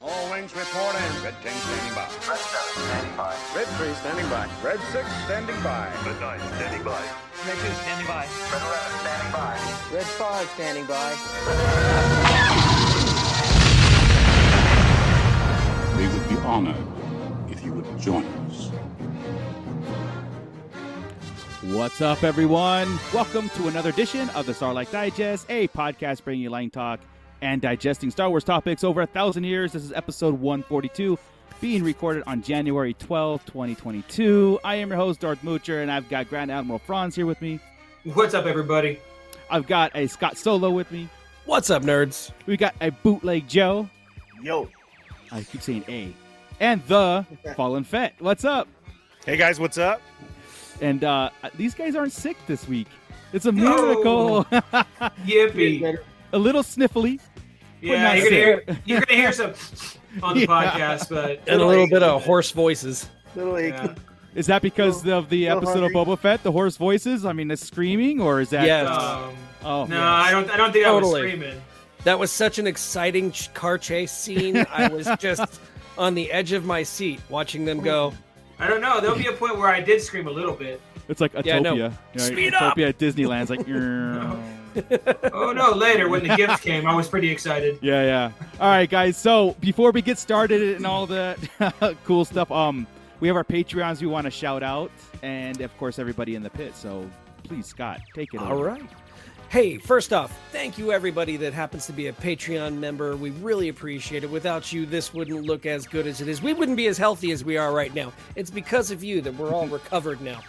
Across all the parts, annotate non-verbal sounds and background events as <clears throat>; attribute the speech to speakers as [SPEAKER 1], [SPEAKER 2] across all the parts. [SPEAKER 1] All wings reporting. Red 10 standing by.
[SPEAKER 2] Red 7 standing by.
[SPEAKER 1] Red 3 standing by. Red 6 standing by.
[SPEAKER 3] Red 9 standing by.
[SPEAKER 4] Red 2 standing by.
[SPEAKER 2] Red 11 standing by.
[SPEAKER 5] Red 5 standing by.
[SPEAKER 6] We would be honored if you would join us.
[SPEAKER 7] What's up, everyone? Welcome to another edition of the Starlight Digest, a podcast bringing you line talk and digesting Star Wars topics over a thousand years. This is episode 142, being recorded on January 12, 2022. I am your host, Darth Moocher, and I've got Grand Admiral Franz here with me.
[SPEAKER 8] What's up, everybody?
[SPEAKER 7] I've got a Scott Solo with me.
[SPEAKER 9] What's up, nerds?
[SPEAKER 7] We got a bootleg Joe.
[SPEAKER 10] Yo.
[SPEAKER 7] I keep saying A. And
[SPEAKER 11] <laughs>
[SPEAKER 7] the Fallen Fett. What's up?
[SPEAKER 11] Hey, guys, what's up?
[SPEAKER 7] and uh, these guys aren't sick this week. It's a miracle.
[SPEAKER 8] No. Yippee!
[SPEAKER 7] <laughs> a little sniffly.
[SPEAKER 8] Yeah, you're sick. gonna, hear, <laughs> you're gonna hear some on the yeah. podcast, but
[SPEAKER 9] and a little bit of horse voices.
[SPEAKER 10] Little yeah.
[SPEAKER 7] Is that because little, of the episode hungry. of Boba Fett, the horse voices? I mean, the screaming, or is that? uh,
[SPEAKER 9] Yes.
[SPEAKER 8] Um, oh no, yes. I don't. I don't think totally. I was screaming.
[SPEAKER 9] That was such an exciting car chase scene. I <laughs> was just on the edge of my seat watching them go.
[SPEAKER 8] I don't know. There'll be a point where I did scream a little bit.
[SPEAKER 7] It's like Utopia. Yeah, no. you know,
[SPEAKER 9] Speed
[SPEAKER 7] Utopia
[SPEAKER 9] up!
[SPEAKER 7] at
[SPEAKER 9] <laughs>
[SPEAKER 7] Disneyland's like. no.
[SPEAKER 8] oh no! Later, when the gifts came, I was pretty excited.
[SPEAKER 7] Yeah, yeah. All right, guys. So before we get started and all the <laughs> cool stuff, um, we have our Patreons we want to shout out, and of course everybody in the pit. So please, Scott, take it.
[SPEAKER 9] All
[SPEAKER 7] over.
[SPEAKER 9] right. Hey, first off, thank you everybody that happens to be a Patreon member. We really appreciate it. Without you, this wouldn't look as good as it is. We wouldn't be as healthy as we are right now. It's because of you that we're <laughs> all recovered now.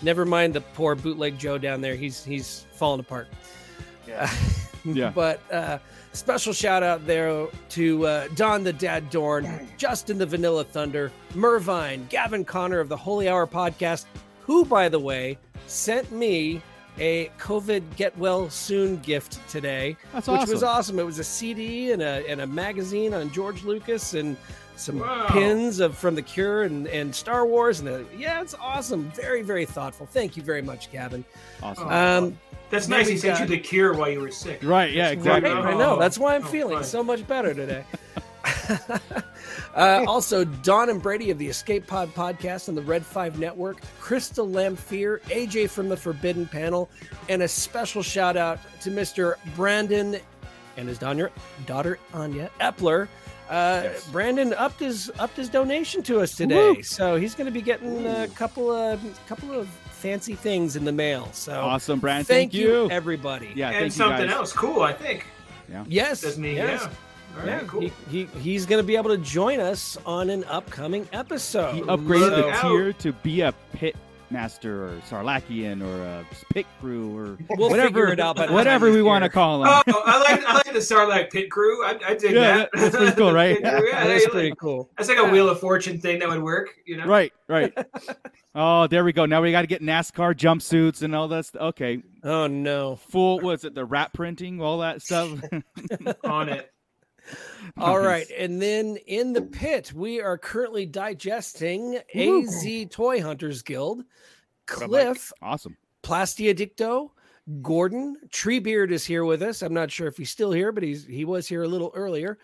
[SPEAKER 9] Never mind the poor bootleg Joe down there. He's he's falling apart.
[SPEAKER 7] Yeah. Uh, yeah.
[SPEAKER 9] But uh, special shout out there to uh, Don the Dad Dorn, Justin the Vanilla Thunder, Mervine, Gavin Connor of the Holy Hour podcast, who by the way sent me a COVID get well soon gift today,
[SPEAKER 7] That's
[SPEAKER 9] which
[SPEAKER 7] awesome.
[SPEAKER 9] was awesome. It was a CD and a and a magazine on George Lucas and some wow. pins of from The Cure and, and Star Wars and the, yeah, it's awesome. Very very thoughtful. Thank you very much, Gavin.
[SPEAKER 7] Awesome.
[SPEAKER 9] Um,
[SPEAKER 8] that's nice. He sent you The Cure while you were sick.
[SPEAKER 7] Right. Yeah. Exactly.
[SPEAKER 9] Right, I know. That's why I'm oh, feeling fine. so much better today. uh, also, Don and Brady of the Escape Pod podcast on the Red 5 Network, Crystal Lamphere, AJ from the Forbidden Panel, and a special shout out to Mr. Brandon and his daughter, Anya Epler. Uh, yes. Brandon upped his upped his donation to us today, Woo! so he's going to be getting a couple of couple of fancy things in the mail. So
[SPEAKER 7] awesome, Brandon!
[SPEAKER 9] Thank,
[SPEAKER 7] thank you,
[SPEAKER 9] everybody.
[SPEAKER 7] Yeah,
[SPEAKER 8] and something else cool, I think.
[SPEAKER 7] Yeah.
[SPEAKER 9] Yes.
[SPEAKER 8] Disney,
[SPEAKER 9] yes.
[SPEAKER 8] Yeah. Right, yeah, cool.
[SPEAKER 9] he, he, he's going to be able to join us on an upcoming episode.
[SPEAKER 7] He upgraded so, the tier to be a pit master or Sarlachian or a pit crew or
[SPEAKER 9] we'll
[SPEAKER 7] whatever
[SPEAKER 9] it out.
[SPEAKER 7] whatever we want to call him.
[SPEAKER 8] Oh, I like I like the Sarlacc pit crew. I, I dig
[SPEAKER 7] yeah,
[SPEAKER 8] that. That's
[SPEAKER 7] pretty cool, right?
[SPEAKER 8] <laughs>
[SPEAKER 9] yeah, yeah that's pretty
[SPEAKER 8] like,
[SPEAKER 9] cool.
[SPEAKER 8] That's like a Wheel of Fortune thing that would work. You know?
[SPEAKER 7] Right,
[SPEAKER 9] <laughs>
[SPEAKER 7] right. oh, there we go. Now we got to get NASCAR jumpsuits and all that. St- okay.
[SPEAKER 9] Oh no.
[SPEAKER 7] Full was it the wrap printing, all that stuff
[SPEAKER 8] on it.
[SPEAKER 9] All nice. right, and then in the pit, we are currently digesting Ooh. AZ Toy Hunters Guild, Cliff,
[SPEAKER 7] awesome,
[SPEAKER 9] Plastia Dicto, Gordon, Treebeard is here with us. I'm not sure if he's still here, but he's he was here a little earlier.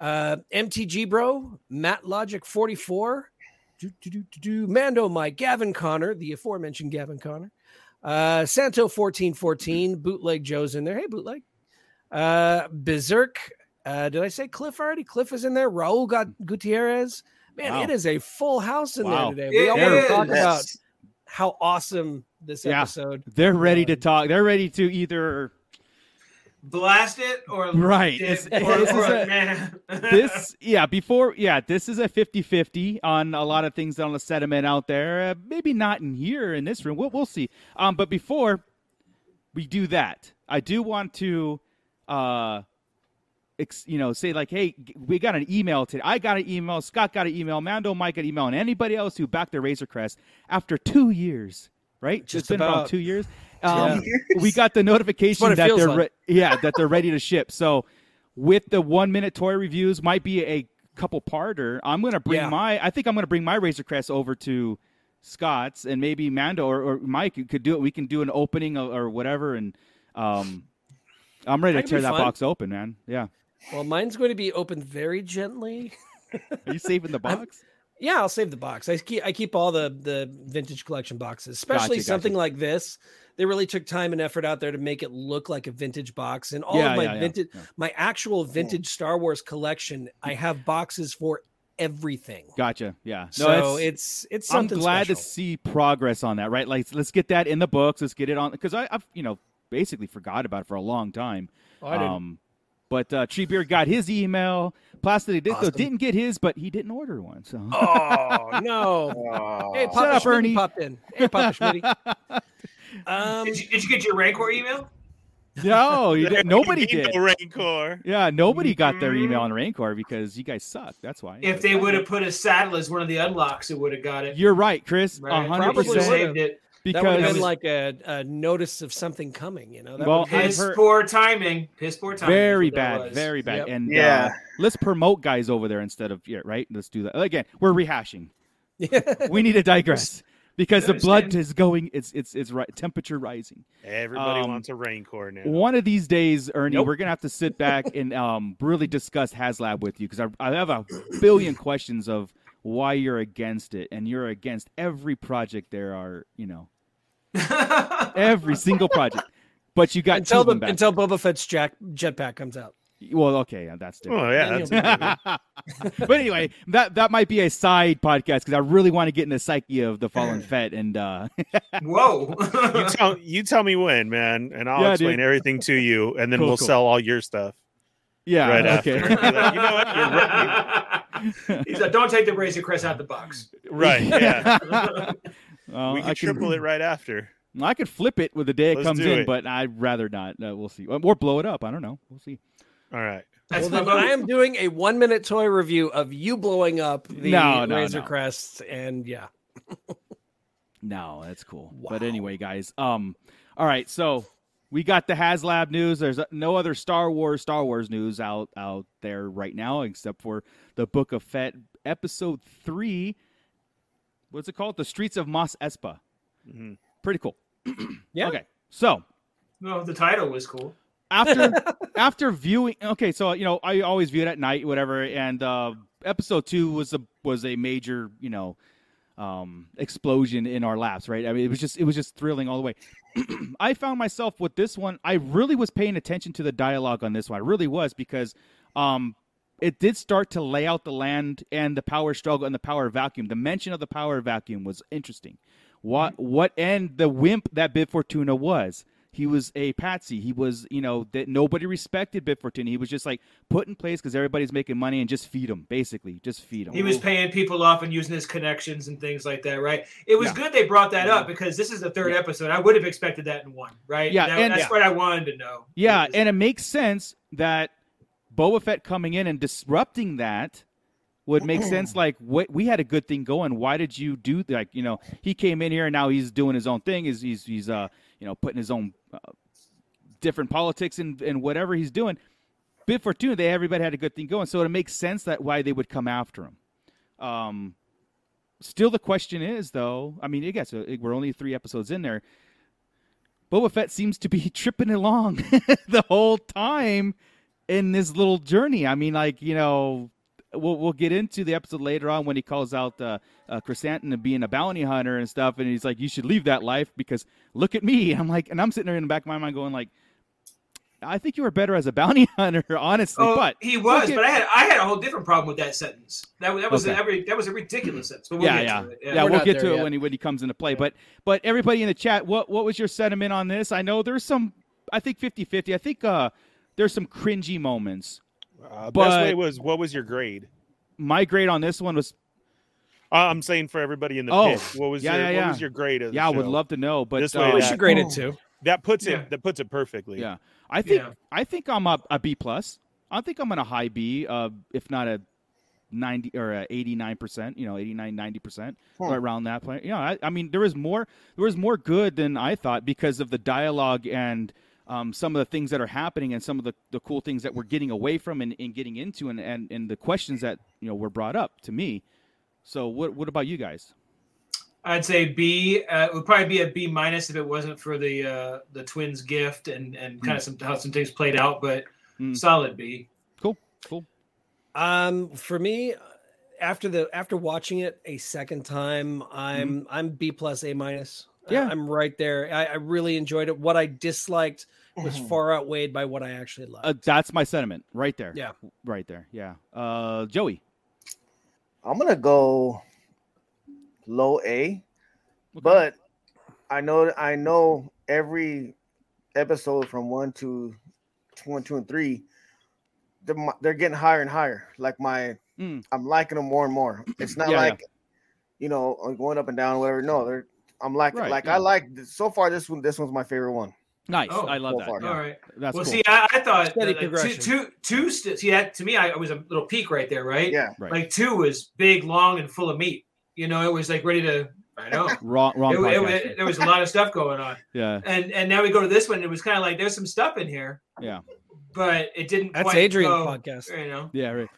[SPEAKER 9] Uh, MTG Bro, Matt Logic 44, do, do, do, Mando Mike, Gavin Connor, the aforementioned Gavin Connor, uh, Santo 1414, Bootleg Joe's in there. Hey, Bootleg. Uh, Berserk, uh, did I say Cliff already? Cliff is in there. Raul got Gutierrez. Man, Mm-hmm. wow. it is a full house in wow. there today. We it all want to talk about how awesome this yeah. episode.
[SPEAKER 7] They're ready to talk. They're ready to either
[SPEAKER 8] blast it or
[SPEAKER 7] right.
[SPEAKER 8] It,
[SPEAKER 7] it's,
[SPEAKER 8] or,
[SPEAKER 7] this,
[SPEAKER 8] or, or,
[SPEAKER 7] a, this, yeah, before, yeah, this is a 50-50 on a lot of things on the sediment out there. Uh, maybe not in here in this room. We'll, we'll see. Um, but before we do that, I do want to. Uh, you know, say like, hey, we got an email today. I got an email. Scott got an email. Mando, Mike got an email, and anybody else who backed their Razor Crest after two years, right?
[SPEAKER 9] Just
[SPEAKER 7] it's been
[SPEAKER 9] about,
[SPEAKER 7] about two years. Um, yeah. We got the notification that they're
[SPEAKER 9] like.
[SPEAKER 7] re- yeah that they're ready to ship. So with the one minute toy reviews, might be a couple parter. I'm gonna bring yeah. my. I think I'm gonna bring my Razor Crest over to Scott's, and maybe Mando or, or Mike could do it. We can do an opening or, or whatever, and um, I'm ready That'd to tear that
[SPEAKER 9] fun.
[SPEAKER 7] box open, man. Yeah.
[SPEAKER 9] Well, mine's going to be opened very gently.
[SPEAKER 7] Are you saving the box?
[SPEAKER 9] Yeah, I'll save the box. I keep I keep all the the vintage collection boxes, especially
[SPEAKER 7] Gotcha, gotcha.
[SPEAKER 9] something like this. They really took time and effort out there to make it look like a vintage box. And all
[SPEAKER 7] Yeah,
[SPEAKER 9] of my
[SPEAKER 7] yeah, yeah,
[SPEAKER 9] vintage,
[SPEAKER 7] yeah.
[SPEAKER 9] my actual vintage Star Wars collection, I have boxes for everything.
[SPEAKER 7] Gotcha. Yeah. No,
[SPEAKER 9] so
[SPEAKER 7] it's-
[SPEAKER 9] it's it's
[SPEAKER 7] I'm
[SPEAKER 9] something
[SPEAKER 7] glad
[SPEAKER 9] special.
[SPEAKER 7] to see progress on that, right? Like, let's get that in the books. Let's get it on because I've you know basically forgot about it for a long time. Um, but uh, Tree Beard got his email. Plastic Disco
[SPEAKER 9] Awesome.
[SPEAKER 7] didn't get his, but he didn't order one. So
[SPEAKER 9] oh <laughs> no! Hey,
[SPEAKER 7] Shut
[SPEAKER 9] Papa
[SPEAKER 7] up,
[SPEAKER 9] Schmitty
[SPEAKER 7] um, Ernie.
[SPEAKER 9] popped
[SPEAKER 7] <laughs>
[SPEAKER 9] in. Um, Hey, Papa Schmitty.
[SPEAKER 8] <laughs>
[SPEAKER 9] Um,
[SPEAKER 8] Did you, did you get your Rancor email?
[SPEAKER 7] no, you didn't- nobody
[SPEAKER 3] Ain't
[SPEAKER 7] did.
[SPEAKER 3] No Rancor.
[SPEAKER 7] Yeah, nobody got their
[SPEAKER 9] Mm-hmm.
[SPEAKER 7] email on Rancor because you guys suck. That's why.
[SPEAKER 8] If they would have put a saddle as one of the unlocks, it would have got it.
[SPEAKER 7] You're right, Chris. A
[SPEAKER 8] Right?
[SPEAKER 7] hundred
[SPEAKER 9] Probably
[SPEAKER 8] Probably
[SPEAKER 7] percent.
[SPEAKER 9] would've.
[SPEAKER 8] saved it.
[SPEAKER 9] that would have
[SPEAKER 7] Because
[SPEAKER 9] been like a, a notice of something coming. You know, that
[SPEAKER 7] Well,
[SPEAKER 9] would've been-
[SPEAKER 7] I've
[SPEAKER 8] Piss
[SPEAKER 7] heard-
[SPEAKER 8] poor timing. Piss poor timing. is
[SPEAKER 7] very
[SPEAKER 8] what that
[SPEAKER 7] bad,
[SPEAKER 8] was.
[SPEAKER 7] very bad.
[SPEAKER 9] Yep.
[SPEAKER 7] And
[SPEAKER 3] Yeah.
[SPEAKER 7] uh, let's promote guys over there instead of yeah, right. Let's do that again. We're rehashing.
[SPEAKER 9] <laughs>
[SPEAKER 7] we need to digress because the blood is going. It's it's it's right. Temperature rising.
[SPEAKER 3] <laughs> Everybody
[SPEAKER 7] Um,
[SPEAKER 3] wants a Rancor now.
[SPEAKER 7] One of these days, Ernie,
[SPEAKER 3] Nope.
[SPEAKER 7] we're gonna have to sit
[SPEAKER 3] <laughs>
[SPEAKER 7] back and um really discuss HasLab with you because I, I have a billion questions of why you're against it, and you're against every project there are. You know, every single project. But you got
[SPEAKER 9] until
[SPEAKER 7] two of
[SPEAKER 9] the,
[SPEAKER 7] them back.
[SPEAKER 9] until Boba Fett's jack, jetpack comes out.
[SPEAKER 7] well, okay, yeah, that's different.
[SPEAKER 3] Oh
[SPEAKER 9] Then
[SPEAKER 3] yeah,
[SPEAKER 9] you'll
[SPEAKER 3] that's
[SPEAKER 9] be-
[SPEAKER 7] <laughs> but anyway, that that might be a side podcast because I really want to get in the psyche of the fallen Fett and uh,
[SPEAKER 8] <laughs>
[SPEAKER 7] <laughs>
[SPEAKER 8] Whoa.
[SPEAKER 3] you tell you tell me when, man, and I'll
[SPEAKER 7] Yeah,
[SPEAKER 3] explain
[SPEAKER 7] dude.
[SPEAKER 3] everything to you, and then
[SPEAKER 7] Cool,
[SPEAKER 3] we'll
[SPEAKER 7] cool.
[SPEAKER 3] sell all your
[SPEAKER 7] <laughs>
[SPEAKER 3] stuff
[SPEAKER 7] yeah,
[SPEAKER 3] right
[SPEAKER 7] okay,
[SPEAKER 3] after. <laughs> Be like, you know what? You're right.
[SPEAKER 8] <laughs> He's like, don't take the razor, Chris, out the box.
[SPEAKER 3] You-
[SPEAKER 7] <laughs>
[SPEAKER 3] right, Yeah,
[SPEAKER 7] Uh,
[SPEAKER 3] we can,
[SPEAKER 7] I can-
[SPEAKER 3] triple it right after.
[SPEAKER 7] I could flip it with the day it
[SPEAKER 3] Let's
[SPEAKER 7] comes
[SPEAKER 3] do
[SPEAKER 7] in,
[SPEAKER 3] it.
[SPEAKER 7] but I'd rather not. Uh, we'll see, or blow it up. I don't know. We'll see.
[SPEAKER 3] All right.
[SPEAKER 8] That's
[SPEAKER 9] Well, then
[SPEAKER 8] my vote.
[SPEAKER 9] I am doing a one minute toy review of you blowing up the
[SPEAKER 7] No, no,
[SPEAKER 9] Razor
[SPEAKER 7] no.
[SPEAKER 9] Crests, and yeah,
[SPEAKER 7] No, that's cool. But
[SPEAKER 9] Wow.
[SPEAKER 7] anyway, guys, um, all right, so we got the HasLab news. There's uh, no other Star Wars Star Wars news out out there right now except for the Book of Fett episode three. What's it called? The Streets of Mos Espa.
[SPEAKER 3] Mhm.
[SPEAKER 7] Pretty cool. <clears throat>
[SPEAKER 9] Yeah.
[SPEAKER 7] Okay. So
[SPEAKER 8] Well, the title was cool.
[SPEAKER 7] after after viewing okay so you know i always view it at night whatever and uh episode two was a was a major you know um explosion in our laps right i mean it was just it was just thrilling all the way <clears throat> i found myself with this one i really was paying attention to the dialogue on this one i really was because um it did start to lay out the land and the power struggle and the power vacuum the mention of the power vacuum was interesting what what and the wimp that Bib Fortuna was. He was a patsy. He was, you know, that nobody respected Bib Fortuna. He was just like put in place because everybody's making money and just feed him, basically, just feed him.
[SPEAKER 8] He was paying people off and using his connections and things like that, right? It was
[SPEAKER 7] Yeah.
[SPEAKER 8] good they brought that up because this is the third episode. I would have expected that in one, right?
[SPEAKER 7] Yeah,
[SPEAKER 8] That-
[SPEAKER 7] and-
[SPEAKER 8] that's
[SPEAKER 7] yeah.
[SPEAKER 8] what I wanted to know.
[SPEAKER 7] Yeah,
[SPEAKER 8] It was-
[SPEAKER 7] and it makes sense that Boba Fett coming in and disrupting that would
[SPEAKER 8] <clears throat>
[SPEAKER 7] make sense. Like, what we had a good thing going. Why did you do like you know he came in here and now he's doing his own thing. Is he's he's uh you know putting his own uh, different politics and and whatever he's doing. Bit Fortuna, they everybody had a good thing going, so it makes sense that why they would come after him. Um, still, the question is though. I mean, I guess uh, we're only three episodes in there. Boba Fett seems to be <laughs> tripping along the whole time in this little journey. I mean, like you know, we'll we'll get into the episode later on when he calls out uh, uh, Chrysanthemum being a bounty hunter and stuff, and he's like, "You should leave that life because look at me." <laughs> I'm like, and I'm sitting there in the back of my mind going like. I think you were better as a bounty <laughs> hunter, honestly.
[SPEAKER 8] Oh,
[SPEAKER 7] but
[SPEAKER 8] he was,
[SPEAKER 7] look at-
[SPEAKER 8] but I had I had a whole different problem with that sentence. That, was- that was
[SPEAKER 7] Okay.
[SPEAKER 8] every that was a ridiculous sentence. But we'll
[SPEAKER 7] yeah,
[SPEAKER 8] get
[SPEAKER 7] yeah,
[SPEAKER 8] to it.
[SPEAKER 7] yeah.
[SPEAKER 9] We're
[SPEAKER 7] we'll
[SPEAKER 9] not
[SPEAKER 7] get to
[SPEAKER 9] there
[SPEAKER 7] it
[SPEAKER 9] yet.
[SPEAKER 7] when he when he comes into play. But but everybody in the chat, what what was your sentiment on this? I know there's some, I think 50-50. I think uh, there's some cringy moments.
[SPEAKER 3] Uh, best
[SPEAKER 7] But-
[SPEAKER 3] way was what was your grade?
[SPEAKER 7] My grade on this one was
[SPEAKER 3] Uh, I'm saying for everybody in the
[SPEAKER 7] Oh,
[SPEAKER 3] pit. What was
[SPEAKER 7] yeah,
[SPEAKER 3] your
[SPEAKER 7] yeah,
[SPEAKER 3] What
[SPEAKER 7] yeah.
[SPEAKER 3] was your grade? Of the
[SPEAKER 7] yeah, I would
[SPEAKER 3] show?
[SPEAKER 7] love to know, but
[SPEAKER 3] This
[SPEAKER 7] uh,
[SPEAKER 3] way
[SPEAKER 9] we
[SPEAKER 3] Yeah.
[SPEAKER 9] should grade it too.
[SPEAKER 3] that. Puts
[SPEAKER 8] Yeah.
[SPEAKER 3] it. That puts it perfectly.
[SPEAKER 7] yeah, I think
[SPEAKER 8] Yeah.
[SPEAKER 7] I think I'm a, a B plus. I think I'm on a high B, uh, if not a ninety or a eighty nine percent. You know, 89, 90 percent,
[SPEAKER 5] Hmm.
[SPEAKER 7] right around that point. Yeah, I, I mean, there was more there was more good than I thought because of the dialogue and. Um, some of the things that are happening and some of the, the cool things that we're getting away from and, and getting into and, and, and the questions that you know were brought up to me. So what what about you guys?
[SPEAKER 8] I'd say B. Uh, it would probably be a B minus if it wasn't for the
[SPEAKER 7] Hmm.
[SPEAKER 8] uh, the twins gift and and kind of some how some things played out, but
[SPEAKER 7] Mm.
[SPEAKER 8] solid B.
[SPEAKER 7] Cool. Cool.
[SPEAKER 9] Um, for me, after the after watching it a second time, I'm I'm B plus A minus. I-
[SPEAKER 7] Mm-hmm. Yeah.
[SPEAKER 9] I'm right there. I, I really enjoyed it. What I disliked was far outweighed by what I actually loved.
[SPEAKER 7] Mm-hmm. Uh, that's my sentiment right there.
[SPEAKER 9] Yeah.
[SPEAKER 7] Right there. Yeah. Uh, Joey.
[SPEAKER 5] I'm gonna go low A,
[SPEAKER 7] Okay.
[SPEAKER 5] but I know I know every episode from one to one, two, and three. They're, m- they're getting higher and higher. Like my,
[SPEAKER 7] Mm.
[SPEAKER 5] I'm liking them more and more. It's not
[SPEAKER 7] Yeah, yeah.
[SPEAKER 5] like, you know, uh, going up and down, whatever. No, they're. I'm like,
[SPEAKER 7] Right,
[SPEAKER 5] like
[SPEAKER 7] yeah.
[SPEAKER 5] I like th- so far. This one, this one's my favorite one.
[SPEAKER 7] Nice.
[SPEAKER 8] Oh,
[SPEAKER 7] I love
[SPEAKER 5] so
[SPEAKER 7] that.
[SPEAKER 5] far.
[SPEAKER 7] Yeah.
[SPEAKER 8] All right.
[SPEAKER 7] That's
[SPEAKER 8] well,
[SPEAKER 7] cool.
[SPEAKER 8] see, I, I thought
[SPEAKER 9] Steady
[SPEAKER 8] that, like, two,
[SPEAKER 9] progression.
[SPEAKER 8] two, two. St- see, that to me, I, I was a little peak right there, right?
[SPEAKER 5] Yeah,
[SPEAKER 7] right.
[SPEAKER 8] Like two was big, long, and full of meat. You know, it was like ready to. I know.
[SPEAKER 7] <laughs> wrong. Wrong.
[SPEAKER 8] It wa- it wa-
[SPEAKER 7] podcast.
[SPEAKER 8] there was a lot of stuff going on,
[SPEAKER 7] yeah.
[SPEAKER 8] and and now we go to this one. And it was kind of like there's some stuff in here.
[SPEAKER 7] Yeah.
[SPEAKER 8] But it didn't.
[SPEAKER 9] That's
[SPEAKER 8] quite
[SPEAKER 9] Adrian's
[SPEAKER 8] go,
[SPEAKER 9] podcast.
[SPEAKER 8] You know,
[SPEAKER 7] Yeah. Right.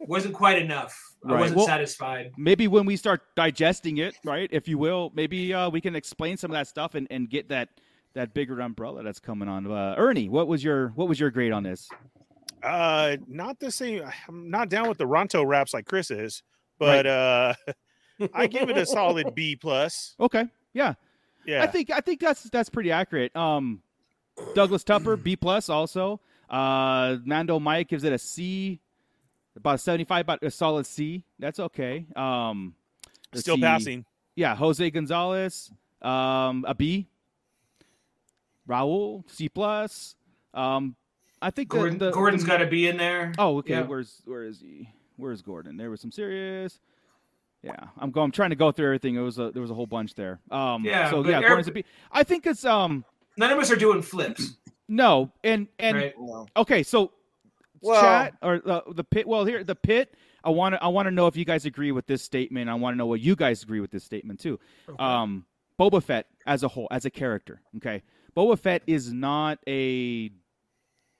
[SPEAKER 8] wasn't quite enough.
[SPEAKER 7] Right.
[SPEAKER 8] I wasn't
[SPEAKER 7] Well-
[SPEAKER 8] satisfied.
[SPEAKER 7] maybe when we start digesting it, right, if you will, maybe uh, we can explain some of that stuff and, and get that that bigger umbrella that's coming on. Uh, Ernie, what was your what was your grade on this?
[SPEAKER 3] Uh, not the same. <sighs> I'm not down with the Ronto raps like Chris is, but uh, <laughs> I give it a
[SPEAKER 7] <laughs>
[SPEAKER 3] solid B plus.
[SPEAKER 7] Okay, yeah,
[SPEAKER 3] Yeah,
[SPEAKER 7] I think I think that's that's pretty accurate. Um, Douglas Tupper B plus also. Uh, Mando Mike gives it a C, about seventy five, about a solid C. That's okay. Um, let's
[SPEAKER 3] still
[SPEAKER 7] see.
[SPEAKER 3] passing.
[SPEAKER 7] Yeah, Jose Gonzalez, um, a B. Raul C plus. Um, I think the-
[SPEAKER 8] Gordon,
[SPEAKER 7] the, Mm.
[SPEAKER 8] Gordon's got to be in there.
[SPEAKER 7] Oh, okay.
[SPEAKER 8] Yeah.
[SPEAKER 7] Where's where is he? Where's Gordon? There was some serious. Yeah, I'm going. I'm trying to go through everything. It was a there was a whole bunch there. Um,
[SPEAKER 8] Yeah,
[SPEAKER 7] So
[SPEAKER 8] but
[SPEAKER 7] yeah,
[SPEAKER 8] every-
[SPEAKER 7] Gordon's a B. I think it's um
[SPEAKER 8] None of us are doing flips,
[SPEAKER 7] no and <clears throat> and
[SPEAKER 8] right?
[SPEAKER 5] You know.
[SPEAKER 7] okay so
[SPEAKER 5] Well-
[SPEAKER 7] chat or uh, the pit. Well, here the pit. I want to I want to know if you guys agree with this statement. I want to know what you guys agree with this statement too. Um, Boba Fett as a whole, as a character. Okay, Boba Fett is not a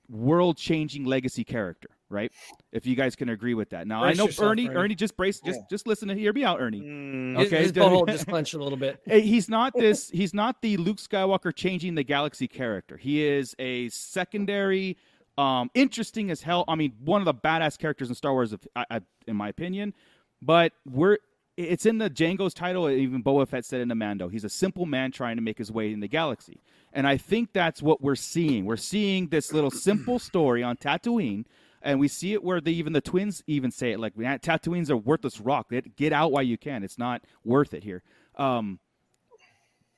[SPEAKER 7] world-changing legacy character, right? If you guys can agree with that. Now
[SPEAKER 9] Brace
[SPEAKER 7] I know
[SPEAKER 9] yourself,
[SPEAKER 7] Ernie.
[SPEAKER 9] Ernie.
[SPEAKER 7] Ernie, just brace. Just just listen to hear me out, Ernie.
[SPEAKER 3] Mm,
[SPEAKER 9] His,
[SPEAKER 7] okay,
[SPEAKER 9] his
[SPEAKER 7] did-
[SPEAKER 9] butthole just clenched a little
[SPEAKER 7] <laughs>
[SPEAKER 9] bit.
[SPEAKER 7] Uh, he's not this he's not the luke skywalker changing the galaxy character he is a secondary um interesting as hell i mean one of the badass characters in star wars if- I, I, in my opinion but we're it's in the Django's title. Even Boba Fett said in Amando, he's a simple man trying to make his way in the galaxy. And I think that's what we're seeing. We're seeing this little simple story on Tatooine, and we see it where the, even the twins even say it, like "Man, Tatooine's a worthless rock. Get- Get out while you can. It's not worth it here. Um,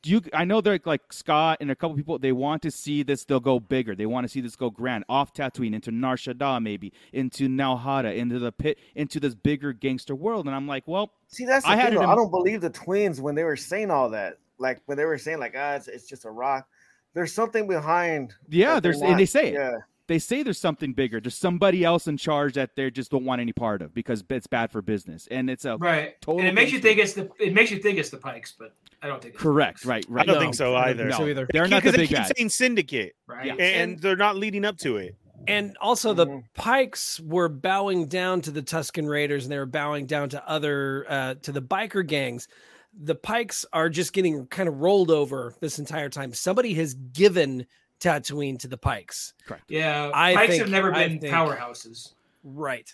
[SPEAKER 7] do you I know they're like Scott and a couple people they want to see this they'll go bigger. They want to see this go grand off Tatooine into Nar Shaddaa maybe into Nalhada into the pit into this bigger gangster world and I'm like, well,
[SPEAKER 5] See, that's the
[SPEAKER 7] I
[SPEAKER 5] I,
[SPEAKER 7] had
[SPEAKER 5] thing,
[SPEAKER 7] it
[SPEAKER 5] though.
[SPEAKER 7] in-
[SPEAKER 5] I don't believe the twins when they were saying all that. Like when they were saying, like, ah, it's, it's just a rock. There's something behind.
[SPEAKER 7] yeah,
[SPEAKER 5] that they're
[SPEAKER 7] there's and they
[SPEAKER 5] not-
[SPEAKER 7] say it.
[SPEAKER 5] Yeah,
[SPEAKER 7] They say there's something bigger. There's somebody else in charge that they just don't want any part of because it's bad for business. And it's a
[SPEAKER 8] Right.
[SPEAKER 7] Total
[SPEAKER 8] and it makes you
[SPEAKER 7] gangster.
[SPEAKER 8] think it's the it makes you think it's the Pikes, but I don't think it's the
[SPEAKER 7] correct,
[SPEAKER 8] Pikes.
[SPEAKER 7] right,
[SPEAKER 3] I
[SPEAKER 7] right.
[SPEAKER 3] don't
[SPEAKER 9] No,
[SPEAKER 3] think so
[SPEAKER 9] I don't
[SPEAKER 3] either.
[SPEAKER 9] think so either.
[SPEAKER 7] They're not
[SPEAKER 3] because
[SPEAKER 7] the
[SPEAKER 3] they
[SPEAKER 7] big
[SPEAKER 3] keep
[SPEAKER 7] guys.
[SPEAKER 3] saying syndicate,
[SPEAKER 8] Right.
[SPEAKER 7] Yeah.
[SPEAKER 3] and,
[SPEAKER 9] And-
[SPEAKER 3] they're not leading up to it.
[SPEAKER 9] And also, the
[SPEAKER 5] Mhm.
[SPEAKER 9] Pikes were bowing down to the Tuscan Raiders, and they were bowing down to other uh, to the biker gangs. The Pikes are just getting kind of rolled over this entire time. Somebody has given Tatooine to the Pikes,
[SPEAKER 8] Yeah.
[SPEAKER 9] I
[SPEAKER 8] Pikes
[SPEAKER 9] think-
[SPEAKER 8] have never
[SPEAKER 9] I
[SPEAKER 8] been
[SPEAKER 9] think-
[SPEAKER 8] powerhouses.
[SPEAKER 9] right?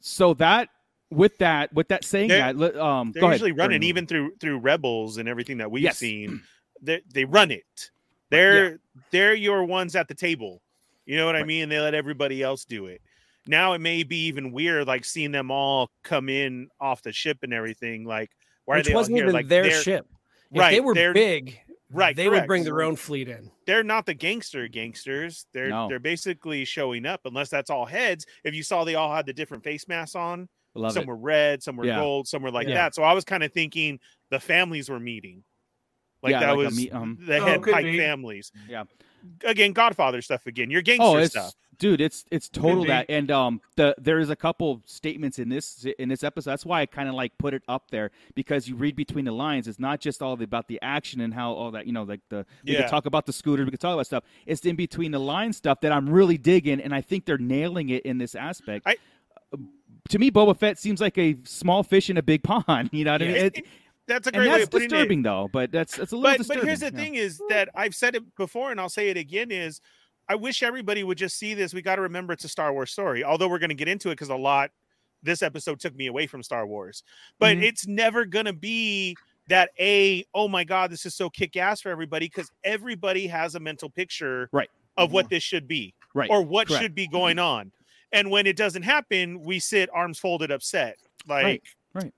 [SPEAKER 7] So that with that with that saying
[SPEAKER 3] They're-
[SPEAKER 7] that let- um
[SPEAKER 3] They're
[SPEAKER 7] go ahead,
[SPEAKER 3] usually
[SPEAKER 7] Ernie,
[SPEAKER 3] running
[SPEAKER 7] move.
[SPEAKER 3] even through through rebels and everything that we've
[SPEAKER 7] Yes.
[SPEAKER 9] <clears throat>
[SPEAKER 3] seen. They they run it. They're they're your ones at the table. You know what I
[SPEAKER 7] Right.
[SPEAKER 3] mean? And they let everybody else do it. Now it may be even weird, like seeing them all come in off the ship and everything. Like why
[SPEAKER 9] Which
[SPEAKER 3] are they all
[SPEAKER 9] wasn't
[SPEAKER 3] here?
[SPEAKER 9] even
[SPEAKER 3] like
[SPEAKER 9] their
[SPEAKER 3] they're-
[SPEAKER 9] ship. If
[SPEAKER 3] Right,
[SPEAKER 9] they were
[SPEAKER 3] they're-
[SPEAKER 9] big,
[SPEAKER 3] Right,
[SPEAKER 9] They would
[SPEAKER 3] correct.
[SPEAKER 9] bring their own fleet in.
[SPEAKER 3] they're not the gangster gangsters. They're
[SPEAKER 7] No.
[SPEAKER 3] they're basically showing up unless that's all heads. If you saw they all had the different face masks on,
[SPEAKER 7] Love
[SPEAKER 3] some
[SPEAKER 7] it.
[SPEAKER 3] were red, some were
[SPEAKER 7] Yeah.
[SPEAKER 3] gold, some were like
[SPEAKER 9] Yeah.
[SPEAKER 3] that. So I was kind of thinking the families were meeting. Like
[SPEAKER 7] Yeah,
[SPEAKER 3] that
[SPEAKER 7] like a
[SPEAKER 3] was
[SPEAKER 7] meet- um,
[SPEAKER 3] the
[SPEAKER 8] Oh,
[SPEAKER 3] head
[SPEAKER 8] could
[SPEAKER 3] pike
[SPEAKER 8] be.
[SPEAKER 3] families.
[SPEAKER 7] Yeah.
[SPEAKER 3] Again, Godfather stuff again. Your gangster
[SPEAKER 7] oh, it's
[SPEAKER 3] stuff.
[SPEAKER 7] dude, it's it's total
[SPEAKER 8] be.
[SPEAKER 7] that, and um, the there is a couple statements in this in this episode. That's why I kind of like put it up there because you read between the lines. It's not just all about the action and how all that you know, like the we
[SPEAKER 3] Yeah.
[SPEAKER 7] could talk about the scooter, we could talk about stuff. It's the in between the line stuff that I'm really digging, and I think they're nailing it in this aspect.
[SPEAKER 3] I-
[SPEAKER 7] to me, Boba Fett seems like a small fish in a big pond. <laughs> You know what I mean?
[SPEAKER 3] Yeah.
[SPEAKER 7] It-
[SPEAKER 3] That's a great
[SPEAKER 7] and
[SPEAKER 3] way
[SPEAKER 7] that's
[SPEAKER 3] of putting it.
[SPEAKER 7] disturbing, though. But that's it's a little
[SPEAKER 3] but,
[SPEAKER 7] disturbing.
[SPEAKER 3] But here's the
[SPEAKER 7] yeah.
[SPEAKER 3] thing: is that I've said it before, and I'll say it again: is I wish everybody would just see this. We got to remember it's a Star Wars story, although we're going to get into it because a lot this episode took me away from Star Wars. But
[SPEAKER 7] Mm-hmm.
[SPEAKER 9] Mhm.
[SPEAKER 3] it's never going to be that a oh my god this is so kick ass for everybody because everybody has a mental picture
[SPEAKER 7] Right.
[SPEAKER 3] of what this should be
[SPEAKER 7] Right.
[SPEAKER 3] or what
[SPEAKER 7] Correct. Mm-hmm.
[SPEAKER 3] should be going on. And when it doesn't happen, we sit arms folded upset. Like
[SPEAKER 7] Right. Right.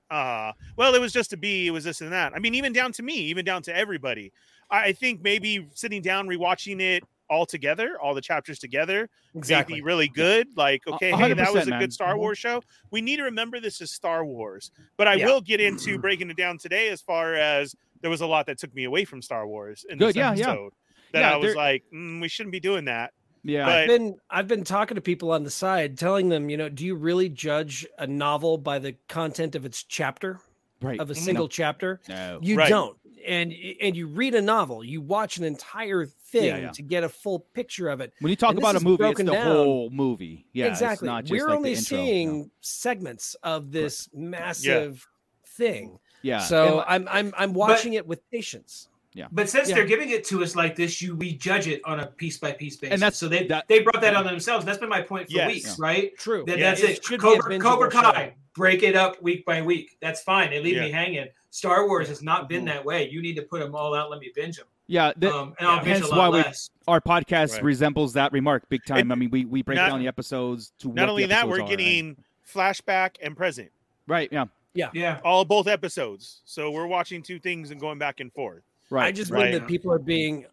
[SPEAKER 3] uh well it was just a B, it was this and that. I mean, even down to me, even down to everybody. I, I think maybe sitting down, rewatching it all together, all the chapters together, may
[SPEAKER 9] Exactly.
[SPEAKER 3] be really good. Like,
[SPEAKER 7] A-
[SPEAKER 3] okay,
[SPEAKER 7] a
[SPEAKER 3] hey,
[SPEAKER 7] hundred
[SPEAKER 3] that was a
[SPEAKER 7] percent, man.
[SPEAKER 3] good Star
[SPEAKER 7] Mhm.
[SPEAKER 3] Wars show. We need to remember this is Star Wars. But I
[SPEAKER 9] Yeah.
[SPEAKER 3] will get into breaking it down today as far as there was a lot that took me away from Star Wars in
[SPEAKER 7] Good,
[SPEAKER 3] this
[SPEAKER 7] yeah, yeah.
[SPEAKER 3] episode. That
[SPEAKER 7] Yeah,
[SPEAKER 3] I was
[SPEAKER 7] there-
[SPEAKER 3] like, mm, we shouldn't be doing that.
[SPEAKER 7] Yeah.
[SPEAKER 3] But-
[SPEAKER 9] I've been I've been talking to people on the side, telling them, you know, do you really judge a novel by the content of its chapter,
[SPEAKER 7] right. Mm-hmm.
[SPEAKER 9] of a single chapter?
[SPEAKER 7] no.
[SPEAKER 9] You
[SPEAKER 3] Right.
[SPEAKER 9] don't. And and you read a novel, you watch an entire thing
[SPEAKER 7] yeah.
[SPEAKER 9] to get a full picture of it.
[SPEAKER 7] When you talk
[SPEAKER 9] and this
[SPEAKER 7] about a
[SPEAKER 9] is
[SPEAKER 7] movie, it's the
[SPEAKER 9] broken down.
[SPEAKER 7] whole movie. Yeah. it's
[SPEAKER 9] exactly.
[SPEAKER 7] not just
[SPEAKER 9] We're
[SPEAKER 7] like the
[SPEAKER 9] only
[SPEAKER 7] intro. No.
[SPEAKER 9] seeing segments of this massive thing.
[SPEAKER 7] Yeah.
[SPEAKER 9] So I'm I'm I'm watching it with patience.
[SPEAKER 8] But since
[SPEAKER 9] Yeah.
[SPEAKER 8] they're giving it to us like this, you we judge it on a piece by piece basis.
[SPEAKER 7] that's-
[SPEAKER 8] so they
[SPEAKER 7] that-
[SPEAKER 8] they brought that on themselves. That's been my point for
[SPEAKER 3] Yes.
[SPEAKER 8] weeks, right?
[SPEAKER 9] True.
[SPEAKER 8] That,
[SPEAKER 3] Yeah.
[SPEAKER 8] That's
[SPEAKER 9] It
[SPEAKER 8] it.
[SPEAKER 9] should be a
[SPEAKER 8] Cobra,
[SPEAKER 9] bingeable
[SPEAKER 8] Cobra Kai,
[SPEAKER 9] show.
[SPEAKER 8] break it up week by week. That's fine. They leave
[SPEAKER 3] Yeah. Mm.
[SPEAKER 8] me hanging. Star Wars has not been that way. You need to put them all out. Let me binge them.
[SPEAKER 7] yeah. The,
[SPEAKER 9] uh,
[SPEAKER 8] um, and I'll binge a
[SPEAKER 7] Hence
[SPEAKER 8] lot
[SPEAKER 7] why we-
[SPEAKER 8] less.
[SPEAKER 7] our podcast
[SPEAKER 3] Right.
[SPEAKER 7] resembles that remark big time. I mean, we, we break
[SPEAKER 3] Not-
[SPEAKER 7] down the episodes to what
[SPEAKER 3] Not
[SPEAKER 7] the
[SPEAKER 3] only that,
[SPEAKER 7] episodes
[SPEAKER 3] we're
[SPEAKER 7] are,
[SPEAKER 3] getting flashback and present,
[SPEAKER 7] right. Right, Yeah.
[SPEAKER 8] Yeah.
[SPEAKER 3] all both episodes. So we're watching two things and going back and forth.
[SPEAKER 7] Right.
[SPEAKER 9] I just
[SPEAKER 3] right.
[SPEAKER 9] think that people are being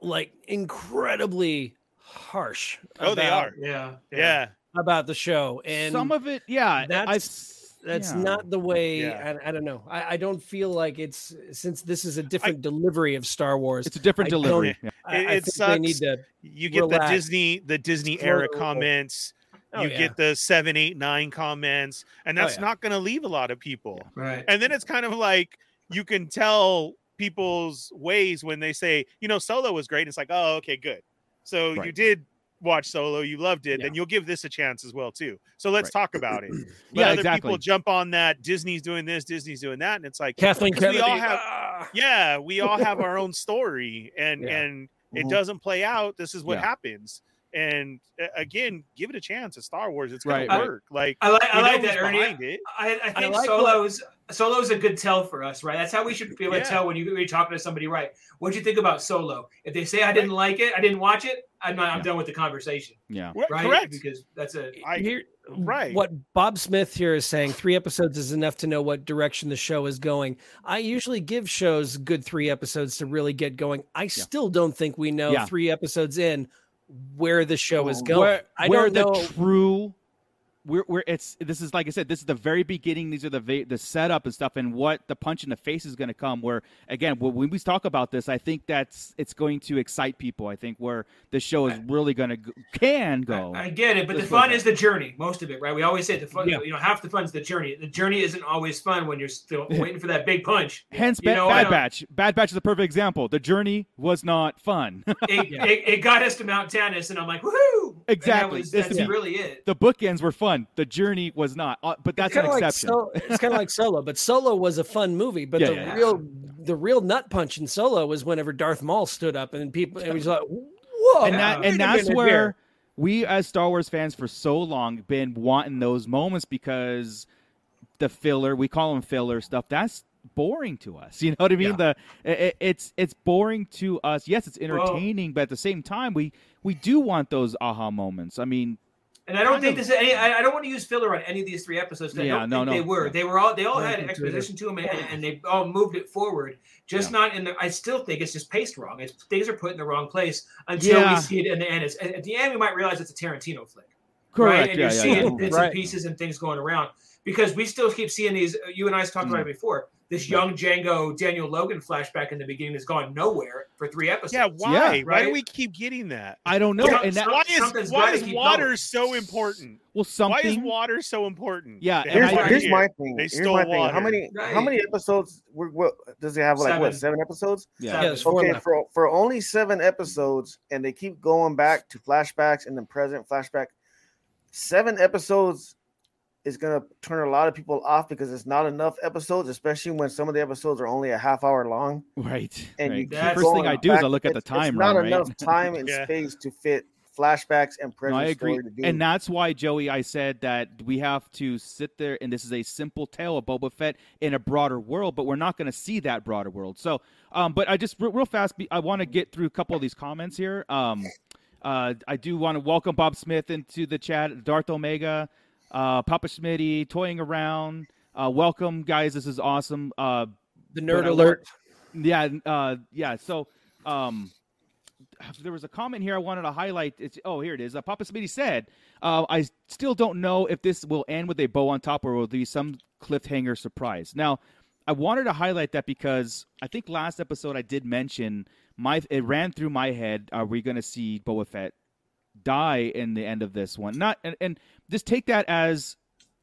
[SPEAKER 9] like incredibly harsh.
[SPEAKER 3] Oh, they
[SPEAKER 9] about-
[SPEAKER 3] are.
[SPEAKER 8] Yeah.
[SPEAKER 3] Yeah.
[SPEAKER 9] about the show, and
[SPEAKER 7] some of it. Yeah.
[SPEAKER 9] that's-
[SPEAKER 7] I've s-
[SPEAKER 9] that's
[SPEAKER 7] yeah.
[SPEAKER 9] not the way.
[SPEAKER 3] Yeah.
[SPEAKER 9] I, I don't know. I, I don't feel like it's since this is a different delivery of Star Wars.
[SPEAKER 7] It's a different
[SPEAKER 9] I don't-
[SPEAKER 7] delivery. Yeah.
[SPEAKER 9] I,
[SPEAKER 3] it-
[SPEAKER 9] I
[SPEAKER 3] it
[SPEAKER 9] think they need
[SPEAKER 3] sucks.
[SPEAKER 9] to.
[SPEAKER 3] You get
[SPEAKER 9] Relax.
[SPEAKER 3] the Disney, the Disney
[SPEAKER 9] Slow
[SPEAKER 3] era
[SPEAKER 9] roll.
[SPEAKER 3] comments.
[SPEAKER 9] Oh,
[SPEAKER 3] you
[SPEAKER 9] yeah.
[SPEAKER 3] get the seven, eight, nine comments, and
[SPEAKER 9] Oh,
[SPEAKER 3] that's
[SPEAKER 9] yeah.
[SPEAKER 3] not going to leave a lot of people.
[SPEAKER 8] Right.
[SPEAKER 3] And then it's kind of like you can tell people's ways when they say, you know, Solo was great. It's like, oh, okay, good. So you
[SPEAKER 7] Right.
[SPEAKER 3] did watch Solo, you loved it,
[SPEAKER 9] Yeah.
[SPEAKER 3] then you'll give this a chance as well too. So let's talk about it. But
[SPEAKER 9] <clears throat>
[SPEAKER 7] Yeah,
[SPEAKER 3] other
[SPEAKER 7] exactly.
[SPEAKER 3] people jump on that Disney's doing this, Disney's doing that, and it's like,
[SPEAKER 9] Kathleen
[SPEAKER 3] 'Cause we
[SPEAKER 9] Kennedy.
[SPEAKER 3] all have-
[SPEAKER 9] ah.
[SPEAKER 3] yeah, we all have our
[SPEAKER 9] <laughs>
[SPEAKER 3] own story, and
[SPEAKER 9] Yeah.
[SPEAKER 3] and it
[SPEAKER 5] Mhm.
[SPEAKER 3] doesn't play out. This is what
[SPEAKER 7] Mm-hmm. Yeah.
[SPEAKER 3] happens. And uh, again, give it a chance. It's Star Wars. It's gonna
[SPEAKER 7] Right, right.
[SPEAKER 3] work. Like
[SPEAKER 8] I like
[SPEAKER 3] we
[SPEAKER 8] I
[SPEAKER 3] know
[SPEAKER 8] like
[SPEAKER 3] who's
[SPEAKER 8] that, Ernie.
[SPEAKER 3] behind it.
[SPEAKER 8] I, I think
[SPEAKER 9] like
[SPEAKER 8] solos solos a good tell for us, right? That's how we should be able
[SPEAKER 3] Yeah.
[SPEAKER 8] to tell when, you, when you're talking to somebody, right? What'd you think about solo? If they say I didn't like it, I didn't watch it, I'm not, I'm
[SPEAKER 7] Yeah.
[SPEAKER 8] done with the conversation,
[SPEAKER 7] Yeah.
[SPEAKER 3] Right,
[SPEAKER 8] right? Mm,
[SPEAKER 3] Correct.
[SPEAKER 8] Because that's a
[SPEAKER 3] I-
[SPEAKER 9] uh, Here-
[SPEAKER 3] right.
[SPEAKER 9] What Bob Smith here is saying, three episodes is enough to know what direction the show is going. I usually give shows good three episodes to really get going. I still don't think we know
[SPEAKER 7] Yeah.
[SPEAKER 9] three episodes in where the show is going.
[SPEAKER 7] Where,
[SPEAKER 9] I
[SPEAKER 7] where
[SPEAKER 9] don't
[SPEAKER 7] the
[SPEAKER 9] know.
[SPEAKER 7] true. We're, we're it's this is like I said this is the very beginning these are the va- the setup and stuff and what the punch in the face is going to come where again wh- when we talk about this I think that's it's going to excite people I think where the show is really going to go, can go
[SPEAKER 8] I, I get it, but the
[SPEAKER 7] Let's go
[SPEAKER 8] fun
[SPEAKER 7] back.
[SPEAKER 8] is the journey, most of it, right? We always say the fun,
[SPEAKER 9] Yeah.
[SPEAKER 8] you know, half the fun's the journey. The journey isn't always fun when you're still waiting for that big punch.
[SPEAKER 7] hence
[SPEAKER 8] You
[SPEAKER 7] Ba-
[SPEAKER 8] know, I
[SPEAKER 7] Bad
[SPEAKER 8] don't-
[SPEAKER 7] Batch Bad Batch is a perfect example the journey was not fun <laughs>
[SPEAKER 8] It, it, it got us to Mount Tanis, and I'm like, woohoo! And that
[SPEAKER 7] Exactly.
[SPEAKER 8] was-
[SPEAKER 7] That's
[SPEAKER 8] that's
[SPEAKER 7] the-
[SPEAKER 8] really it.
[SPEAKER 7] the bookends were fun the journey was not uh, but that's an
[SPEAKER 9] kinda like
[SPEAKER 7] exception
[SPEAKER 9] Sol- it's kind of like Solo, but Solo was a fun movie. But
[SPEAKER 7] Yeah,
[SPEAKER 9] the
[SPEAKER 7] yeah.
[SPEAKER 9] real, the real nut punch in Solo was whenever Darth Maul stood up and people, and it was like, whoa,
[SPEAKER 7] and that
[SPEAKER 8] wait
[SPEAKER 7] and
[SPEAKER 9] wait a
[SPEAKER 7] that's
[SPEAKER 9] minute
[SPEAKER 7] where
[SPEAKER 9] here.
[SPEAKER 7] we as Star Wars fans for so long been wanting those moments because the filler we call them filler stuff that's boring to us <laughs> you know what i mean
[SPEAKER 9] Yeah.
[SPEAKER 7] the i- i- it's it's boring to us yes it's
[SPEAKER 8] Well-
[SPEAKER 7] entertaining but at the same time we we do want those aha moments i mean
[SPEAKER 8] And I don't think
[SPEAKER 7] Kind of-
[SPEAKER 8] this. Any, I, I don't want to use filler on any of these three episodes. 'cause I
[SPEAKER 7] Yeah,
[SPEAKER 8] don't
[SPEAKER 7] no,
[SPEAKER 8] think
[SPEAKER 7] no.
[SPEAKER 8] they were. They were all. They all
[SPEAKER 9] Yeah, I
[SPEAKER 8] had
[SPEAKER 9] think so,
[SPEAKER 8] exposition to them, and, and they all moved it forward. Just not in the. I still think it's just paced wrong. It's, things are put in the wrong place until
[SPEAKER 7] Yeah.
[SPEAKER 8] we see it in the end. It's, at at the end, we might realize it's a Tarantino flick, right?
[SPEAKER 7] correct
[SPEAKER 8] And
[SPEAKER 7] yeah,
[SPEAKER 8] you're
[SPEAKER 7] yeah,
[SPEAKER 8] seeing
[SPEAKER 7] yeah.
[SPEAKER 8] bits
[SPEAKER 9] Right.
[SPEAKER 8] and pieces and things going around because we still keep seeing these. uh, You and I talked about it
[SPEAKER 7] Mm.
[SPEAKER 8] before. This young Django Daniel Logan flashback in the beginning has gone nowhere for three episodes.
[SPEAKER 3] Yeah, why? Why do
[SPEAKER 8] right?
[SPEAKER 3] we keep getting that?
[SPEAKER 7] i don't know
[SPEAKER 8] Yeah,
[SPEAKER 7] and that
[SPEAKER 8] some-
[SPEAKER 3] Why is
[SPEAKER 8] something's
[SPEAKER 3] why
[SPEAKER 8] gotta
[SPEAKER 3] is
[SPEAKER 8] keep
[SPEAKER 3] water
[SPEAKER 8] going.
[SPEAKER 3] so important?
[SPEAKER 7] well
[SPEAKER 3] Why is
[SPEAKER 7] something
[SPEAKER 3] water so important?
[SPEAKER 7] Yeah,
[SPEAKER 3] They
[SPEAKER 7] and
[SPEAKER 5] Here's,
[SPEAKER 3] have
[SPEAKER 7] I-
[SPEAKER 3] water
[SPEAKER 5] here's
[SPEAKER 3] here.
[SPEAKER 5] my thing.
[SPEAKER 3] They
[SPEAKER 5] here's
[SPEAKER 3] stole
[SPEAKER 5] my thing.
[SPEAKER 3] water.
[SPEAKER 5] How many how
[SPEAKER 8] Right.
[SPEAKER 5] many episodes? Were, what does it have? Like what?
[SPEAKER 8] Seven.
[SPEAKER 5] Seven episodes?
[SPEAKER 7] yeah.
[SPEAKER 9] Yeah, it's four
[SPEAKER 5] Okay,
[SPEAKER 9] left.
[SPEAKER 5] for for only seven episodes, and they keep going back to flashbacks and then present flashback. Seven episodes is gonna turn a lot of people off because it's not enough episodes, especially when some of the episodes are only a half hour long.
[SPEAKER 7] right
[SPEAKER 5] And
[SPEAKER 7] right.
[SPEAKER 5] you
[SPEAKER 8] That's-
[SPEAKER 5] keep
[SPEAKER 7] first thing
[SPEAKER 5] going
[SPEAKER 7] i do is i
[SPEAKER 5] back.
[SPEAKER 7] look at the
[SPEAKER 5] It's-
[SPEAKER 7] time
[SPEAKER 5] It's not
[SPEAKER 7] run, right
[SPEAKER 5] <laughs> enough time and
[SPEAKER 3] Yeah.
[SPEAKER 5] space to fit flashbacks and present
[SPEAKER 7] No, I agree.
[SPEAKER 5] story to do.
[SPEAKER 7] And that's why, Joey, I said that we have to sit there, and this is a simple tale of Boba Fett in a broader world, but we're not going to see that broader world. So, um, but I just re- real fast, be- I want to get through a couple of these comments here. Um, uh, I do want to welcome Bob Smith into the chat, Darth Omega, uh, Papa Schmitty, toying around. Uh, welcome, guys. This is awesome. Uh,
[SPEAKER 9] The
[SPEAKER 7] But
[SPEAKER 9] nerd
[SPEAKER 7] I
[SPEAKER 9] alert.
[SPEAKER 7] yeah, uh, yeah. So, um, there was a comment here I wanted to highlight. It's oh, here it is. Uh, Papa Smitty said, uh, "I still don't know if this will end with a bow on top or will there be some cliffhanger surprise." Now, I wanted to highlight that because I think last episode I did mention my it ran through my head. Are we going to see Boba Fett die in the end of this one? Not and, and just take that as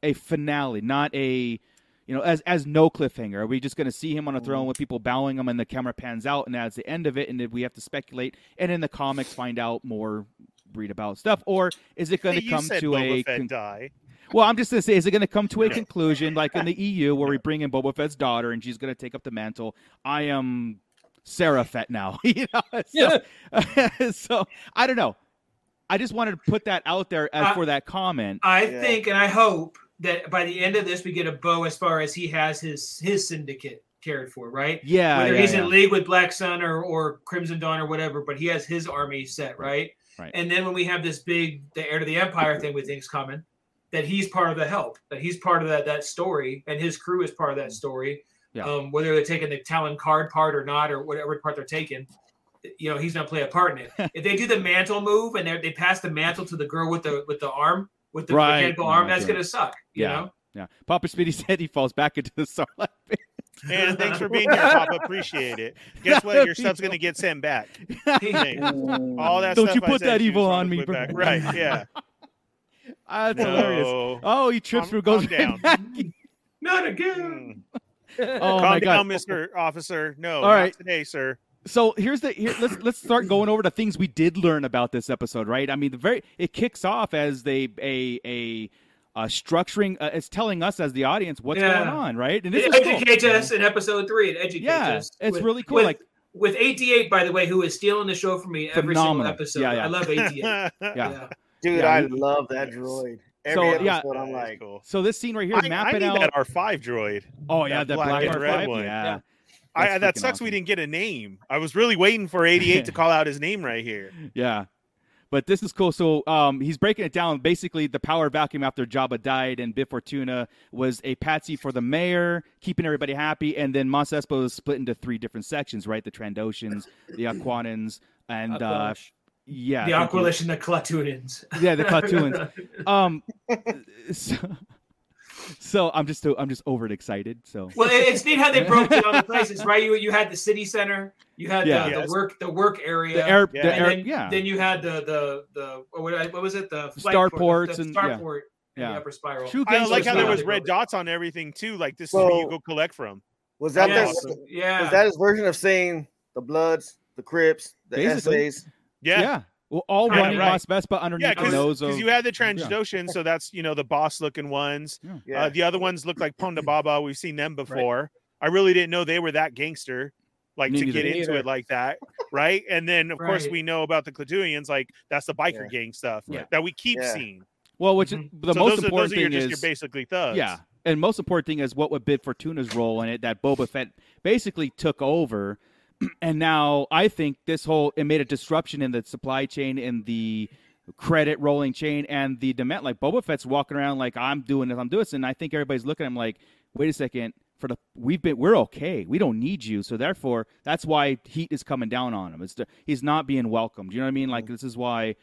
[SPEAKER 7] a finale, not a you know, as as no cliffhanger. Are we just going to see him on a throne with people bowing him, and the camera pans out, and that's the end of it, and then we have to speculate, and in the comics find out more, read about stuff, or is it going to
[SPEAKER 3] you
[SPEAKER 7] come
[SPEAKER 3] said
[SPEAKER 7] to
[SPEAKER 3] Boba
[SPEAKER 7] a
[SPEAKER 3] Fett
[SPEAKER 7] con- <laughs>
[SPEAKER 3] die.
[SPEAKER 7] well? I'm just going to say, is it going to come to a conclusion like in the
[SPEAKER 3] <laughs>
[SPEAKER 7] EU where we bring in Boba Fett's daughter, and she's going to take up the mantle? I am Sarah Fett now, <laughs> you know. So, <laughs> so I don't know. I just wanted to put that out there as
[SPEAKER 8] Uh,
[SPEAKER 7] for that comment.
[SPEAKER 8] I
[SPEAKER 5] Yeah.
[SPEAKER 8] think and I hope that by the end of this we get a bow as far as he has his his syndicate cared for, right?
[SPEAKER 7] yeah,
[SPEAKER 8] Whether
[SPEAKER 7] yeah,
[SPEAKER 8] he's
[SPEAKER 7] yeah.
[SPEAKER 8] in league with Black Sun or, or Crimson Dawn or whatever, but he has his army set, right?
[SPEAKER 7] Right.
[SPEAKER 8] And then when we have this big the heir to the empire thing we think's coming, that he's part of the help, that he's part of that that story, and his crew is part of that story.
[SPEAKER 7] Yeah.
[SPEAKER 8] Um, whether they're taking the Talon card part or not, or whatever part they're taking, you know, he's gonna play a part
[SPEAKER 7] <laughs>
[SPEAKER 8] in it. if they do the mantle move and they they pass the mantle to the girl with the with the arm with the
[SPEAKER 7] Right.
[SPEAKER 8] mechanical
[SPEAKER 7] No,
[SPEAKER 8] arm,
[SPEAKER 7] I
[SPEAKER 8] that's
[SPEAKER 7] get it.
[SPEAKER 8] gonna suck. You
[SPEAKER 7] Yeah.
[SPEAKER 8] know?
[SPEAKER 7] Yeah. Papa Speedy said he falls back into the <laughs> Sarlacc pit.
[SPEAKER 3] And thanks for being here, Pop. Appreciate
[SPEAKER 7] <laughs>
[SPEAKER 3] it. Guess what? Your stuff's gonna get sent back. Thanks. All that.
[SPEAKER 7] Don't
[SPEAKER 3] stuff
[SPEAKER 7] you
[SPEAKER 3] I
[SPEAKER 7] put
[SPEAKER 3] said
[SPEAKER 7] that
[SPEAKER 3] to you
[SPEAKER 7] evil
[SPEAKER 3] is
[SPEAKER 7] on me,
[SPEAKER 3] put
[SPEAKER 7] bro.
[SPEAKER 3] back.
[SPEAKER 7] <laughs>
[SPEAKER 3] Right? Yeah.
[SPEAKER 7] Ah, that's
[SPEAKER 3] no.
[SPEAKER 7] hilarious. Oh, he trips
[SPEAKER 3] Calm-
[SPEAKER 7] through, goes
[SPEAKER 3] calm
[SPEAKER 7] right
[SPEAKER 3] down.
[SPEAKER 7] back.
[SPEAKER 8] Not again.
[SPEAKER 3] Mm.
[SPEAKER 7] <laughs>
[SPEAKER 9] <laughs>
[SPEAKER 7] Oh
[SPEAKER 3] Calm
[SPEAKER 7] my
[SPEAKER 3] down,
[SPEAKER 7] god.
[SPEAKER 3] Mister Officer. No,
[SPEAKER 7] All
[SPEAKER 3] not
[SPEAKER 7] right.
[SPEAKER 3] today, sir.
[SPEAKER 7] So here's the here, let's let's start going over the things we did learn about this episode, right? I mean, the very it kicks off as they a a. Uh, structuring uh, it's telling us as the audience what's
[SPEAKER 8] Yeah.
[SPEAKER 7] going on, right? And this
[SPEAKER 8] It
[SPEAKER 7] is cool.
[SPEAKER 8] educates us in episode three. It educates
[SPEAKER 7] Yeah,
[SPEAKER 8] us.
[SPEAKER 7] it's
[SPEAKER 8] with-
[SPEAKER 7] really cool,
[SPEAKER 8] With,
[SPEAKER 7] like-
[SPEAKER 8] with 88, by the way, who is stealing the show from me every
[SPEAKER 7] Phenomenal.
[SPEAKER 8] single episode.
[SPEAKER 7] Yeah, yeah.
[SPEAKER 8] I love
[SPEAKER 7] <laughs>
[SPEAKER 8] 88. yeah.
[SPEAKER 7] <laughs>
[SPEAKER 3] <laughs>
[SPEAKER 7] Yeah.
[SPEAKER 5] Dude,
[SPEAKER 7] Yeah,
[SPEAKER 5] I
[SPEAKER 7] you-
[SPEAKER 5] love that
[SPEAKER 3] Yes.
[SPEAKER 5] droid.
[SPEAKER 7] So,
[SPEAKER 5] Every
[SPEAKER 7] yeah,
[SPEAKER 5] episode,
[SPEAKER 3] That
[SPEAKER 5] I'm
[SPEAKER 3] is
[SPEAKER 5] like,
[SPEAKER 3] cool.
[SPEAKER 7] So this scene right here,
[SPEAKER 3] I,
[SPEAKER 7] map
[SPEAKER 3] I
[SPEAKER 7] it
[SPEAKER 3] need
[SPEAKER 7] out.
[SPEAKER 3] that R5 droid.
[SPEAKER 7] oh yeah,
[SPEAKER 3] that
[SPEAKER 7] that
[SPEAKER 3] black
[SPEAKER 7] black,
[SPEAKER 3] and
[SPEAKER 7] R5,
[SPEAKER 3] red one.
[SPEAKER 7] Yeah,
[SPEAKER 3] I,
[SPEAKER 7] That's
[SPEAKER 3] that
[SPEAKER 7] freaking
[SPEAKER 3] sucks we
[SPEAKER 7] awesome.
[SPEAKER 3] didn't get a name. I was really waiting
[SPEAKER 7] <laughs>
[SPEAKER 3] for 88 to call out his name right here.
[SPEAKER 7] Yeah. But this is cool. So um, he's breaking it down. Basically, the power vacuum after Jabba died and Bib Fortuna was a patsy for the mayor, keeping everybody happy. And then Mos Espa was split into three different sections, right? The Trandoshans, the Aquanans, and uh,
[SPEAKER 9] Aquash.
[SPEAKER 7] yeah,
[SPEAKER 8] the
[SPEAKER 7] thank you.
[SPEAKER 8] Aquilish and the Clatunans.
[SPEAKER 7] yeah,
[SPEAKER 8] <laughs>
[SPEAKER 7] the Clatuans. Um, so, so I'm just I'm just over excited. So
[SPEAKER 8] well, it, it's neat how they broke down
[SPEAKER 7] <laughs>
[SPEAKER 8] the places, right? You you had the city center, you had
[SPEAKER 7] Yeah.
[SPEAKER 8] the, the
[SPEAKER 3] Yes.
[SPEAKER 8] work the work area,
[SPEAKER 7] the air,
[SPEAKER 3] Yeah.
[SPEAKER 7] the
[SPEAKER 8] and
[SPEAKER 7] air,
[SPEAKER 8] then,
[SPEAKER 7] yeah,
[SPEAKER 8] then you had the the the what, would I- what was it the
[SPEAKER 7] Starports
[SPEAKER 8] the
[SPEAKER 7] and- yeah.
[SPEAKER 8] starport and
[SPEAKER 7] Yeah.
[SPEAKER 8] the upper spiral.
[SPEAKER 7] True
[SPEAKER 3] I
[SPEAKER 7] gangsters
[SPEAKER 3] like how there
[SPEAKER 7] now.
[SPEAKER 3] was red dots on everything too. Like this is where you
[SPEAKER 5] So-
[SPEAKER 3] go collect from.
[SPEAKER 5] was that
[SPEAKER 8] yeah,
[SPEAKER 5] their,
[SPEAKER 3] Yes.
[SPEAKER 5] was
[SPEAKER 8] yeah.
[SPEAKER 5] that his version of saying the Bloods, the Crips, the
[SPEAKER 7] Basically.
[SPEAKER 5] Essays?
[SPEAKER 3] Yeah, yeah,
[SPEAKER 7] yeah. Well, all
[SPEAKER 8] Kinda
[SPEAKER 7] running
[SPEAKER 3] right.
[SPEAKER 7] Mos Espa underneath the
[SPEAKER 3] because
[SPEAKER 7] nose of
[SPEAKER 3] you had the Transdoshan, so that's you know the boss looking ones.
[SPEAKER 5] Yeah.
[SPEAKER 3] Uh, the other ones look like Ponda Baba. We've seen them before. I really didn't know they were that gangster, like
[SPEAKER 7] Me
[SPEAKER 3] to
[SPEAKER 7] neither.
[SPEAKER 3] get into
[SPEAKER 9] Neither.
[SPEAKER 3] it like that, right? And then of course
[SPEAKER 8] Right.
[SPEAKER 3] we know about the Claduians, like that's the biker gang stuff
[SPEAKER 9] Yeah.
[SPEAKER 3] that we keep
[SPEAKER 5] Yeah.
[SPEAKER 3] seeing.
[SPEAKER 7] Well, which
[SPEAKER 8] Mhm.
[SPEAKER 7] the
[SPEAKER 3] Mm-hmm. so
[SPEAKER 7] most
[SPEAKER 3] those are,
[SPEAKER 7] important
[SPEAKER 3] those are your,
[SPEAKER 7] thing
[SPEAKER 3] just
[SPEAKER 7] is,
[SPEAKER 3] your basically thugs.
[SPEAKER 7] yeah, and most important thing is what would Bid Fortuna's role in it that Boba Fett basically took over, <clears throat> and now I think this whole it made a disruption in the supply chain in the credit rolling chain and the demand. Like Boba Fett's walking around like I'm doing this, I'm doing this, and I think everybody's looking at him like, wait a second, for the we've been we're okay, we don't need you, so therefore that's why heat is coming down on him. It's the, he's not being welcomed. You know what I mean? Like this is why.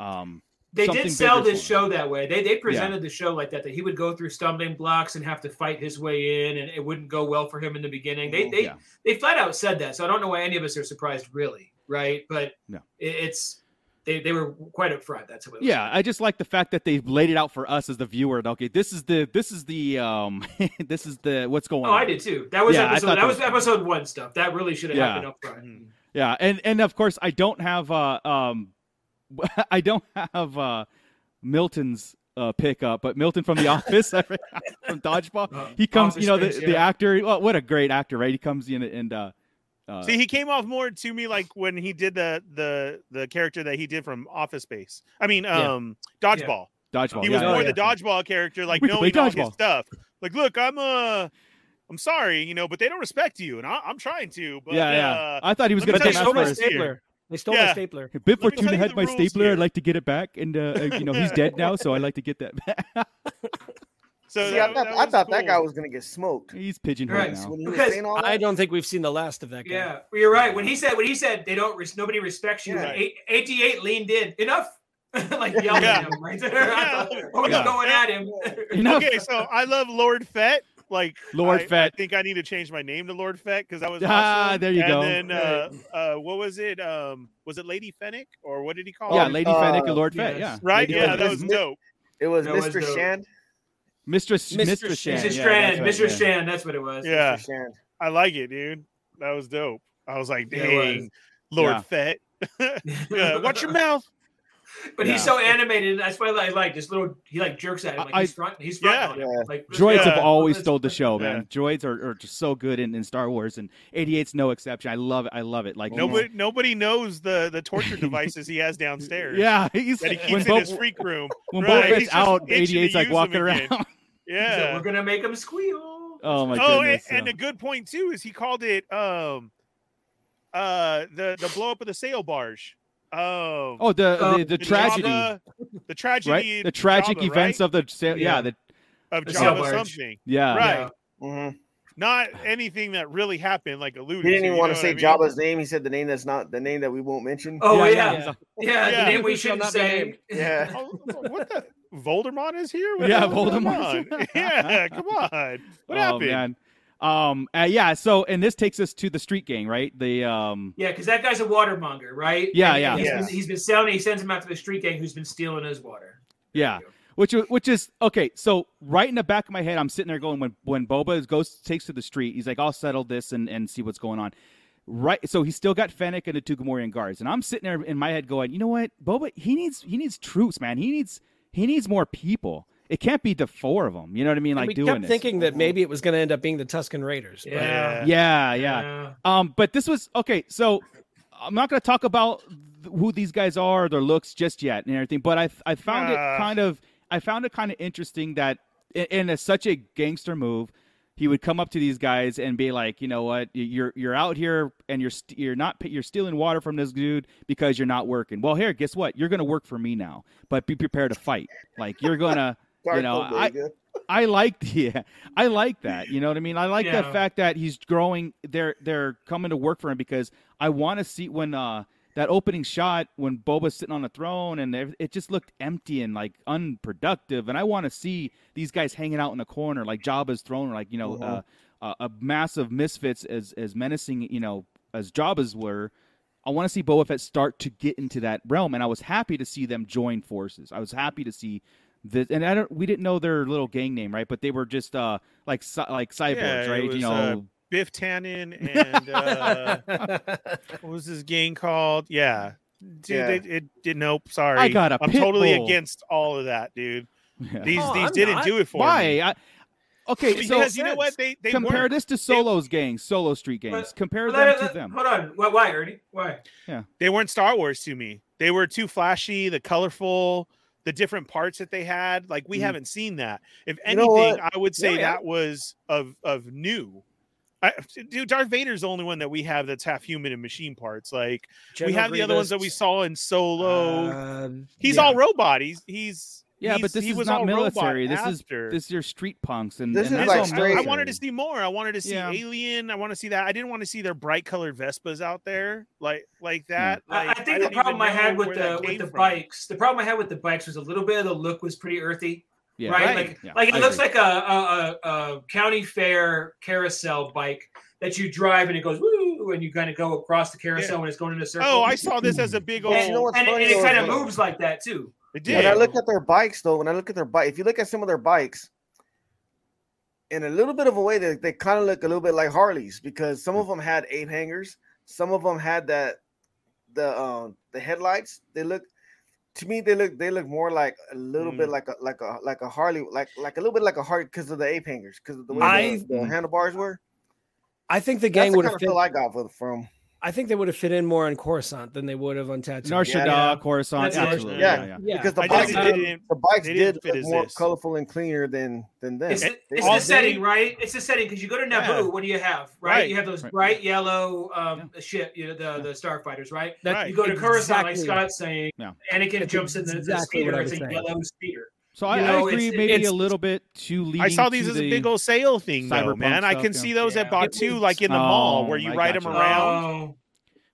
[SPEAKER 7] Um,
[SPEAKER 8] they
[SPEAKER 7] something
[SPEAKER 8] did sell
[SPEAKER 7] bigger
[SPEAKER 8] this
[SPEAKER 7] for him.
[SPEAKER 8] show that way. They they presented the show like that that he would go through stumbling blocks and have to fight his way in, and it wouldn't go well for him in the beginning. They they
[SPEAKER 7] Yeah.
[SPEAKER 8] they flat out said that, so I don't know why any of us are surprised, really, right? But
[SPEAKER 7] No.
[SPEAKER 8] it, it's they they were quite upfront. That's what. It was
[SPEAKER 7] Yeah, I just like the fact that they've laid it out for us as the viewer. and, Okay, this is the this is the um <laughs> this is the what's going
[SPEAKER 8] Oh,
[SPEAKER 7] on.
[SPEAKER 8] I did too. That was
[SPEAKER 7] Yeah, I
[SPEAKER 8] episode.
[SPEAKER 7] thought
[SPEAKER 8] That
[SPEAKER 7] that
[SPEAKER 8] was
[SPEAKER 7] was-
[SPEAKER 8] episode one stuff. That really should have
[SPEAKER 7] Yeah.
[SPEAKER 8] happened up front.
[SPEAKER 3] Mhm.
[SPEAKER 7] Yeah, and and of course I don't have uh um <laughs> I don't have uh Milton's uh pickup, but
[SPEAKER 8] <laughs>
[SPEAKER 7] Milton from the office <laughs> from Dodgeball.
[SPEAKER 8] Uh,
[SPEAKER 7] He comes,
[SPEAKER 8] Office
[SPEAKER 7] you know, the,
[SPEAKER 8] Space,
[SPEAKER 7] the
[SPEAKER 8] yeah.
[SPEAKER 7] actor. Well, what a great actor, right? He comes in and uh Uh,
[SPEAKER 3] See, he came off more to me like when he did the the the character that he did from Office Space. I mean,
[SPEAKER 9] Yeah.
[SPEAKER 3] um,
[SPEAKER 8] Yeah.
[SPEAKER 3] dodgeball.
[SPEAKER 7] dodgeball.
[SPEAKER 3] He
[SPEAKER 7] yeah,
[SPEAKER 3] was
[SPEAKER 7] yeah,
[SPEAKER 3] more
[SPEAKER 7] yeah.
[SPEAKER 3] the dodgeball character, like
[SPEAKER 7] We can play
[SPEAKER 3] knowing all his
[SPEAKER 7] dodgeball.
[SPEAKER 3] stuff. Like, look, I'm uh, I'm sorry, you know, but they don't respect you, and I, I'm trying to. But
[SPEAKER 7] yeah, yeah.
[SPEAKER 3] Uh,
[SPEAKER 7] I thought he was
[SPEAKER 3] let me
[SPEAKER 7] going
[SPEAKER 9] But
[SPEAKER 3] tell
[SPEAKER 7] to
[SPEAKER 9] they
[SPEAKER 3] you
[SPEAKER 7] come out
[SPEAKER 9] stole my
[SPEAKER 3] something.
[SPEAKER 7] first.
[SPEAKER 9] stapler. They stole
[SPEAKER 3] Yeah.
[SPEAKER 9] my stapler.
[SPEAKER 7] Bit
[SPEAKER 3] Let me tell
[SPEAKER 7] Fortuna
[SPEAKER 3] you
[SPEAKER 7] had
[SPEAKER 3] the
[SPEAKER 7] my
[SPEAKER 3] rules
[SPEAKER 7] stapler.
[SPEAKER 3] here.
[SPEAKER 7] I'd like to get it back, and uh, uh, you know he's dead now, so I'd like to get that back.
[SPEAKER 3] so
[SPEAKER 5] See,
[SPEAKER 3] that,
[SPEAKER 5] I thought,
[SPEAKER 3] that
[SPEAKER 5] I
[SPEAKER 3] was
[SPEAKER 5] thought that
[SPEAKER 3] cool.
[SPEAKER 5] guy was gonna get smoked.
[SPEAKER 7] he's pigeonholed
[SPEAKER 8] Right.
[SPEAKER 7] now.
[SPEAKER 5] When he was
[SPEAKER 8] Because
[SPEAKER 5] saying all
[SPEAKER 9] I
[SPEAKER 5] that,
[SPEAKER 9] don't think we've seen the last of that guy.
[SPEAKER 8] Yeah, well, you're right. When he said when he said they don't res- nobody respects you,
[SPEAKER 5] Yeah.
[SPEAKER 8] eight- 88 leaned in enough, <laughs> like yelling
[SPEAKER 3] Yeah.
[SPEAKER 8] at him right <laughs> there. I thought, "Oh, we're
[SPEAKER 7] Yeah.
[SPEAKER 8] going at him. <laughs>
[SPEAKER 7] Enough.
[SPEAKER 3] Okay, so I love Lord Fett. Like
[SPEAKER 7] Lord
[SPEAKER 3] I,
[SPEAKER 7] Fett.
[SPEAKER 3] I think I need to change my name to Lord Fett because I was
[SPEAKER 7] Ah,
[SPEAKER 3] awesome.
[SPEAKER 7] there you
[SPEAKER 3] and
[SPEAKER 7] go.
[SPEAKER 3] then uh, uh, what was it? Um, was it Lady Fennec or what did he call?
[SPEAKER 7] yeah,
[SPEAKER 3] it?
[SPEAKER 7] Lady
[SPEAKER 5] uh,
[SPEAKER 7] Fennec and Lord Fett.
[SPEAKER 8] yes.
[SPEAKER 7] Yeah,
[SPEAKER 3] right.
[SPEAKER 7] Lady
[SPEAKER 3] Yeah,
[SPEAKER 7] Fennec.
[SPEAKER 3] that was dope.
[SPEAKER 5] it was
[SPEAKER 8] That was
[SPEAKER 5] Mr.
[SPEAKER 8] dope.
[SPEAKER 5] Shand.
[SPEAKER 7] Mistress
[SPEAKER 9] Mistress-
[SPEAKER 7] Mistress Shan.
[SPEAKER 8] Mr.
[SPEAKER 7] yeah,
[SPEAKER 8] Strand,
[SPEAKER 7] that's
[SPEAKER 8] Mr.
[SPEAKER 7] right, yeah.
[SPEAKER 8] Strand, that's what it was. <laughs>
[SPEAKER 3] Yeah,
[SPEAKER 5] Mr. Shand.
[SPEAKER 3] I like it, dude. That was dope. I was like,
[SPEAKER 8] Yeah, it was.
[SPEAKER 3] dang, Lord
[SPEAKER 7] Yeah.
[SPEAKER 3] Fett. Yeah, watch your
[SPEAKER 5] <laughs>
[SPEAKER 3] mouth.
[SPEAKER 8] But
[SPEAKER 7] Yeah.
[SPEAKER 8] he's so animated. That's why I like this little. He like jerks at him. Like
[SPEAKER 7] I-
[SPEAKER 8] he's front. He's front.
[SPEAKER 3] Yeah.
[SPEAKER 8] on him.
[SPEAKER 5] Yeah.
[SPEAKER 8] Like
[SPEAKER 7] Droids
[SPEAKER 3] Yeah.
[SPEAKER 7] have always
[SPEAKER 8] That's-
[SPEAKER 7] stole the show,
[SPEAKER 3] Yeah.
[SPEAKER 7] man. Droids are, are just so good in, in Star Wars, and 88's no exception. I love it. I love it. Like he's-
[SPEAKER 3] Nobody,
[SPEAKER 5] Mm-hmm.
[SPEAKER 3] nobody knows the the
[SPEAKER 7] <laughs>
[SPEAKER 3] torture devices he has downstairs.
[SPEAKER 7] Yeah, he's
[SPEAKER 3] that he keeps
[SPEAKER 7] when
[SPEAKER 3] in
[SPEAKER 7] Bo-
[SPEAKER 3] his freak room.
[SPEAKER 7] when
[SPEAKER 3] right,
[SPEAKER 7] Boba Fett's
[SPEAKER 3] he's just
[SPEAKER 7] out,
[SPEAKER 3] itching to
[SPEAKER 7] 88's like
[SPEAKER 3] use him
[SPEAKER 7] walking
[SPEAKER 3] again.
[SPEAKER 7] around.
[SPEAKER 8] He's like,
[SPEAKER 3] Yeah.
[SPEAKER 8] we're gonna make him squeal.
[SPEAKER 7] Oh my
[SPEAKER 3] oh,
[SPEAKER 7] goodness!
[SPEAKER 3] and, and
[SPEAKER 7] yeah.
[SPEAKER 3] a good point too is he called it um uh the the blow up of the sail barge. Um,
[SPEAKER 7] oh, the
[SPEAKER 8] um,
[SPEAKER 7] the, the
[SPEAKER 3] in
[SPEAKER 7] tragedy,
[SPEAKER 3] Java- the tragedy,
[SPEAKER 7] right? The
[SPEAKER 3] in
[SPEAKER 7] tragic
[SPEAKER 3] Java,
[SPEAKER 7] events
[SPEAKER 3] right?
[SPEAKER 7] of the sa- yeah,
[SPEAKER 8] Yeah.
[SPEAKER 7] the,
[SPEAKER 3] of,
[SPEAKER 8] the sail
[SPEAKER 3] Java
[SPEAKER 8] barge.
[SPEAKER 3] something,
[SPEAKER 7] yeah.
[SPEAKER 3] Right.
[SPEAKER 8] Yeah.
[SPEAKER 5] Mhm.
[SPEAKER 3] not anything that really happened, like alluded.
[SPEAKER 5] He didn't
[SPEAKER 3] to,
[SPEAKER 5] even
[SPEAKER 3] you
[SPEAKER 5] want
[SPEAKER 3] know
[SPEAKER 5] to
[SPEAKER 3] what
[SPEAKER 5] say
[SPEAKER 3] I mean? <laughs>
[SPEAKER 5] Jabba's name. He said the name that's not the name that we won't mention.
[SPEAKER 8] Oh yeah,
[SPEAKER 9] yeah,
[SPEAKER 8] yeah.
[SPEAKER 7] yeah.
[SPEAKER 3] Yeah.
[SPEAKER 8] The name we
[SPEAKER 9] Who shall
[SPEAKER 8] shouldn't
[SPEAKER 9] not be
[SPEAKER 8] say.
[SPEAKER 9] named.
[SPEAKER 5] Yeah.
[SPEAKER 3] Oh, what the Voldemort is here? What
[SPEAKER 7] Yeah,
[SPEAKER 3] the hell's going
[SPEAKER 7] Voldemort's-
[SPEAKER 3] on? <laughs> yeah, come
[SPEAKER 7] <laughs>
[SPEAKER 3] on. What
[SPEAKER 7] oh,
[SPEAKER 3] happened?
[SPEAKER 7] Man. Um. uh, yeah. So, and this takes us to the street gang, right? The um.
[SPEAKER 8] Yeah, because that guy's a watermonger, right?
[SPEAKER 7] Yeah,
[SPEAKER 8] And
[SPEAKER 7] yeah.
[SPEAKER 8] he's-
[SPEAKER 5] Yeah.
[SPEAKER 8] he's- he's been selling. He sends him out to the street gang who's been stealing his water.
[SPEAKER 7] Yeah. Which i- which is okay. So right in the back of my head, I'm sitting there going, when when Boba is- goes takes to the street, he's like, I'll settle this and and see what's going on. Right. So he's still got Fennec and the Tugamorian guards, and I'm sitting there in my head going, you know what, Boba, he needs he needs troops, man. He needs he needs more people. It can't be the four of them. You know what I mean?
[SPEAKER 9] And
[SPEAKER 7] Like
[SPEAKER 9] we
[SPEAKER 7] doing
[SPEAKER 9] kept
[SPEAKER 7] this.
[SPEAKER 9] thinking that maybe it was going to end up being the Tuscan Raiders. but-
[SPEAKER 8] Yeah.
[SPEAKER 7] yeah, yeah. Um, but this was okay. So I'm not going to talk about th- who these guys are, their looks just yet, and everything. But I I found
[SPEAKER 3] Ah.
[SPEAKER 7] it kind of I found it kind of interesting that in, in a, such a gangster move, he would come up to these guys and be like, you know what, Y- you're you're out here and you're st- you're not p- you're stealing water from this dude because you're not working. Well, here, guess what? You're going to work for me now, but be prepared to fight. Like you're gonna. You know,
[SPEAKER 5] Darth
[SPEAKER 7] I-
[SPEAKER 5] Vader.
[SPEAKER 7] I like <laughs> yeah, I like that. You know what I mean? I like the
[SPEAKER 8] Yeah.
[SPEAKER 7] fact that he's growing. They're they're coming to work for him because I want to see when uh that opening shot when Boba's sitting on the throne and ev- it just looked empty and like unproductive. And I want to see these guys hanging out in the corner like Jabba's throne, like you know, uh, uh, a massive misfits as as menacing, you know, as Jabba's were. I want to see Boba Fett start to get into that realm, and I was happy to see them join forces. I was happy to see this, and I don't. We didn't know their little gang name, right? But they were just uh like cy- like cyborgs,
[SPEAKER 3] Yeah, it
[SPEAKER 7] right? you
[SPEAKER 3] was, uh,
[SPEAKER 7] know,
[SPEAKER 3] Biff
[SPEAKER 5] <laughs>
[SPEAKER 3] Tannen and uh, what was his game called? Yeah. Dude,
[SPEAKER 5] Yeah.
[SPEAKER 3] It, it, it nope, sorry.
[SPEAKER 7] I got a
[SPEAKER 3] I'm
[SPEAKER 7] pit
[SPEAKER 3] totally
[SPEAKER 7] bull.
[SPEAKER 3] against all of that, dude.
[SPEAKER 7] Yeah.
[SPEAKER 3] These
[SPEAKER 9] Oh,
[SPEAKER 3] these
[SPEAKER 9] I'm
[SPEAKER 3] didn't
[SPEAKER 9] not.
[SPEAKER 3] do it for
[SPEAKER 7] <laughs> why?
[SPEAKER 3] me.
[SPEAKER 7] I,
[SPEAKER 3] <laughs>
[SPEAKER 7] okay, so
[SPEAKER 3] because you know what? They they
[SPEAKER 7] compare
[SPEAKER 3] weren't.
[SPEAKER 7] this to Solo's gang, Solo Street gangs.
[SPEAKER 8] But-
[SPEAKER 7] compare
[SPEAKER 8] Well,
[SPEAKER 7] them
[SPEAKER 8] let-
[SPEAKER 7] to
[SPEAKER 8] let-
[SPEAKER 7] them.
[SPEAKER 8] Hold on. Why, why, Ernie? Why?
[SPEAKER 3] they weren't Star Wars to me. They were too flashy, the colorful, the different parts that they had. Like we
[SPEAKER 7] Mhm.
[SPEAKER 3] haven't seen that. If
[SPEAKER 5] You know
[SPEAKER 3] anything, I would
[SPEAKER 5] Yeah,
[SPEAKER 3] say
[SPEAKER 5] yeah.
[SPEAKER 3] that was of of new. I, dude, Darth Vader's the only one that we have that's half human and machine parts. Like we have the other ones that we saw in Solo.
[SPEAKER 9] Uh, um,
[SPEAKER 3] he's all robot. He's he's
[SPEAKER 7] Yeah,
[SPEAKER 3] he's-
[SPEAKER 7] but this
[SPEAKER 3] he
[SPEAKER 7] is
[SPEAKER 3] was
[SPEAKER 7] not
[SPEAKER 3] all robot
[SPEAKER 7] military. This is-
[SPEAKER 3] after.
[SPEAKER 7] This is your street punks, and,
[SPEAKER 5] This
[SPEAKER 7] and
[SPEAKER 5] is
[SPEAKER 7] that's
[SPEAKER 5] like
[SPEAKER 7] all
[SPEAKER 5] straight-
[SPEAKER 3] I, I wanted
[SPEAKER 7] military.
[SPEAKER 3] to see more. I wanted to see
[SPEAKER 7] Yeah.
[SPEAKER 3] Alien. I want to see that. I didn't want to see their bright colored Vespas out there like like that.
[SPEAKER 8] I-
[SPEAKER 3] Like,
[SPEAKER 8] I think the
[SPEAKER 3] don't even
[SPEAKER 8] problem I had
[SPEAKER 3] know
[SPEAKER 8] with
[SPEAKER 3] where that
[SPEAKER 8] the with
[SPEAKER 3] came
[SPEAKER 8] the
[SPEAKER 3] from.
[SPEAKER 8] bikes, the problem I had with the bikes was a little bit of the look was pretty earthy,
[SPEAKER 7] yeah.
[SPEAKER 8] right?
[SPEAKER 3] Right.
[SPEAKER 8] Like
[SPEAKER 7] Yeah,
[SPEAKER 8] like it
[SPEAKER 7] I
[SPEAKER 8] looks
[SPEAKER 7] agree.
[SPEAKER 8] like a, a, a, a county fair carousel bike that you drive and it goes woo, and you kind of go across the carousel when it's going in a circle.
[SPEAKER 3] Oh, I saw this as a big old.
[SPEAKER 5] Well, you know
[SPEAKER 8] And,
[SPEAKER 5] what's
[SPEAKER 8] and, it-
[SPEAKER 5] funny
[SPEAKER 8] and it
[SPEAKER 5] though
[SPEAKER 8] kind
[SPEAKER 5] is
[SPEAKER 8] of
[SPEAKER 5] that-
[SPEAKER 8] moves like that too.
[SPEAKER 3] it
[SPEAKER 5] When I
[SPEAKER 3] did.
[SPEAKER 5] look at their bikes, though, when I look at their bike, if you look at some of their bikes, in a little bit of a way, they, they kind of look a little bit like Harleys because some of them had eight hangers, some of them had that the um the headlights. They look to me, they look they look more like a little bit
[SPEAKER 3] Mm.
[SPEAKER 5] like a like a like a Harley, like like a little bit like a Harley because of the ape hangers, because of the way
[SPEAKER 9] I-
[SPEAKER 5] the, the handlebars were.
[SPEAKER 9] I think Mm. the
[SPEAKER 5] That's
[SPEAKER 9] gang
[SPEAKER 5] the
[SPEAKER 9] would
[SPEAKER 5] kind
[SPEAKER 9] have
[SPEAKER 5] of
[SPEAKER 9] fit.
[SPEAKER 5] feel I got for the from.
[SPEAKER 9] I think they would have fit in more on Coruscant than they would have on Tatooine.
[SPEAKER 7] Narshada,
[SPEAKER 5] Yeah.
[SPEAKER 7] Coruscant,
[SPEAKER 8] That's it.
[SPEAKER 7] absolutely.
[SPEAKER 5] Yeah.
[SPEAKER 7] yeah, yeah.
[SPEAKER 9] Yeah,
[SPEAKER 5] Because the
[SPEAKER 3] I
[SPEAKER 5] bikes
[SPEAKER 3] just
[SPEAKER 8] Bob-
[SPEAKER 5] did,
[SPEAKER 3] didn't.
[SPEAKER 5] the bikes
[SPEAKER 3] they
[SPEAKER 5] did
[SPEAKER 3] didn't fit
[SPEAKER 5] look
[SPEAKER 3] as
[SPEAKER 5] more
[SPEAKER 3] this.
[SPEAKER 5] colorful and cleaner than than them.
[SPEAKER 8] It's, the,
[SPEAKER 3] They
[SPEAKER 8] it's
[SPEAKER 5] all
[SPEAKER 8] the
[SPEAKER 5] did.
[SPEAKER 8] setting, right? It's the setting because you go to Naboo.
[SPEAKER 3] Yeah.
[SPEAKER 8] What do you have, right?
[SPEAKER 3] Right.
[SPEAKER 8] You have those
[SPEAKER 7] Right.
[SPEAKER 8] bright yellow um, ship, you know, the the starfighters, right?
[SPEAKER 9] that-
[SPEAKER 3] Right.
[SPEAKER 8] You go to Coruscant, like
[SPEAKER 9] Exactly.
[SPEAKER 8] Scott's saying.
[SPEAKER 7] Yeah.
[SPEAKER 8] Anakin
[SPEAKER 9] That's
[SPEAKER 8] jumps in the, the
[SPEAKER 9] exactly what
[SPEAKER 8] speeder.
[SPEAKER 9] I
[SPEAKER 8] It's a
[SPEAKER 9] was saying.
[SPEAKER 8] yellow speeder.
[SPEAKER 7] So I,
[SPEAKER 8] You
[SPEAKER 7] I
[SPEAKER 8] know,
[SPEAKER 7] agree,
[SPEAKER 8] it's-
[SPEAKER 7] maybe
[SPEAKER 8] it's-
[SPEAKER 7] a little bit too.
[SPEAKER 3] I saw
[SPEAKER 7] leading
[SPEAKER 3] these
[SPEAKER 7] to
[SPEAKER 3] as a
[SPEAKER 7] the-
[SPEAKER 3] big old sale thing, though,
[SPEAKER 7] cyberpunk
[SPEAKER 3] man. I
[SPEAKER 7] stuff,
[SPEAKER 3] can
[SPEAKER 7] yeah.
[SPEAKER 3] see those at
[SPEAKER 8] Yeah.
[SPEAKER 3] Batu, like in the
[SPEAKER 7] Oh,
[SPEAKER 3] mall, where you
[SPEAKER 7] I
[SPEAKER 3] ride them
[SPEAKER 7] gotcha.
[SPEAKER 3] around.
[SPEAKER 8] Oh,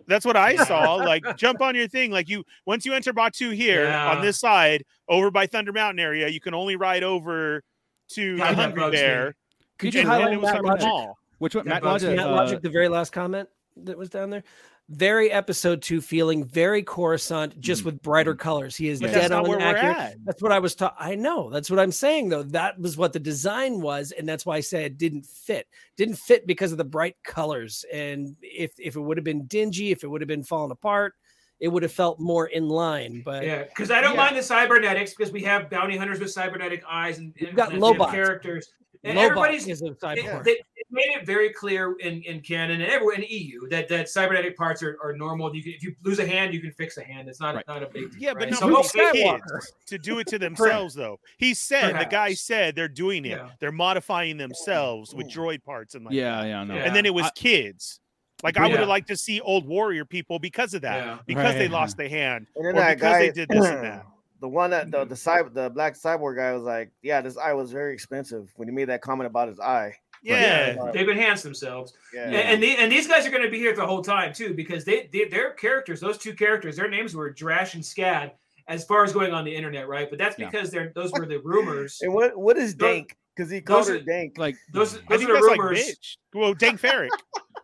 [SPEAKER 3] That's what I
[SPEAKER 9] <laughs>
[SPEAKER 8] Yeah.
[SPEAKER 3] saw. Like jump on your thing. Like you, once you enter Batu here
[SPEAKER 8] Yeah.
[SPEAKER 3] on this side, over by Thunder Mountain area, you can only ride over to
[SPEAKER 8] God,
[SPEAKER 3] the
[SPEAKER 8] that
[SPEAKER 3] Hungry
[SPEAKER 8] bugs me.
[SPEAKER 3] Bear.
[SPEAKER 9] Could
[SPEAKER 7] Did
[SPEAKER 9] you
[SPEAKER 3] And
[SPEAKER 7] you know
[SPEAKER 3] then
[SPEAKER 9] highlight
[SPEAKER 3] it was
[SPEAKER 9] Matt
[SPEAKER 3] from
[SPEAKER 7] Cyberpunk?
[SPEAKER 3] the
[SPEAKER 9] Logic?
[SPEAKER 3] mall.
[SPEAKER 7] Which one?
[SPEAKER 8] That
[SPEAKER 7] Matt
[SPEAKER 8] bugs
[SPEAKER 7] Logic.
[SPEAKER 8] me.
[SPEAKER 9] Matt
[SPEAKER 7] uh,
[SPEAKER 9] Logic, the very last comment that was down there. Very episode two feeling, very Coruscant, just
[SPEAKER 7] Mhm.
[SPEAKER 9] with brighter colors. He is
[SPEAKER 3] But
[SPEAKER 9] dead
[SPEAKER 3] that's not
[SPEAKER 9] on
[SPEAKER 3] where we're
[SPEAKER 9] accurate.
[SPEAKER 3] at.
[SPEAKER 9] That's what I was taught. I know. That's what I'm saying, though. That was what the design was, and that's why I said it didn't fit. Didn't fit because of the bright colors. And if if it would have been dingy, if it would have been falling apart, it would have felt more in line. But
[SPEAKER 8] Oh, yeah, because I don't
[SPEAKER 9] Yeah.
[SPEAKER 8] mind the cybernetics because we have bounty hunters with cybernetic eyes and, and
[SPEAKER 9] You've got
[SPEAKER 8] and we have
[SPEAKER 9] Lobot.
[SPEAKER 8] characters. And
[SPEAKER 9] Lobot
[SPEAKER 8] everybody's
[SPEAKER 9] is a
[SPEAKER 8] it,
[SPEAKER 9] cyborg.
[SPEAKER 8] they- it made it very clear in, in canon and everywhere in EU that, that cybernetic parts are, are normal. You can, if you lose a hand, you can fix a hand. It's not
[SPEAKER 7] Right.
[SPEAKER 8] not a big deal.
[SPEAKER 3] Yeah, but
[SPEAKER 8] right?
[SPEAKER 3] no,
[SPEAKER 8] So,
[SPEAKER 3] Luke
[SPEAKER 8] okay,
[SPEAKER 3] Skywalker. to do it
[SPEAKER 9] <laughs>
[SPEAKER 3] to themselves, though. He said the guy
[SPEAKER 8] Perhaps.
[SPEAKER 3] said they're doing it.
[SPEAKER 8] Yeah.
[SPEAKER 3] They're modifying themselves with droid parts and like
[SPEAKER 7] Yeah, yeah, no.
[SPEAKER 8] Yeah.
[SPEAKER 3] and then it was
[SPEAKER 7] I-
[SPEAKER 3] kids. Like I would
[SPEAKER 8] Yeah.
[SPEAKER 3] have liked to see old warrior people because of that,
[SPEAKER 8] Yeah.
[SPEAKER 3] because they
[SPEAKER 7] Right.
[SPEAKER 3] lost a hand,
[SPEAKER 5] And then
[SPEAKER 3] or
[SPEAKER 5] that
[SPEAKER 3] because
[SPEAKER 5] guy,
[SPEAKER 3] they did this and that.
[SPEAKER 5] <clears throat> The one that the the, cyber, the black cyborg guy was like, yeah, this eye was very expensive when he made that comment about his eye.
[SPEAKER 3] Yeah,
[SPEAKER 8] yeah, they've enhanced themselves.
[SPEAKER 5] Yeah.
[SPEAKER 8] And and, the, and these guys are going to be here the whole time too, because they, they their characters, those two characters, their names were Drash and Scad, as far as going on the internet, right? But that's
[SPEAKER 7] Yeah.
[SPEAKER 8] because they're those were the rumors.
[SPEAKER 5] And what what is
[SPEAKER 8] Those-
[SPEAKER 5] dank? Because he called
[SPEAKER 8] those
[SPEAKER 5] her
[SPEAKER 8] are-
[SPEAKER 5] dank.
[SPEAKER 7] Like
[SPEAKER 8] Those
[SPEAKER 3] I
[SPEAKER 8] those
[SPEAKER 3] think
[SPEAKER 8] are the
[SPEAKER 3] that's like
[SPEAKER 8] rumors.
[SPEAKER 3] bitch. Well, Dank Ferrick.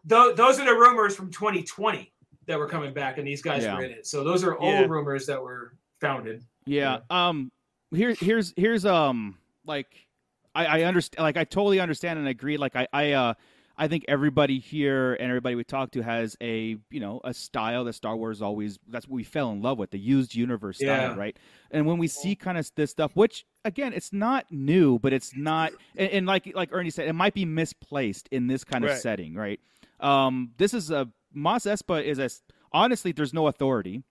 [SPEAKER 8] tho- those are the rumors from 2020 that were coming back, and these guys
[SPEAKER 7] Yeah.
[SPEAKER 8] were in it. So those are old
[SPEAKER 3] Yeah.
[SPEAKER 8] rumors that were founded.
[SPEAKER 7] Yeah. Um. Here, here's, here's, um. Like, I, I understand. Like, I totally understand and agree. Like, I, I, uh, I think everybody here and everybody we talk to has a, you know, a style that Star Wars always. That's what we fell in love with, the used universe style,
[SPEAKER 8] Yeah.
[SPEAKER 7] right? And when we see kind of this stuff, which again, it's not new, but it's not, and, and like, like Ernie said, it might be misplaced in this kind of
[SPEAKER 3] Right.
[SPEAKER 7] setting, right? Um. This is a Mos Espa is a. Honestly, there's no authority.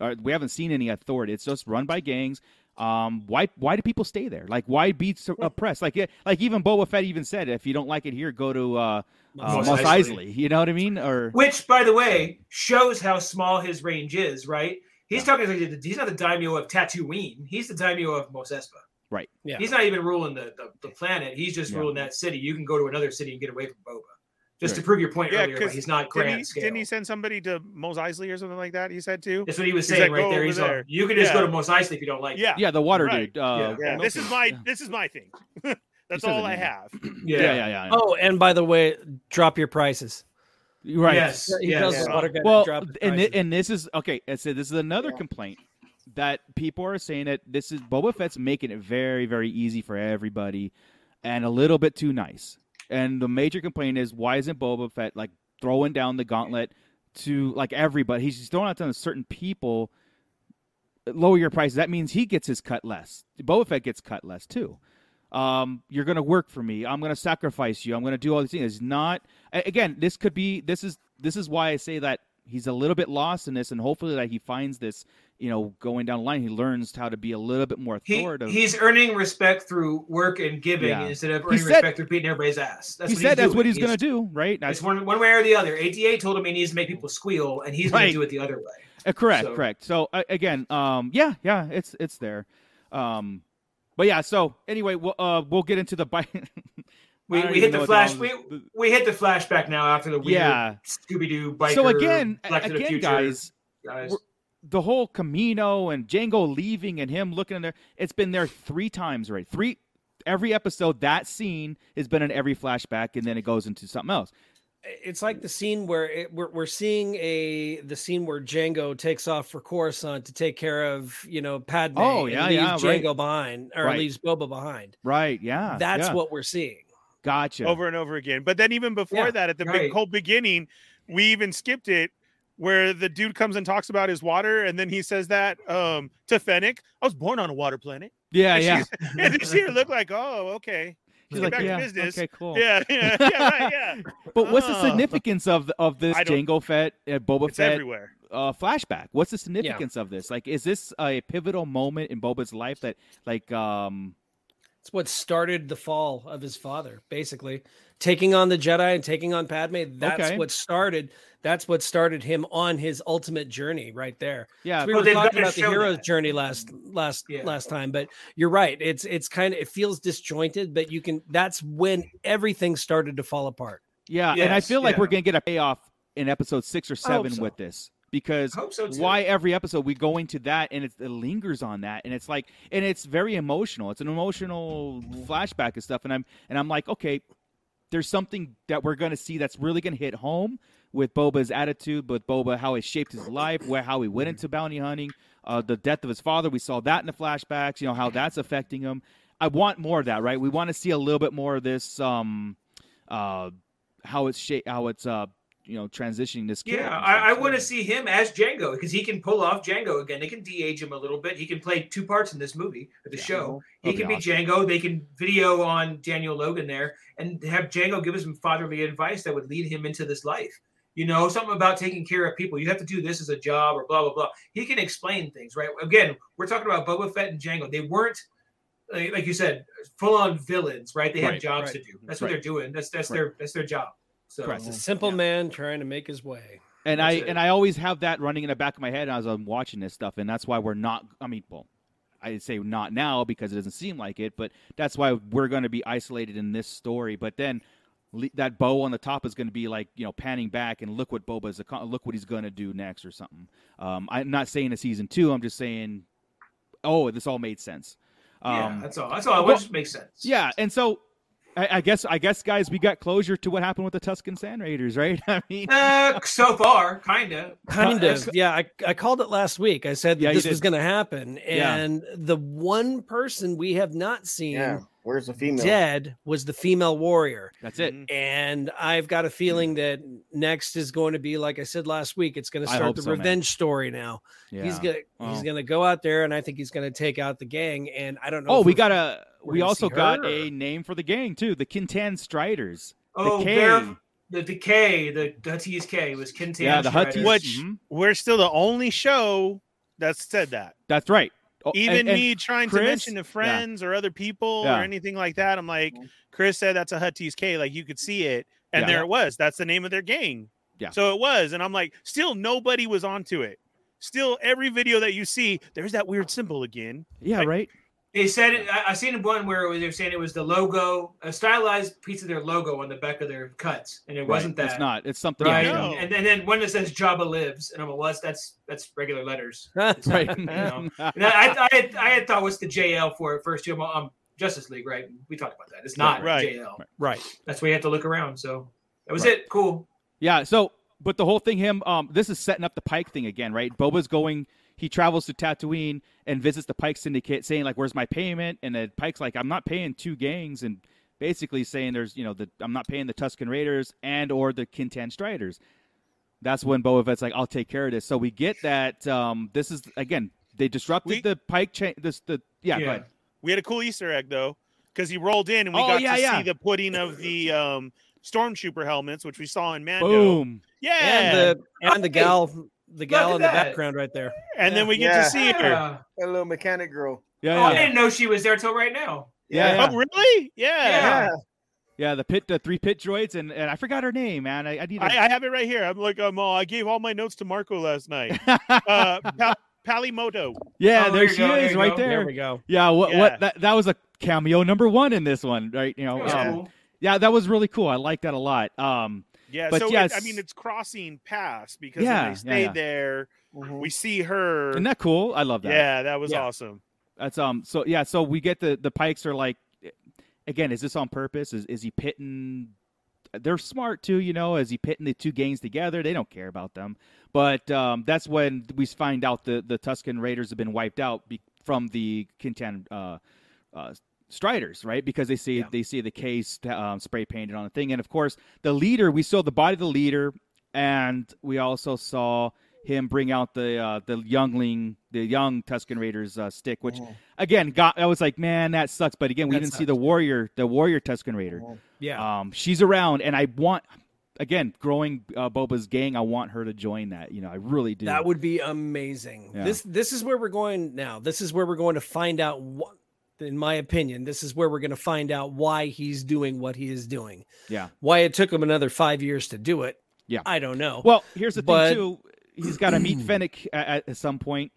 [SPEAKER 7] Uh, we haven't seen any authority. It's just run by gangs. Um, why why do people stay there? Like why be so oppressed? Like yeah, like even Boba Fett even said, if you don't like it here, go to uh, uh,
[SPEAKER 8] Mos
[SPEAKER 7] Mos
[SPEAKER 8] Eisley.
[SPEAKER 7] Eisley. You know what I mean? Or
[SPEAKER 8] Which, by the way, shows how small his range is, right? He's talking like he's not the daimyo of Tatooine. He's the daimyo of Mos Espa.
[SPEAKER 7] Right.
[SPEAKER 9] Yeah.
[SPEAKER 8] He's not even ruling the, the, the planet. He's just
[SPEAKER 7] Yeah.
[SPEAKER 8] ruling that city. You can go to another city and get away from Boba. Just to
[SPEAKER 7] Right.
[SPEAKER 8] prove your point
[SPEAKER 3] Yeah,
[SPEAKER 8] earlier, about
[SPEAKER 3] 'cause
[SPEAKER 8] he's not grand
[SPEAKER 3] Didn't he,
[SPEAKER 8] scale.
[SPEAKER 3] didn't he send somebody to Mos Eisley or something like that? He said too.
[SPEAKER 8] That's what he was
[SPEAKER 3] He's
[SPEAKER 8] saying
[SPEAKER 3] like,
[SPEAKER 8] right
[SPEAKER 3] "Go
[SPEAKER 8] there.
[SPEAKER 3] over
[SPEAKER 8] He's
[SPEAKER 3] there."
[SPEAKER 8] like, you can just
[SPEAKER 3] Yeah.
[SPEAKER 8] go to Mos Eisley if you don't like. it."
[SPEAKER 3] Yeah,
[SPEAKER 7] yeah, the water
[SPEAKER 3] Right.
[SPEAKER 7] dude. Uh,
[SPEAKER 5] Yeah.
[SPEAKER 3] this is
[SPEAKER 7] Milken.
[SPEAKER 3] my
[SPEAKER 7] Yeah.
[SPEAKER 3] this is my thing. <laughs> That's
[SPEAKER 7] says
[SPEAKER 3] all
[SPEAKER 7] it,
[SPEAKER 3] I
[SPEAKER 7] yeah.
[SPEAKER 3] have.
[SPEAKER 7] yeah yeah yeah. yeah.
[SPEAKER 9] Oh, and by the way, drop your prices.
[SPEAKER 7] right.
[SPEAKER 8] Yes.
[SPEAKER 9] He
[SPEAKER 8] yes.
[SPEAKER 9] tells the water guy
[SPEAKER 7] well,
[SPEAKER 9] to drop his
[SPEAKER 7] and
[SPEAKER 9] prices.
[SPEAKER 7] thi- and this is okay. I said this is another
[SPEAKER 5] Yeah.
[SPEAKER 7] complaint that people are saying that this is Boba Fett's making it very very easy for everybody, and a little bit too nice. And the major complaint is why isn't Boba Fett like throwing down the gauntlet to like everybody? He's just throwing out to certain people. uh, Lower your prices. That means he gets his cut less. Boba Fett gets cut less too um, you're going to work for me. I'm going to sacrifice you. I'm going to do all these things. It's not a- again. This could be. This is this is why I say that he's a little bit lost in this, and hopefully that he finds this. You know, going down the line, he learns how to be a little bit more
[SPEAKER 8] He,
[SPEAKER 7] authoritative.
[SPEAKER 8] he's earning respect through work and giving
[SPEAKER 7] Yeah.
[SPEAKER 8] instead of
[SPEAKER 7] He
[SPEAKER 8] earning
[SPEAKER 7] said-
[SPEAKER 8] respect through beating everybody's ass. That's
[SPEAKER 7] he
[SPEAKER 8] what
[SPEAKER 7] said that's what
[SPEAKER 8] doing.
[SPEAKER 7] he's, going to do, right?
[SPEAKER 8] It's
[SPEAKER 7] That's
[SPEAKER 8] one, one way or the other. ATA told him he needs to make people squeal, and he's going
[SPEAKER 7] Right.
[SPEAKER 8] to do it the other way.
[SPEAKER 7] uh, correct,
[SPEAKER 8] so-
[SPEAKER 7] correct. So uh, again, um, yeah, yeah, it's it's there, um, but yeah. So anyway, we'll uh, we'll get into the <laughs> bite.
[SPEAKER 8] We, we hit the flash. We, we hit the flashback now after the weird
[SPEAKER 7] Yeah.
[SPEAKER 8] Scooby Doo biker.
[SPEAKER 7] so again,
[SPEAKER 8] Back to the
[SPEAKER 7] again,
[SPEAKER 8] Future
[SPEAKER 7] guys.
[SPEAKER 8] guys.
[SPEAKER 7] we're- the whole Camino and Django leaving and him looking in there. It's been there three times already. Three every episode that scene has been in every flashback, and then it goes into something else.
[SPEAKER 9] it's like the scene where it, we're, we're seeing a the scene where Django takes off for Coruscant to take care of you know Padme.
[SPEAKER 7] Oh,
[SPEAKER 9] and
[SPEAKER 7] yeah,
[SPEAKER 9] leaves
[SPEAKER 7] yeah, right.
[SPEAKER 9] Django behind or
[SPEAKER 7] Right.
[SPEAKER 9] leaves Boba behind.
[SPEAKER 7] Right? Yeah.
[SPEAKER 9] That's
[SPEAKER 7] yeah.
[SPEAKER 9] what we're seeing.
[SPEAKER 7] Gotcha.
[SPEAKER 3] over and over again. But then even before
[SPEAKER 9] Yeah,
[SPEAKER 3] that, at the
[SPEAKER 8] right.
[SPEAKER 3] big whole beginning, we even skipped it where the dude comes and talks about his water, and then he says that um to Fennec, I was born on a water planet.
[SPEAKER 7] yeah,
[SPEAKER 3] and <laughs>
[SPEAKER 7] yeah,
[SPEAKER 3] she's- and she looked like, oh, okay.
[SPEAKER 7] He's
[SPEAKER 3] Get
[SPEAKER 7] like,
[SPEAKER 3] back to
[SPEAKER 7] yeah,
[SPEAKER 3] business.
[SPEAKER 7] okay, cool.
[SPEAKER 3] Yeah, <laughs> yeah, yeah, right, yeah.
[SPEAKER 7] But what's the
[SPEAKER 3] Ah.
[SPEAKER 7] significance of of this
[SPEAKER 3] I don't-
[SPEAKER 7] Jango Fett, uh, Boba
[SPEAKER 3] It's
[SPEAKER 7] Fett
[SPEAKER 3] everywhere.
[SPEAKER 7] uh, flashback? What's the significance of this? Like, is this a pivotal moment in Boba's life that, like, um,
[SPEAKER 9] It's what started the fall of his father, basically taking on the Jedi and taking on Padme. That's
[SPEAKER 7] Okay.
[SPEAKER 9] what started. That's what started him on his ultimate journey, right there.
[SPEAKER 7] yeah,
[SPEAKER 9] we
[SPEAKER 8] Well,
[SPEAKER 9] were
[SPEAKER 8] they've
[SPEAKER 9] talking
[SPEAKER 8] gotta
[SPEAKER 9] about the
[SPEAKER 8] show
[SPEAKER 9] hero's
[SPEAKER 8] that.
[SPEAKER 9] journey last last
[SPEAKER 8] Yeah.
[SPEAKER 9] last time, but you're right. It's it's kind of it feels disjointed, but you can. That's when everything started to fall apart.
[SPEAKER 7] yeah, and I
[SPEAKER 8] Yes,
[SPEAKER 7] feel like
[SPEAKER 8] yeah.
[SPEAKER 7] we're gonna get a payoff in episode six or seven
[SPEAKER 9] so.
[SPEAKER 7] with this because
[SPEAKER 8] I hope so too.
[SPEAKER 7] why every episode we go into that and it, it lingers on that and it's like and it's very emotional it's an emotional flashback and stuff and i'm and i'm like okay there's something that we're going to see that's really going to hit home with boba's attitude with boba how it shaped his life where how he went into bounty hunting uh, the death of his father we saw that in the flashbacks you know how that's affecting him i want more of that right we want to see a little bit more of this um uh how it's shape how it's uh you know transitioning this kid
[SPEAKER 8] Yeah,
[SPEAKER 7] and
[SPEAKER 8] I, I
[SPEAKER 7] stuff,
[SPEAKER 8] want to
[SPEAKER 7] so.
[SPEAKER 8] see him as Django because he can pull off Django again. They can de-age him a little bit. He can play two parts in this movie, or the show. He
[SPEAKER 7] That'd
[SPEAKER 8] can
[SPEAKER 7] be
[SPEAKER 8] be Django. They can video on Daniel Logan there and have Django give him some fatherly advice that would lead him into this life. You know, something about taking care of people. You have to do this as a job or blah blah blah. He can explain things, right? Again, we're talking about Boba Fett and Django. They weren't like like you said, full on villains, right? They
[SPEAKER 7] Right,
[SPEAKER 8] had jobs
[SPEAKER 9] right.
[SPEAKER 8] to do. That's what
[SPEAKER 7] Right.
[SPEAKER 8] they're doing. That's that's their that's their job. So
[SPEAKER 7] Correct.
[SPEAKER 9] It's a simple man trying to make his way.
[SPEAKER 7] And I
[SPEAKER 8] That's it.
[SPEAKER 7] and I always have that running in the back of my head as I'm watching this stuff, and that's why we're not. I mean, well, I say not now because it doesn't seem like it, but that's why we're going to be isolated in this story. But then le- that bow on the top is going to be like you know panning back and look what Boba's acco- look what he's going to do next or something. Um, I'm not saying a season two. I'm just saying, oh, this all made sense.
[SPEAKER 8] yeah,
[SPEAKER 7] Um,
[SPEAKER 8] that's all. That's all. It
[SPEAKER 7] well-
[SPEAKER 8] just makes sense.
[SPEAKER 7] yeah, and so. I I guess, I guess, guys, we got closure to what happened with the Tuscan Sand Raiders, right? <laughs> I mean,
[SPEAKER 8] Uh, so far, kind of.
[SPEAKER 9] Kind
[SPEAKER 7] Uh,
[SPEAKER 9] of. Yeah, I, I called it last week. I said that
[SPEAKER 7] Yeah, you
[SPEAKER 9] this was
[SPEAKER 7] did.
[SPEAKER 9] going to happen.
[SPEAKER 7] Yeah.
[SPEAKER 9] And the one person we have not seen
[SPEAKER 5] Yeah, where's the female?
[SPEAKER 9] dead was the female warrior.
[SPEAKER 7] that's it.
[SPEAKER 3] Mhm.
[SPEAKER 9] And I've got
[SPEAKER 7] Hmm.
[SPEAKER 9] a feeling that next is going to be, like I said last week, it's going to
[SPEAKER 7] I
[SPEAKER 9] start
[SPEAKER 7] hope
[SPEAKER 9] the
[SPEAKER 7] so, man.
[SPEAKER 9] revenge story now.
[SPEAKER 7] Yeah.
[SPEAKER 9] He's gonna he's
[SPEAKER 7] Wow.
[SPEAKER 9] gonna go out there and I think he's gonna take out the gang. And I don't know.
[SPEAKER 7] Oh,
[SPEAKER 9] if
[SPEAKER 7] we
[SPEAKER 9] we're-
[SPEAKER 7] got a.
[SPEAKER 9] we're
[SPEAKER 7] We
[SPEAKER 9] gonna
[SPEAKER 7] also
[SPEAKER 9] see
[SPEAKER 7] got
[SPEAKER 9] her.
[SPEAKER 7] a name for the gang too. The Kintan Striders.
[SPEAKER 8] Oh,
[SPEAKER 7] K.
[SPEAKER 8] they're- the decay, the Huttese K was Kintan.
[SPEAKER 7] yeah, the
[SPEAKER 8] Striders. Mm-hmm.
[SPEAKER 7] Hutties.
[SPEAKER 3] Which-
[SPEAKER 7] Mhm.
[SPEAKER 3] We're still the only show that said that.
[SPEAKER 7] That's right. Oh,
[SPEAKER 3] Even
[SPEAKER 7] and- and-
[SPEAKER 3] me trying
[SPEAKER 7] Chris-
[SPEAKER 3] to mention to friends or other people
[SPEAKER 7] Yeah.
[SPEAKER 3] or anything like that, I'm like, Chris said that's a Huttese K. Like you could see it, and
[SPEAKER 7] Yeah.
[SPEAKER 3] there it was. That's the name of their gang.
[SPEAKER 7] Yeah.
[SPEAKER 3] So it was, and I'm like, still nobody was onto it. Still, every video that you see, there's that weird symbol again.
[SPEAKER 7] Yeah. Right.
[SPEAKER 8] They said it, I, I seen one where it was- they were saying it was the logo, a stylized piece of their logo on the back of their cuts, and it wasn't
[SPEAKER 7] Right.
[SPEAKER 8] that.
[SPEAKER 7] It's not. It's something
[SPEAKER 8] Right,
[SPEAKER 7] else.
[SPEAKER 3] No.
[SPEAKER 7] yeah.
[SPEAKER 8] and, and then one that says Jabba lives, and I'm like, well, that's that's, that's regular
[SPEAKER 7] <laughs>
[SPEAKER 8] letters. It's not- <laughs>
[SPEAKER 7] Right.
[SPEAKER 8] you know. And I, I, had, I had thought what's the JL for at first too. I'm, um, Justice League, right? We talked about that. It's not
[SPEAKER 3] Right.
[SPEAKER 8] JL.
[SPEAKER 9] right.
[SPEAKER 8] That's where you have to look around. So that was
[SPEAKER 7] Right.
[SPEAKER 8] it. Cool.
[SPEAKER 7] Yeah. So, but the whole thing, him, um, this is setting up the Pike thing again, right? Boba's going. He travels to Tatooine and visits the Pike Syndicate, saying like, "Where's my payment?" And the Pike's like, "I'm not paying two gangs," and basically saying, "There's, you know, the I'm not paying the Tuscan Raiders and or the Kintan Striders." That's when Boba Fett's like, "I'll take care of this." So we get that. Um, this is again, they disrupted
[SPEAKER 3] We-
[SPEAKER 7] the Pike chain. This the yeah, go ahead.
[SPEAKER 3] We had a cool Easter egg though, because he rolled in and we
[SPEAKER 7] Oh,
[SPEAKER 3] got
[SPEAKER 7] yeah,
[SPEAKER 3] to
[SPEAKER 7] yeah.
[SPEAKER 3] see the pudding of the um, stormtrooper helmets, which we saw in Mando.
[SPEAKER 7] boom.
[SPEAKER 3] Yeah,
[SPEAKER 9] <laughs>
[SPEAKER 3] and,
[SPEAKER 9] And the and the
[SPEAKER 8] Hey,
[SPEAKER 9] gal the gal
[SPEAKER 8] at
[SPEAKER 9] in the
[SPEAKER 8] that.
[SPEAKER 9] background right there.
[SPEAKER 3] then we get
[SPEAKER 5] Yeah.
[SPEAKER 3] to see her.
[SPEAKER 8] Yeah.
[SPEAKER 5] That little mechanic girl.
[SPEAKER 7] Yeah,
[SPEAKER 8] Uh, Oh, I
[SPEAKER 7] yeah,
[SPEAKER 8] didn't know she was there till right now.
[SPEAKER 7] yeah, yeah.
[SPEAKER 3] Oh, really? Yeah.
[SPEAKER 8] Yeah.
[SPEAKER 7] Yeah, The pit, the three pit droids, and, and I forgot her name, man. I, I need. to-
[SPEAKER 3] I, I have it right here. I'm like, I'm all, I gave all my notes to Marco last
[SPEAKER 7] <laughs>
[SPEAKER 3] night. Uh, pa- Palimoto.
[SPEAKER 7] Yeah,
[SPEAKER 8] Oh,
[SPEAKER 7] there,
[SPEAKER 8] there you
[SPEAKER 7] she
[SPEAKER 8] go, there
[SPEAKER 7] is,
[SPEAKER 8] you
[SPEAKER 7] right
[SPEAKER 8] go.
[SPEAKER 7] there.
[SPEAKER 9] There we go.
[SPEAKER 7] Yeah, what
[SPEAKER 3] Yeah.
[SPEAKER 7] what that, that was a cameo number one in this one, right? You know,
[SPEAKER 8] That was
[SPEAKER 7] um,
[SPEAKER 8] cool.
[SPEAKER 7] yeah, that was really cool. I like that a lot. Um,
[SPEAKER 3] Yeah.
[SPEAKER 7] But
[SPEAKER 3] so it- I
[SPEAKER 7] yes.
[SPEAKER 3] mean, it's crossing paths because when
[SPEAKER 7] Yeah, yeah,
[SPEAKER 3] they stayed
[SPEAKER 7] yeah.
[SPEAKER 3] there.
[SPEAKER 5] Mhm.
[SPEAKER 3] We see her.
[SPEAKER 7] isn't that cool? I love that.
[SPEAKER 3] yeah, that was
[SPEAKER 9] Yeah.
[SPEAKER 3] awesome.
[SPEAKER 7] that's um. So yeah, so we get the the pikes are like, again, is this on purpose? Is is he pitting? They're smart too, you know. Is he pitting the two gangs together? They don't care about them. But um, that's when we find out the the Tuscan Raiders have been wiped out be- from the Kintan uh, uh, Striders, right? Because they see
[SPEAKER 8] Yeah.
[SPEAKER 7] they see the case um, spray painted on the thing, and of course the leader. We saw the body of the leader, and we also saw him bring out the uh, the youngling, the young Tuscan Raiders uh, stick, which again got I was like, man, that sucks. But again, we
[SPEAKER 9] That
[SPEAKER 7] didn't see
[SPEAKER 9] sucks.
[SPEAKER 7] the warrior, the warrior Tuscan Raider.
[SPEAKER 9] Yeah.
[SPEAKER 7] Um, she's around, and I want again growing uh, Boba's gang. I want her to join that. You know, I really do.
[SPEAKER 9] That would be amazing.
[SPEAKER 7] Yeah.
[SPEAKER 9] This this is where we're going now. This is where we're going to find out what in my opinion, this is where we're going to find out why he's doing what he is doing.
[SPEAKER 7] Yeah.
[SPEAKER 9] Why it took him another 5 years to do it.
[SPEAKER 7] Yeah.
[SPEAKER 9] I don't know.
[SPEAKER 7] Well, here's the
[SPEAKER 9] But-
[SPEAKER 7] thing too. He's got
[SPEAKER 9] <clears throat>
[SPEAKER 7] to meet Fennec at, at some point.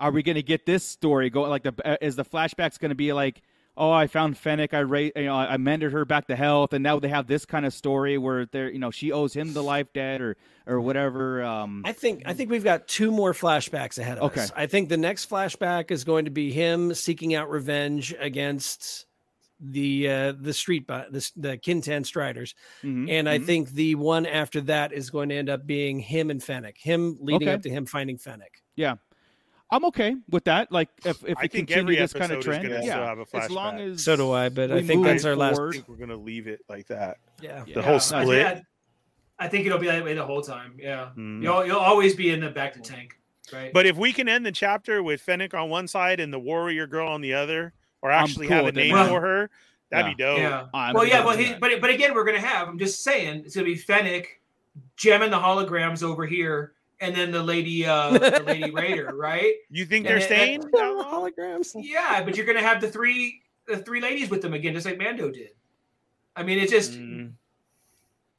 [SPEAKER 7] Are we going to get this story going? Like, the uh, is the flashbacks going to be like, oh, I found Fennec, I ra- you know, I mended her back to health, and now they have this kind of story where they're, you know, she owes him the life debt or or whatever. Um,
[SPEAKER 9] I think I think we've got two more flashbacks ahead of
[SPEAKER 7] Okay.
[SPEAKER 9] us. I think the next flashback is going to be him seeking out revenge against the uh the street bu- the, s- the Kintan Striders.
[SPEAKER 7] mhm,
[SPEAKER 9] And I
[SPEAKER 7] mhm.
[SPEAKER 9] think the one after that is going to end up being him and Fennec, him leading
[SPEAKER 7] Okay.
[SPEAKER 9] up to him finding Fennec.
[SPEAKER 7] I'm okay with that. Like, if if
[SPEAKER 3] I
[SPEAKER 7] we
[SPEAKER 3] think
[SPEAKER 7] continue
[SPEAKER 3] every
[SPEAKER 7] this kind of
[SPEAKER 3] episode is
[SPEAKER 7] trend,
[SPEAKER 3] gonna
[SPEAKER 7] yeah,
[SPEAKER 3] still have a
[SPEAKER 7] as long
[SPEAKER 3] flashback.
[SPEAKER 7] as
[SPEAKER 9] So do I, but I
[SPEAKER 7] we
[SPEAKER 9] think
[SPEAKER 7] move
[SPEAKER 9] that's our last-
[SPEAKER 3] I
[SPEAKER 7] forward-
[SPEAKER 3] think we're gonna leave it like that.
[SPEAKER 9] Yeah.
[SPEAKER 3] The whole
[SPEAKER 7] Yeah.
[SPEAKER 3] split.
[SPEAKER 8] Yeah, I think it'll be that way the whole time. Yeah.
[SPEAKER 7] Mm.
[SPEAKER 3] Mhm.
[SPEAKER 8] You'll, you'll always be in the back to tank, right?
[SPEAKER 3] But if we can end the chapter with Fennec on one side and the warrior girl on the other, or
[SPEAKER 7] I'm
[SPEAKER 3] actually
[SPEAKER 7] cool
[SPEAKER 3] have a
[SPEAKER 7] with it,
[SPEAKER 3] name
[SPEAKER 8] man.
[SPEAKER 3] for her, that'd be dope.
[SPEAKER 8] yeah.
[SPEAKER 7] Oh, I'm
[SPEAKER 8] well, yeah,
[SPEAKER 7] down
[SPEAKER 8] well,
[SPEAKER 7] with
[SPEAKER 8] he,
[SPEAKER 7] that.
[SPEAKER 8] but but again, we're gonna have. I'm just saying, it's gonna be Fennec, Gem and the holograms over here, and then the lady, uh, the lady
[SPEAKER 7] <laughs>
[SPEAKER 8] Raider, right?
[SPEAKER 3] You think
[SPEAKER 8] Yeah.
[SPEAKER 3] they're
[SPEAKER 8] Yeah.
[SPEAKER 3] staying? <laughs> that long?
[SPEAKER 9] holograms.
[SPEAKER 8] Yeah, but you're gonna have the three, the three ladies with them again, just like Mando did. I mean, it
[SPEAKER 3] <laughs>
[SPEAKER 8] just,
[SPEAKER 3] Mm.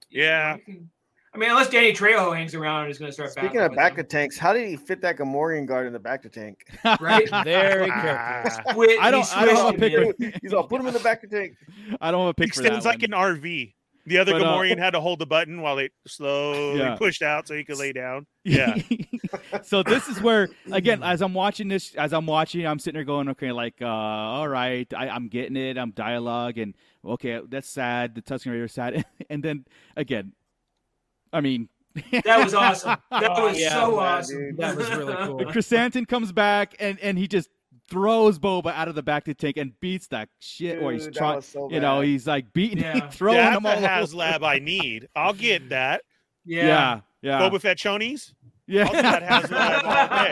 [SPEAKER 3] Yeah.
[SPEAKER 8] you can- I mean, unless Danny Trejo hangs around and is gonna start
[SPEAKER 5] Speaking
[SPEAKER 8] battling
[SPEAKER 5] of
[SPEAKER 8] with
[SPEAKER 5] back
[SPEAKER 8] them,
[SPEAKER 5] of tanks, how did he fit that Gamorrean guard in the back of tank? <laughs>
[SPEAKER 8] right?
[SPEAKER 9] <laughs> Very careful.
[SPEAKER 3] <laughs> Ah.
[SPEAKER 8] <laughs> With-
[SPEAKER 7] I don't.
[SPEAKER 8] he
[SPEAKER 7] I don't have a
[SPEAKER 8] switched him, yeah.
[SPEAKER 7] pick.
[SPEAKER 5] He's all put him in the back of tank.
[SPEAKER 7] I don't have a
[SPEAKER 3] He
[SPEAKER 7] pick for that
[SPEAKER 3] extends like
[SPEAKER 7] one.
[SPEAKER 3] an RV. The other
[SPEAKER 7] But, uh,
[SPEAKER 3] Gamorrean had to hold the button while it slowly
[SPEAKER 7] Yeah.
[SPEAKER 3] pushed out so he could lay down. Yeah.
[SPEAKER 7] <laughs>
[SPEAKER 3] Hmm.
[SPEAKER 7] so this is where again, as I'm watching this, as I'm watching, I'm sitting there going, okay, like, uh, all right, I, I'm getting it. I'm dialogue, and okay, that's sad. The Tuscan Raiders sad, <laughs> and then again, I mean,
[SPEAKER 8] That was awesome. That was
[SPEAKER 9] yeah,
[SPEAKER 8] so
[SPEAKER 5] yeah,
[SPEAKER 8] awesome.
[SPEAKER 5] dude.
[SPEAKER 9] That was
[SPEAKER 8] <laughs>
[SPEAKER 9] really cool. <laughs>
[SPEAKER 7] Chrysanthemum comes back, and and he just throws Boba out of the back to tank and beats that shit, or he's
[SPEAKER 5] Dude, that
[SPEAKER 7] trying,
[SPEAKER 5] was so
[SPEAKER 7] you know,
[SPEAKER 5] bad.
[SPEAKER 7] he's like beating,
[SPEAKER 8] Yeah.
[SPEAKER 7] <laughs> throwing
[SPEAKER 3] That's
[SPEAKER 7] him all
[SPEAKER 3] the
[SPEAKER 7] over.
[SPEAKER 3] HasLab I need. I'll get that.
[SPEAKER 8] Yeah.
[SPEAKER 7] Yeah, <laughs> yeah,
[SPEAKER 3] Boba Fett
[SPEAKER 9] <laughs>
[SPEAKER 3] Chonies,
[SPEAKER 7] yeah.
[SPEAKER 3] I'll do that
[SPEAKER 8] <laughs>
[SPEAKER 7] <laughs>
[SPEAKER 3] HasLab all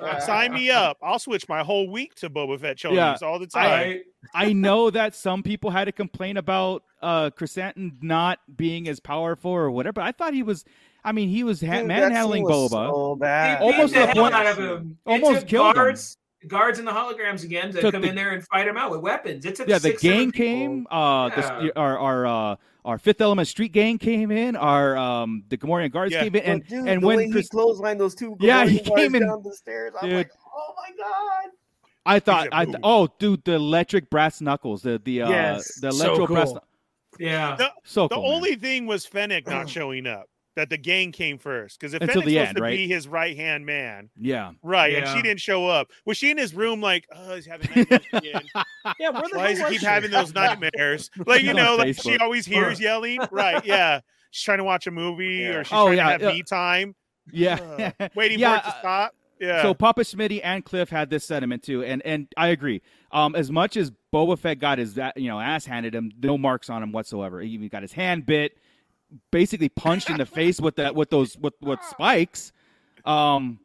[SPEAKER 3] day.
[SPEAKER 8] All
[SPEAKER 3] Sign me up. I'll switch my whole week to Boba Fett Chonies
[SPEAKER 7] Yeah.
[SPEAKER 3] all the time.
[SPEAKER 8] right.
[SPEAKER 7] I know that some people had a complaint about uh Chrysanthemum not being as powerful or whatever. I thought he was. I mean, he was ha-
[SPEAKER 5] Dude, that scene
[SPEAKER 7] manhandling
[SPEAKER 5] was
[SPEAKER 7] Boba.
[SPEAKER 5] So
[SPEAKER 8] They
[SPEAKER 5] bad.
[SPEAKER 8] beat
[SPEAKER 7] Almost
[SPEAKER 8] the
[SPEAKER 7] to the
[SPEAKER 8] hell
[SPEAKER 7] point-
[SPEAKER 8] out of him. It
[SPEAKER 7] almost
[SPEAKER 8] took
[SPEAKER 7] killed him.
[SPEAKER 8] guards, guards and the holograms again to
[SPEAKER 7] Took
[SPEAKER 8] come
[SPEAKER 7] the-
[SPEAKER 8] in there and fight him out with weapons. It took
[SPEAKER 7] yeah, the
[SPEAKER 8] six, seven
[SPEAKER 7] gang
[SPEAKER 8] people.
[SPEAKER 7] came. Uh, the,
[SPEAKER 8] Yeah.
[SPEAKER 7] our our uh, our Fifth Element Street gang came in. Our um, the Gamorrean guards
[SPEAKER 3] Yeah.
[SPEAKER 7] came in,
[SPEAKER 5] But
[SPEAKER 7] and
[SPEAKER 5] dude,
[SPEAKER 7] and
[SPEAKER 5] the way
[SPEAKER 7] when
[SPEAKER 5] he
[SPEAKER 7] Chris,
[SPEAKER 5] clotheslined those two,
[SPEAKER 7] Yeah, he
[SPEAKER 5] Gamorrean guards
[SPEAKER 7] came and-
[SPEAKER 5] down the stairs. I'm
[SPEAKER 7] Dude.
[SPEAKER 5] like, oh my god.
[SPEAKER 7] I thought
[SPEAKER 3] He's a
[SPEAKER 7] I th-
[SPEAKER 3] boob.
[SPEAKER 7] oh dude, the electric brass knuckles, the the uh,
[SPEAKER 5] Yes.
[SPEAKER 7] the
[SPEAKER 9] So
[SPEAKER 7] electro brass.
[SPEAKER 9] cool.
[SPEAKER 7] knuck-
[SPEAKER 8] Yeah.
[SPEAKER 7] So
[SPEAKER 3] The
[SPEAKER 7] cool, man.
[SPEAKER 3] only thing was Fennec
[SPEAKER 7] <clears throat>
[SPEAKER 3] not showing up. That the gang came first because if
[SPEAKER 7] Until
[SPEAKER 3] Fennec's
[SPEAKER 7] the
[SPEAKER 3] supposed
[SPEAKER 7] end,
[SPEAKER 3] to
[SPEAKER 7] right?
[SPEAKER 3] be his right hand man,
[SPEAKER 7] yeah.
[SPEAKER 3] right? And she
[SPEAKER 8] Yeah.
[SPEAKER 3] didn't show up. Was she in his room like, oh, he's
[SPEAKER 7] <laughs>
[SPEAKER 3] having nightmares again?
[SPEAKER 9] Yeah, where
[SPEAKER 3] Why
[SPEAKER 9] the hell
[SPEAKER 3] does he
[SPEAKER 9] was
[SPEAKER 3] keep
[SPEAKER 9] she?
[SPEAKER 3] having those nightmares? Like you
[SPEAKER 7] <laughs> On
[SPEAKER 3] know, like she
[SPEAKER 7] Facebook.
[SPEAKER 3] always hears yelling, right? Yeah, she's trying to watch a movie
[SPEAKER 5] Yeah.
[SPEAKER 3] or she's
[SPEAKER 7] Oh,
[SPEAKER 3] trying
[SPEAKER 7] yeah,
[SPEAKER 3] to have
[SPEAKER 7] yeah.
[SPEAKER 3] me time,
[SPEAKER 7] Yeah.
[SPEAKER 3] waiting
[SPEAKER 7] Yeah,
[SPEAKER 3] for it
[SPEAKER 7] uh,
[SPEAKER 3] to stop. Yeah,
[SPEAKER 7] <laughs> So Papa Smitty and Cliff had this sentiment too, and and I agree. Um, as much as Boba Fett got his that you know ass handed him, no marks on him whatsoever. He even got his hand bit, basically punched in the face with that with those with with spikes. Um,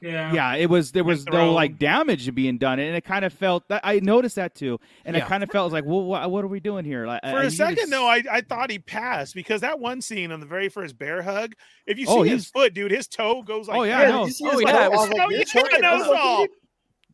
[SPEAKER 8] Yeah.
[SPEAKER 7] yeah, it was there was no
[SPEAKER 3] thrown.
[SPEAKER 7] like damage being done, and it kind of felt that I noticed that too, and it
[SPEAKER 9] Yeah.
[SPEAKER 7] kind of felt like, well, what, what are we doing here? Like, uh, I-
[SPEAKER 3] for
[SPEAKER 7] I
[SPEAKER 3] a
[SPEAKER 7] needed
[SPEAKER 3] second
[SPEAKER 7] s-
[SPEAKER 3] though, I, I thought he passed because that one scene on the very first bear hug, if you see
[SPEAKER 7] Oh,
[SPEAKER 3] his
[SPEAKER 7] he's-
[SPEAKER 3] foot, dude, his toe goes like.
[SPEAKER 7] Oh, yeah, I
[SPEAKER 5] did
[SPEAKER 7] know.
[SPEAKER 5] you see
[SPEAKER 9] Oh,
[SPEAKER 5] his
[SPEAKER 9] yeah, it
[SPEAKER 5] toe? I
[SPEAKER 9] was-
[SPEAKER 5] was
[SPEAKER 3] How
[SPEAKER 5] like,
[SPEAKER 3] you
[SPEAKER 5] your
[SPEAKER 3] taking
[SPEAKER 5] toe
[SPEAKER 3] <laughs>
[SPEAKER 5] ain't
[SPEAKER 3] those
[SPEAKER 5] broken.
[SPEAKER 3] off?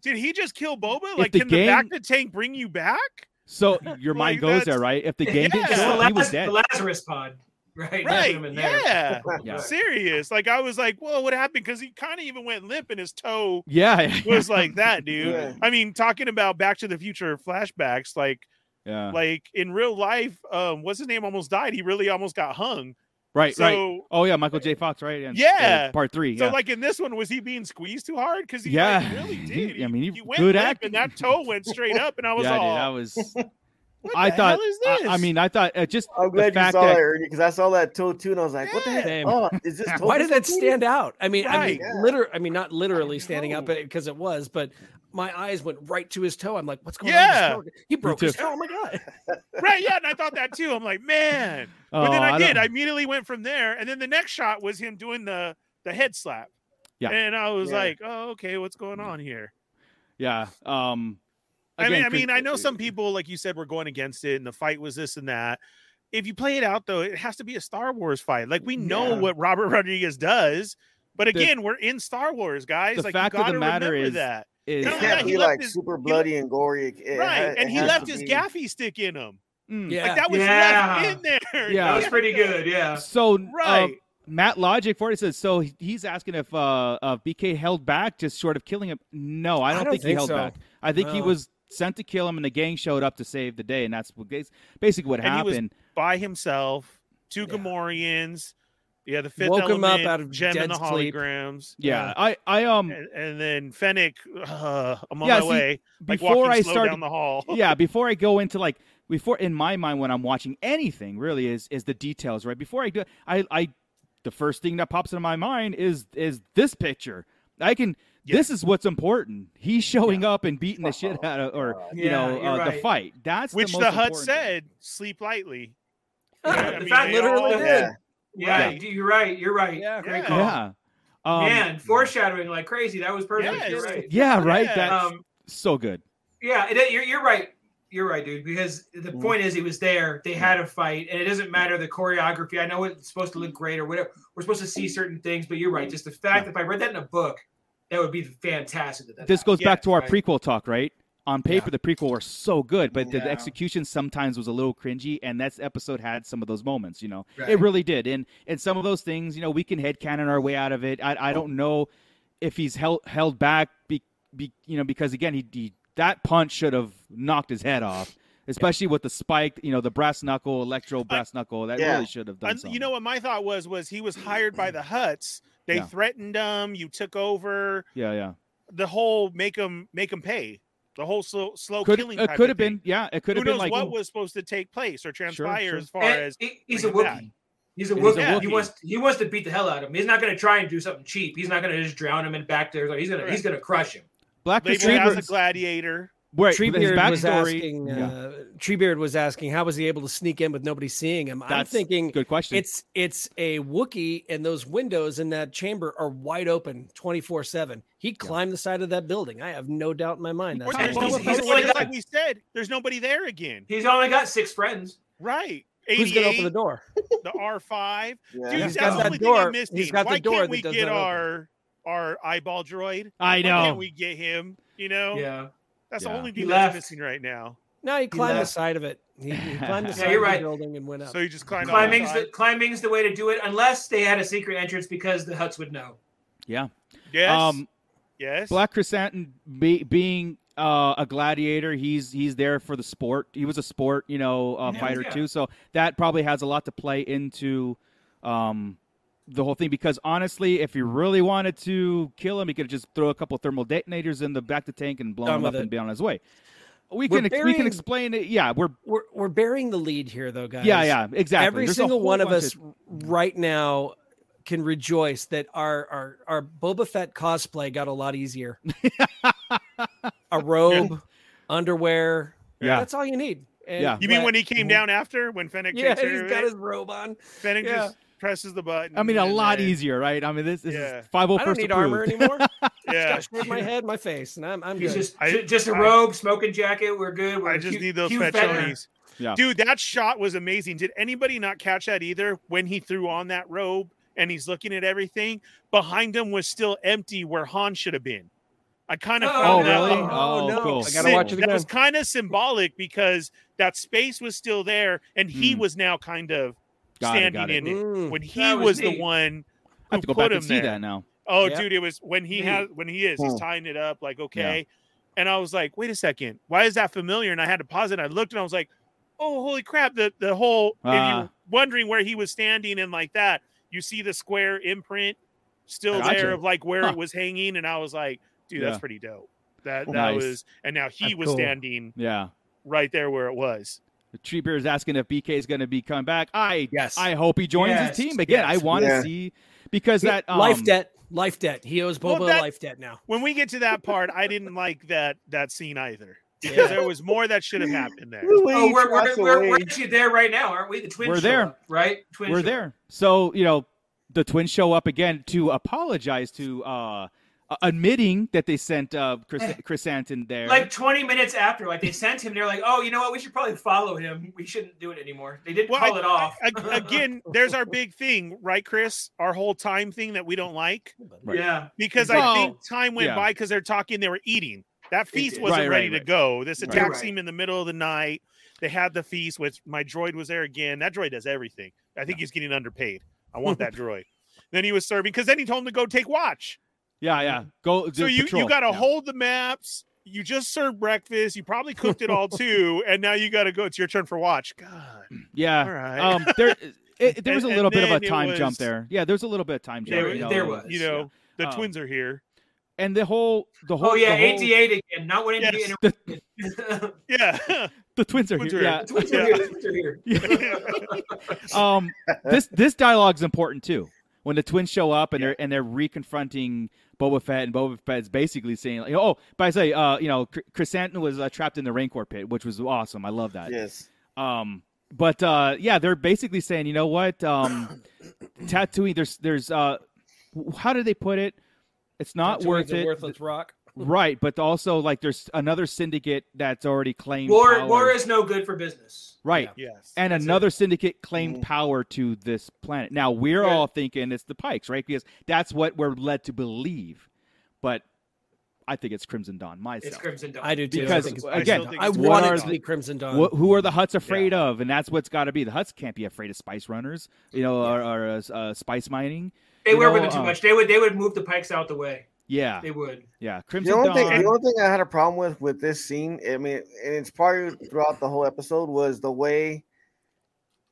[SPEAKER 3] Did he just kill Boba? Like,
[SPEAKER 7] the
[SPEAKER 3] can the back
[SPEAKER 7] gang-
[SPEAKER 3] to tank bring you back? <laughs>
[SPEAKER 7] So your
[SPEAKER 3] Like,
[SPEAKER 7] mind goes
[SPEAKER 3] that's-
[SPEAKER 7] there,
[SPEAKER 3] <laughs>
[SPEAKER 7] right? If the game didn't
[SPEAKER 3] Yeah.
[SPEAKER 8] It's
[SPEAKER 7] show
[SPEAKER 8] the,
[SPEAKER 7] up, he
[SPEAKER 8] Laz-
[SPEAKER 7] was dead.
[SPEAKER 8] the Lazarus pod. Right. that's
[SPEAKER 3] Right.
[SPEAKER 8] him in there.
[SPEAKER 3] Yeah.
[SPEAKER 7] Yeah.
[SPEAKER 3] Serious. Like I was like, whoa, what happened? Because he kind of even went limp and his toe
[SPEAKER 7] Yeah, <laughs>
[SPEAKER 3] was like
[SPEAKER 5] <laughs>
[SPEAKER 3] that, dude.
[SPEAKER 5] Yeah.
[SPEAKER 3] I mean, talking about Back to the Future flashbacks, like
[SPEAKER 7] yeah,
[SPEAKER 3] like in real life, um, what's his name almost died. He really almost got hung.
[SPEAKER 7] right,
[SPEAKER 3] so
[SPEAKER 7] right. Oh yeah, Michael J. Fox, right? And,
[SPEAKER 3] Yeah.
[SPEAKER 7] uh, part three.
[SPEAKER 3] so
[SPEAKER 7] yeah.
[SPEAKER 3] like in this one, was he being squeezed too hard? Because he
[SPEAKER 7] Yeah.
[SPEAKER 3] like, really
[SPEAKER 7] He-
[SPEAKER 3] did.
[SPEAKER 7] I mean, he-
[SPEAKER 3] went
[SPEAKER 7] good
[SPEAKER 3] limp
[SPEAKER 7] acting.
[SPEAKER 3] and that toe went straight up, and I was
[SPEAKER 7] yeah,
[SPEAKER 3] all,
[SPEAKER 7] dude, that
[SPEAKER 3] <laughs>
[SPEAKER 7] was.
[SPEAKER 3] what
[SPEAKER 7] I
[SPEAKER 3] the
[SPEAKER 7] thought.
[SPEAKER 3] hell is
[SPEAKER 7] I-
[SPEAKER 3] this?
[SPEAKER 7] I, mean, I thought uh, just
[SPEAKER 5] I'm glad you
[SPEAKER 7] fact
[SPEAKER 5] saw
[SPEAKER 7] that-
[SPEAKER 5] that, Ernie, because I saw that toe too, and I was like, what the
[SPEAKER 9] Same.
[SPEAKER 5] heck? Oh, is this toe
[SPEAKER 9] Why did that
[SPEAKER 5] dislocated? <laughs>
[SPEAKER 9] stand out? I mean, I mean,
[SPEAKER 3] Right.
[SPEAKER 5] Yeah.
[SPEAKER 9] literally, I mean, not literally standing out,
[SPEAKER 3] know.
[SPEAKER 9] but because it was, but my eyes went right to his toe. I'm like, what's going
[SPEAKER 3] Yeah.
[SPEAKER 9] on? with his toe? He broke
[SPEAKER 7] too.
[SPEAKER 9] his toe. Oh my god!
[SPEAKER 3] <laughs> right? Yeah, and I thought that too. I'm like, man.
[SPEAKER 7] oh,
[SPEAKER 3] But then I,
[SPEAKER 7] don't-
[SPEAKER 3] did. I immediately went from there, and then the next shot was him doing the the head slap.
[SPEAKER 7] Yeah.
[SPEAKER 3] And I was
[SPEAKER 5] Yeah.
[SPEAKER 3] like, oh, okay, what's going on here?
[SPEAKER 7] Yeah. Um,
[SPEAKER 3] I mean,
[SPEAKER 7] again,
[SPEAKER 3] I mean,
[SPEAKER 7] Chris-
[SPEAKER 3] I know some people, like you said, were going against it, and the fight was this and that. If you play it out, though, it has to be a Star Wars fight. Like we know
[SPEAKER 9] Yeah.
[SPEAKER 3] what Robert Rodriguez does, but
[SPEAKER 7] The-
[SPEAKER 3] again, we're in Star Wars, guys.
[SPEAKER 7] the
[SPEAKER 3] like
[SPEAKER 7] fact
[SPEAKER 3] you
[SPEAKER 7] of the
[SPEAKER 3] gotta
[SPEAKER 7] matter
[SPEAKER 3] remember
[SPEAKER 7] is-
[SPEAKER 3] that,
[SPEAKER 7] is-
[SPEAKER 5] It
[SPEAKER 3] No, yeah,
[SPEAKER 5] can't
[SPEAKER 3] he
[SPEAKER 5] be
[SPEAKER 3] left
[SPEAKER 5] like
[SPEAKER 3] his-
[SPEAKER 5] super bloody and gory. It- it
[SPEAKER 3] right?
[SPEAKER 5] ha- it
[SPEAKER 3] and he
[SPEAKER 5] has
[SPEAKER 3] left
[SPEAKER 5] to
[SPEAKER 3] his
[SPEAKER 5] be-
[SPEAKER 3] gaffy stick in him.
[SPEAKER 7] Mm.
[SPEAKER 9] Yeah.
[SPEAKER 3] Like that was
[SPEAKER 8] Yeah.
[SPEAKER 3] left in there.
[SPEAKER 7] Yeah.
[SPEAKER 8] That was pretty good. Yeah.
[SPEAKER 7] So
[SPEAKER 3] Right.
[SPEAKER 7] right. Matt Logic for it says so. he- He's asking if uh, uh BK held back, just short of killing him. No, I don't, think, he held
[SPEAKER 9] so.
[SPEAKER 7] <laughs> back. I think he
[SPEAKER 9] No.
[SPEAKER 7] was sent to kill him, and the gang showed up to save the day, and that's what- that's basically what
[SPEAKER 3] And he was
[SPEAKER 7] happened.
[SPEAKER 3] by himself, two
[SPEAKER 9] Yeah.
[SPEAKER 3] Gamorreans. Yeah, the fifth
[SPEAKER 9] Woke
[SPEAKER 3] element,
[SPEAKER 9] him up out of
[SPEAKER 3] gem and
[SPEAKER 9] dead
[SPEAKER 3] the
[SPEAKER 9] sleep.
[SPEAKER 3] holograms.
[SPEAKER 7] yeah,
[SPEAKER 9] Yeah.
[SPEAKER 7] I, I um,
[SPEAKER 3] And, and then Fennec, uh, I'm on
[SPEAKER 7] Yeah,
[SPEAKER 3] my
[SPEAKER 7] see,
[SPEAKER 3] way. Like
[SPEAKER 7] before
[SPEAKER 3] walking
[SPEAKER 7] I
[SPEAKER 3] slow
[SPEAKER 7] started,
[SPEAKER 3] down the hall.
[SPEAKER 7] yeah, before I go into like before in my mind when I'm watching anything really is is the details, right? Before I do I I the first thing that pops into my mind is is this picture. I can
[SPEAKER 3] Yeah.
[SPEAKER 7] this is what's important. He's showing up
[SPEAKER 3] <laughs>
[SPEAKER 7] and beating the shit out of or
[SPEAKER 5] Oh,
[SPEAKER 7] you
[SPEAKER 8] Yeah,
[SPEAKER 7] know
[SPEAKER 8] you're
[SPEAKER 7] uh, the
[SPEAKER 8] right.
[SPEAKER 7] fight. That's
[SPEAKER 3] Which
[SPEAKER 7] the,
[SPEAKER 3] the,
[SPEAKER 7] most
[SPEAKER 3] hut
[SPEAKER 7] important thing.
[SPEAKER 3] said, sleep lightly.
[SPEAKER 8] <laughs> Yeah,
[SPEAKER 3] I
[SPEAKER 8] the
[SPEAKER 3] mean,
[SPEAKER 8] fact
[SPEAKER 3] they
[SPEAKER 9] literally
[SPEAKER 3] all-
[SPEAKER 9] did.
[SPEAKER 5] Yeah.
[SPEAKER 8] Yeah,
[SPEAKER 3] Right.
[SPEAKER 8] d- you're right. You're right.
[SPEAKER 9] Yeah.
[SPEAKER 8] Great
[SPEAKER 3] Yeah.
[SPEAKER 8] call.
[SPEAKER 7] Yeah.
[SPEAKER 3] Oh.
[SPEAKER 7] Um,
[SPEAKER 8] Man, foreshadowing like crazy. That was perfect.
[SPEAKER 3] Yes.
[SPEAKER 8] You're right.
[SPEAKER 7] yeah, right.
[SPEAKER 3] Yeah.
[SPEAKER 7] That's
[SPEAKER 8] Um,
[SPEAKER 7] so good.
[SPEAKER 8] yeah, it, you're, you're right. You're right, dude. Because the
[SPEAKER 3] Mm.
[SPEAKER 8] point is, he was there. They had a fight, and it doesn't matter the choreography. I know it's supposed to look great or whatever. We're supposed to see certain things, but you're
[SPEAKER 3] Mm.
[SPEAKER 8] right. Just the fact that if I read that in a book, that would be fantastic. That that
[SPEAKER 7] This goes back
[SPEAKER 3] Yes,
[SPEAKER 7] to our
[SPEAKER 8] right.
[SPEAKER 7] prequel talk, right? On paper, the prequel were so good, but the
[SPEAKER 8] Yeah.
[SPEAKER 7] execution sometimes was a little cringy, and that's episode had some of those moments. You know,
[SPEAKER 8] Right.
[SPEAKER 7] it really did, and and some of those things, you know, we can headcanon our way out of it. I, I don't know if he's held held back, be, be, you know, because again, he, he that punch should have knocked his
[SPEAKER 3] <laughs>
[SPEAKER 7] head off, especially with the spiked, you know, the brass knuckle, electro brass knuckle. That
[SPEAKER 5] Yeah.
[SPEAKER 7] really should have done
[SPEAKER 3] And
[SPEAKER 7] something.
[SPEAKER 3] you know what my thought was was he was hired by the huts. They
[SPEAKER 7] Yeah.
[SPEAKER 3] threatened him. You took over
[SPEAKER 7] yeah, yeah.
[SPEAKER 3] the whole make him make him pay. The whole slow, slow
[SPEAKER 7] Could
[SPEAKER 3] Oh,
[SPEAKER 9] uh,
[SPEAKER 3] killing.
[SPEAKER 7] it
[SPEAKER 3] type of
[SPEAKER 7] could have
[SPEAKER 3] thing.
[SPEAKER 7] uh, been? Yeah, it could
[SPEAKER 3] Who
[SPEAKER 7] have been
[SPEAKER 3] knows
[SPEAKER 7] like
[SPEAKER 3] what was supposed to take place or transpire
[SPEAKER 7] sure.
[SPEAKER 3] as far
[SPEAKER 8] And
[SPEAKER 3] as
[SPEAKER 8] he- he's a
[SPEAKER 3] bring it
[SPEAKER 8] Wookiee.
[SPEAKER 3] back.
[SPEAKER 8] He's a
[SPEAKER 7] And he's
[SPEAKER 8] Wookiee.
[SPEAKER 7] a
[SPEAKER 8] He
[SPEAKER 7] Wookiee.
[SPEAKER 8] wants he wants to beat the hell out of him. He's not going to try and do something cheap. He's not going to just drown him and back there. He's gonna he's gonna crush him.
[SPEAKER 7] Black
[SPEAKER 3] labeled
[SPEAKER 7] Retriever.
[SPEAKER 3] as a gladiator.
[SPEAKER 7] Wait, his
[SPEAKER 9] Treebeard was
[SPEAKER 7] backstory-
[SPEAKER 9] asking.
[SPEAKER 7] Yeah.
[SPEAKER 9] Uh, Treebeard was asking, how was he able to sneak in with nobody seeing him? I'm
[SPEAKER 7] That's
[SPEAKER 9] thinking
[SPEAKER 7] Good question.
[SPEAKER 9] it's it's a Wookiee, and those windows in that chamber are wide open, twenty four seven. He climbed the side of that building. I have no doubt in my mind.
[SPEAKER 3] Or
[SPEAKER 9] That's
[SPEAKER 7] Well,
[SPEAKER 3] there's
[SPEAKER 9] how
[SPEAKER 7] no
[SPEAKER 9] he
[SPEAKER 3] nobody-
[SPEAKER 9] was
[SPEAKER 8] he's
[SPEAKER 9] able
[SPEAKER 3] there's
[SPEAKER 8] only
[SPEAKER 9] to
[SPEAKER 3] nobody-
[SPEAKER 9] sneak
[SPEAKER 8] got-
[SPEAKER 3] like we said, there's nobody there again.
[SPEAKER 8] He's only got six friends.
[SPEAKER 3] Right.
[SPEAKER 9] in. Who's going to open the
[SPEAKER 3] 88,
[SPEAKER 9] door?
[SPEAKER 3] the R5.
[SPEAKER 5] Yeah.
[SPEAKER 3] Dude,
[SPEAKER 9] He's
[SPEAKER 3] that's
[SPEAKER 9] got
[SPEAKER 3] the
[SPEAKER 9] that
[SPEAKER 3] only thing
[SPEAKER 9] door-
[SPEAKER 3] I'm missing.
[SPEAKER 9] he's got the
[SPEAKER 3] Why
[SPEAKER 9] door
[SPEAKER 3] can't
[SPEAKER 9] that
[SPEAKER 3] we
[SPEAKER 9] does
[SPEAKER 3] get
[SPEAKER 9] not open.
[SPEAKER 3] our our eyeball droid?
[SPEAKER 7] I
[SPEAKER 3] Why
[SPEAKER 7] know.
[SPEAKER 3] can't we get him? You know,
[SPEAKER 8] Yeah.
[SPEAKER 3] that's
[SPEAKER 7] Yeah.
[SPEAKER 3] the only
[SPEAKER 8] He
[SPEAKER 3] thing that's
[SPEAKER 8] left.
[SPEAKER 3] missing right now.
[SPEAKER 9] No, he climbed the
[SPEAKER 8] left.
[SPEAKER 9] side of it. He, he climbed the
[SPEAKER 7] Yeah,
[SPEAKER 9] side
[SPEAKER 8] you're
[SPEAKER 9] of
[SPEAKER 8] right.
[SPEAKER 9] the building and went up.
[SPEAKER 3] So you just climb.
[SPEAKER 8] Climbing's
[SPEAKER 3] outside.
[SPEAKER 8] the climbing's the way to do it, unless they had a secret entrance because the huts would know.
[SPEAKER 7] yeah.
[SPEAKER 3] yes,
[SPEAKER 7] Um,
[SPEAKER 3] yes.
[SPEAKER 7] Black Chrysanthemum be, being uh, a gladiator, he's he's there for the sport. He was a sport, you know, uh,
[SPEAKER 8] Yeah.
[SPEAKER 7] fighter
[SPEAKER 8] Yeah.
[SPEAKER 7] too. So that probably has a lot to play into um, the whole thing. Because honestly, if you really wanted to kill him, he could just throw a couple thermal detonators in the back of the tank and blow
[SPEAKER 9] Done
[SPEAKER 7] him up
[SPEAKER 9] with
[SPEAKER 7] and
[SPEAKER 9] it.
[SPEAKER 7] be on his way. We
[SPEAKER 9] We're
[SPEAKER 7] can ex- we can
[SPEAKER 9] burying-
[SPEAKER 7] explain it. Yeah, we're
[SPEAKER 9] we're we're burying the lead here, though, guys.
[SPEAKER 7] yeah yeah exactly.
[SPEAKER 9] Every
[SPEAKER 7] There's a
[SPEAKER 9] single
[SPEAKER 7] whole
[SPEAKER 9] one of
[SPEAKER 7] bunch
[SPEAKER 9] us right now can rejoice that our our our Boba Fett cosplay got a lot
[SPEAKER 7] <laughs>
[SPEAKER 9] easier. a robe, underwear.
[SPEAKER 7] Yeah.
[SPEAKER 9] that's all you need. And
[SPEAKER 7] Yeah.
[SPEAKER 3] you mean
[SPEAKER 9] what-
[SPEAKER 3] when he came down after when Fennec
[SPEAKER 9] Yeah,
[SPEAKER 3] takes care
[SPEAKER 9] he's
[SPEAKER 3] of
[SPEAKER 9] got
[SPEAKER 3] it?
[SPEAKER 9] his robe on.
[SPEAKER 3] Fennec
[SPEAKER 9] yeah.
[SPEAKER 3] just presses the button.
[SPEAKER 7] I mean, a
[SPEAKER 3] and
[SPEAKER 7] lot
[SPEAKER 3] then-
[SPEAKER 7] easier, right? I mean, this, this
[SPEAKER 3] Yeah.
[SPEAKER 7] is 501st
[SPEAKER 9] I don't need
[SPEAKER 7] approved.
[SPEAKER 9] armor anymore.
[SPEAKER 3] <laughs> Yeah,
[SPEAKER 9] Just with my head, my face, and I'm I'm
[SPEAKER 8] He's
[SPEAKER 9] good.
[SPEAKER 8] just
[SPEAKER 3] I-
[SPEAKER 8] ju- just a
[SPEAKER 3] I-
[SPEAKER 8] robe, smoking jacket. We're good. We're
[SPEAKER 3] I just
[SPEAKER 8] Hugh-
[SPEAKER 3] need those
[SPEAKER 8] Hugh Fetner.
[SPEAKER 3] fetchonis.
[SPEAKER 7] Yeah.
[SPEAKER 3] Dude, that shot was amazing. Did anybody not catch that either? When he threw on that robe and he's looking at everything, behind him was still empty where Han should have been. I kind of
[SPEAKER 8] Oh,
[SPEAKER 7] Oh,
[SPEAKER 3] found that
[SPEAKER 7] really?
[SPEAKER 3] out.
[SPEAKER 7] Oh,
[SPEAKER 9] Oh, no.
[SPEAKER 7] cool.
[SPEAKER 9] I gotta watch it
[SPEAKER 3] That was
[SPEAKER 9] again.
[SPEAKER 3] kind of symbolic because that space was still there and he
[SPEAKER 7] Hmm.
[SPEAKER 3] was now kind of
[SPEAKER 7] Got it,
[SPEAKER 3] standing
[SPEAKER 7] got it.
[SPEAKER 3] in it.
[SPEAKER 9] Mm.
[SPEAKER 3] When he
[SPEAKER 8] That
[SPEAKER 3] was,
[SPEAKER 8] was
[SPEAKER 3] the
[SPEAKER 8] neat.
[SPEAKER 3] one who
[SPEAKER 7] I have to go
[SPEAKER 3] put
[SPEAKER 7] back
[SPEAKER 3] him
[SPEAKER 7] and see
[SPEAKER 3] there.
[SPEAKER 7] that now.
[SPEAKER 3] Oh,
[SPEAKER 9] Yeah.
[SPEAKER 3] dude, it was when he
[SPEAKER 9] Neat.
[SPEAKER 3] has when he is, he's
[SPEAKER 5] Hmm.
[SPEAKER 3] tying it up, like, okay. And I was like, wait a second, why is that familiar? And I had to pause it. And I looked and I was like, oh, holy crap. The the whole if
[SPEAKER 7] Ah.
[SPEAKER 3] you're wondering where he was standing and like that, you see the square imprint still
[SPEAKER 7] Gotcha.
[SPEAKER 3] there of like where
[SPEAKER 7] Huh.
[SPEAKER 3] it was hanging. And I was like, dude,
[SPEAKER 7] Yeah. Oh,
[SPEAKER 3] that's pretty dope. That that
[SPEAKER 7] Nice.
[SPEAKER 3] was and now he
[SPEAKER 9] That's
[SPEAKER 3] was
[SPEAKER 9] cool.
[SPEAKER 3] standing
[SPEAKER 7] Yeah.
[SPEAKER 3] right there where it was.
[SPEAKER 7] The tree beer is asking if BK is going to be coming back. I
[SPEAKER 9] Yes.
[SPEAKER 7] I hope he joins
[SPEAKER 8] Yes.
[SPEAKER 7] his team again. I
[SPEAKER 9] Yes.
[SPEAKER 7] want to
[SPEAKER 5] Yeah.
[SPEAKER 7] see because that um,
[SPEAKER 9] life debt, life debt. He owes
[SPEAKER 3] Well,
[SPEAKER 9] Boba
[SPEAKER 3] that-
[SPEAKER 9] life
[SPEAKER 3] <laughs>
[SPEAKER 9] debt now.
[SPEAKER 3] When we get to that part, I didn't like that that scene either. Because there was more that should have happened there.
[SPEAKER 8] Oh, we're, we're, we're, we're actually there right now, aren't we? The twins.
[SPEAKER 7] We're
[SPEAKER 8] show
[SPEAKER 7] there.
[SPEAKER 8] up, right? Twins
[SPEAKER 7] We're
[SPEAKER 8] show up.
[SPEAKER 7] there. So you know, the twins show up again to apologize to uh, uh, admitting that they sent uh, Chris, Chris Anton there.
[SPEAKER 8] Like 20 minutes after, like they sent him, they're like, "Oh, you know what? We should probably follow him. We shouldn't do it anymore." They didn't
[SPEAKER 3] Well,
[SPEAKER 8] call
[SPEAKER 3] I-
[SPEAKER 8] it off.
[SPEAKER 3] Ag- Again, there's our big thing, right, Chris? Our whole time thing that we don't like
[SPEAKER 7] Right.
[SPEAKER 8] yeah,
[SPEAKER 3] because
[SPEAKER 7] Well,
[SPEAKER 3] I think time went
[SPEAKER 7] yeah.
[SPEAKER 3] by because they're talking, they were eating. That feast
[SPEAKER 8] did.
[SPEAKER 3] wasn't
[SPEAKER 7] Right, right,
[SPEAKER 3] ready to
[SPEAKER 7] right.
[SPEAKER 3] go. This
[SPEAKER 7] Right.
[SPEAKER 3] attack
[SPEAKER 8] Right.
[SPEAKER 3] seemed in the middle of the night. They had the feast, which my droid was there again. That droid does everything. I think he's getting underpaid.
[SPEAKER 7] <laughs>
[SPEAKER 3] I want that droid. Then he was serving because then he told him to go take watch.
[SPEAKER 7] Yeah, yeah. Go.
[SPEAKER 3] So
[SPEAKER 7] do
[SPEAKER 3] you
[SPEAKER 7] patrol.
[SPEAKER 3] you got to
[SPEAKER 7] Yeah.
[SPEAKER 3] hold the maps. You just served breakfast. You probably cooked it
[SPEAKER 7] <laughs>
[SPEAKER 3] all too, and now you got to go. It's your turn for watch. God,
[SPEAKER 7] Yeah.
[SPEAKER 3] all right.
[SPEAKER 7] Um. There. It, there was a
[SPEAKER 3] And-
[SPEAKER 7] little
[SPEAKER 3] and
[SPEAKER 7] bit of a
[SPEAKER 3] then it
[SPEAKER 7] time jump
[SPEAKER 3] was-
[SPEAKER 7] there. Yeah, there's a little bit of time jump.
[SPEAKER 8] There-
[SPEAKER 7] you know,
[SPEAKER 8] there was.
[SPEAKER 3] you
[SPEAKER 8] yeah.
[SPEAKER 3] know the
[SPEAKER 7] Um,
[SPEAKER 3] twins are here. <laughs>
[SPEAKER 7] and the whole the whole
[SPEAKER 8] Oh yeah,
[SPEAKER 7] the whole-
[SPEAKER 8] 88 again. Not wanting
[SPEAKER 3] Yes.
[SPEAKER 8] to get interrupted. <laughs>
[SPEAKER 3] Yeah.
[SPEAKER 7] the twins are
[SPEAKER 3] Twins
[SPEAKER 7] here.
[SPEAKER 3] are
[SPEAKER 7] Yeah.
[SPEAKER 8] The Twins are here. the Twins are here.
[SPEAKER 7] um, this this dialogue's important too. When the twins show up and they're and they're reconfronting Boba Fett, and Boba Fett's basically saying, like, "Oh, by the way, uh, you know, Chr- Chrysanthemum was uh, trapped in the Rancor pit, which was awesome. I love that.
[SPEAKER 5] Yes.
[SPEAKER 7] Um, but uh, yeah, they're basically saying, you know what, um, Tatooine, there's there's uh, w- how do they put it? It's not
[SPEAKER 9] Tatooine's
[SPEAKER 7] worth
[SPEAKER 9] a
[SPEAKER 7] it,
[SPEAKER 9] Worthless rock.
[SPEAKER 7] right? But also, like, there's another syndicate that's already claimed
[SPEAKER 8] War,
[SPEAKER 7] power.
[SPEAKER 8] war is no good for business.
[SPEAKER 7] right.
[SPEAKER 3] <laughs> yes.
[SPEAKER 7] and
[SPEAKER 8] That's it.
[SPEAKER 7] another syndicate claimed power to this planet. Now we're
[SPEAKER 8] Yeah.
[SPEAKER 7] all thinking it's the Pikes, right? Because that's what we're led to believe. But I think it's Crimson Dawn
[SPEAKER 8] It's
[SPEAKER 7] myself.
[SPEAKER 8] Crimson Dawn.
[SPEAKER 9] I do too.
[SPEAKER 7] Because,
[SPEAKER 9] I, think it's-
[SPEAKER 3] I
[SPEAKER 7] again,
[SPEAKER 3] still think
[SPEAKER 9] I
[SPEAKER 3] it's
[SPEAKER 7] what
[SPEAKER 9] want
[SPEAKER 7] are
[SPEAKER 9] it to
[SPEAKER 7] the-
[SPEAKER 9] be Crimson Dawn.
[SPEAKER 7] Wh- who are the Huts afraid of? And that's what's got to be. The Huts can't be afraid of spice runners, you know, or, or uh, s- uh, spice mining.
[SPEAKER 8] they
[SPEAKER 7] you
[SPEAKER 8] were with
[SPEAKER 7] know,
[SPEAKER 8] it too
[SPEAKER 7] um,
[SPEAKER 8] much. They would they would move the pikes out the way.
[SPEAKER 7] Yeah,
[SPEAKER 8] They would.
[SPEAKER 7] yeah.
[SPEAKER 5] The
[SPEAKER 7] Crimson
[SPEAKER 5] only
[SPEAKER 7] Dawn. <laughs>
[SPEAKER 5] thing, the only thing I had a problem with with this scene, I mean, and it's probably throughout the whole episode, was the way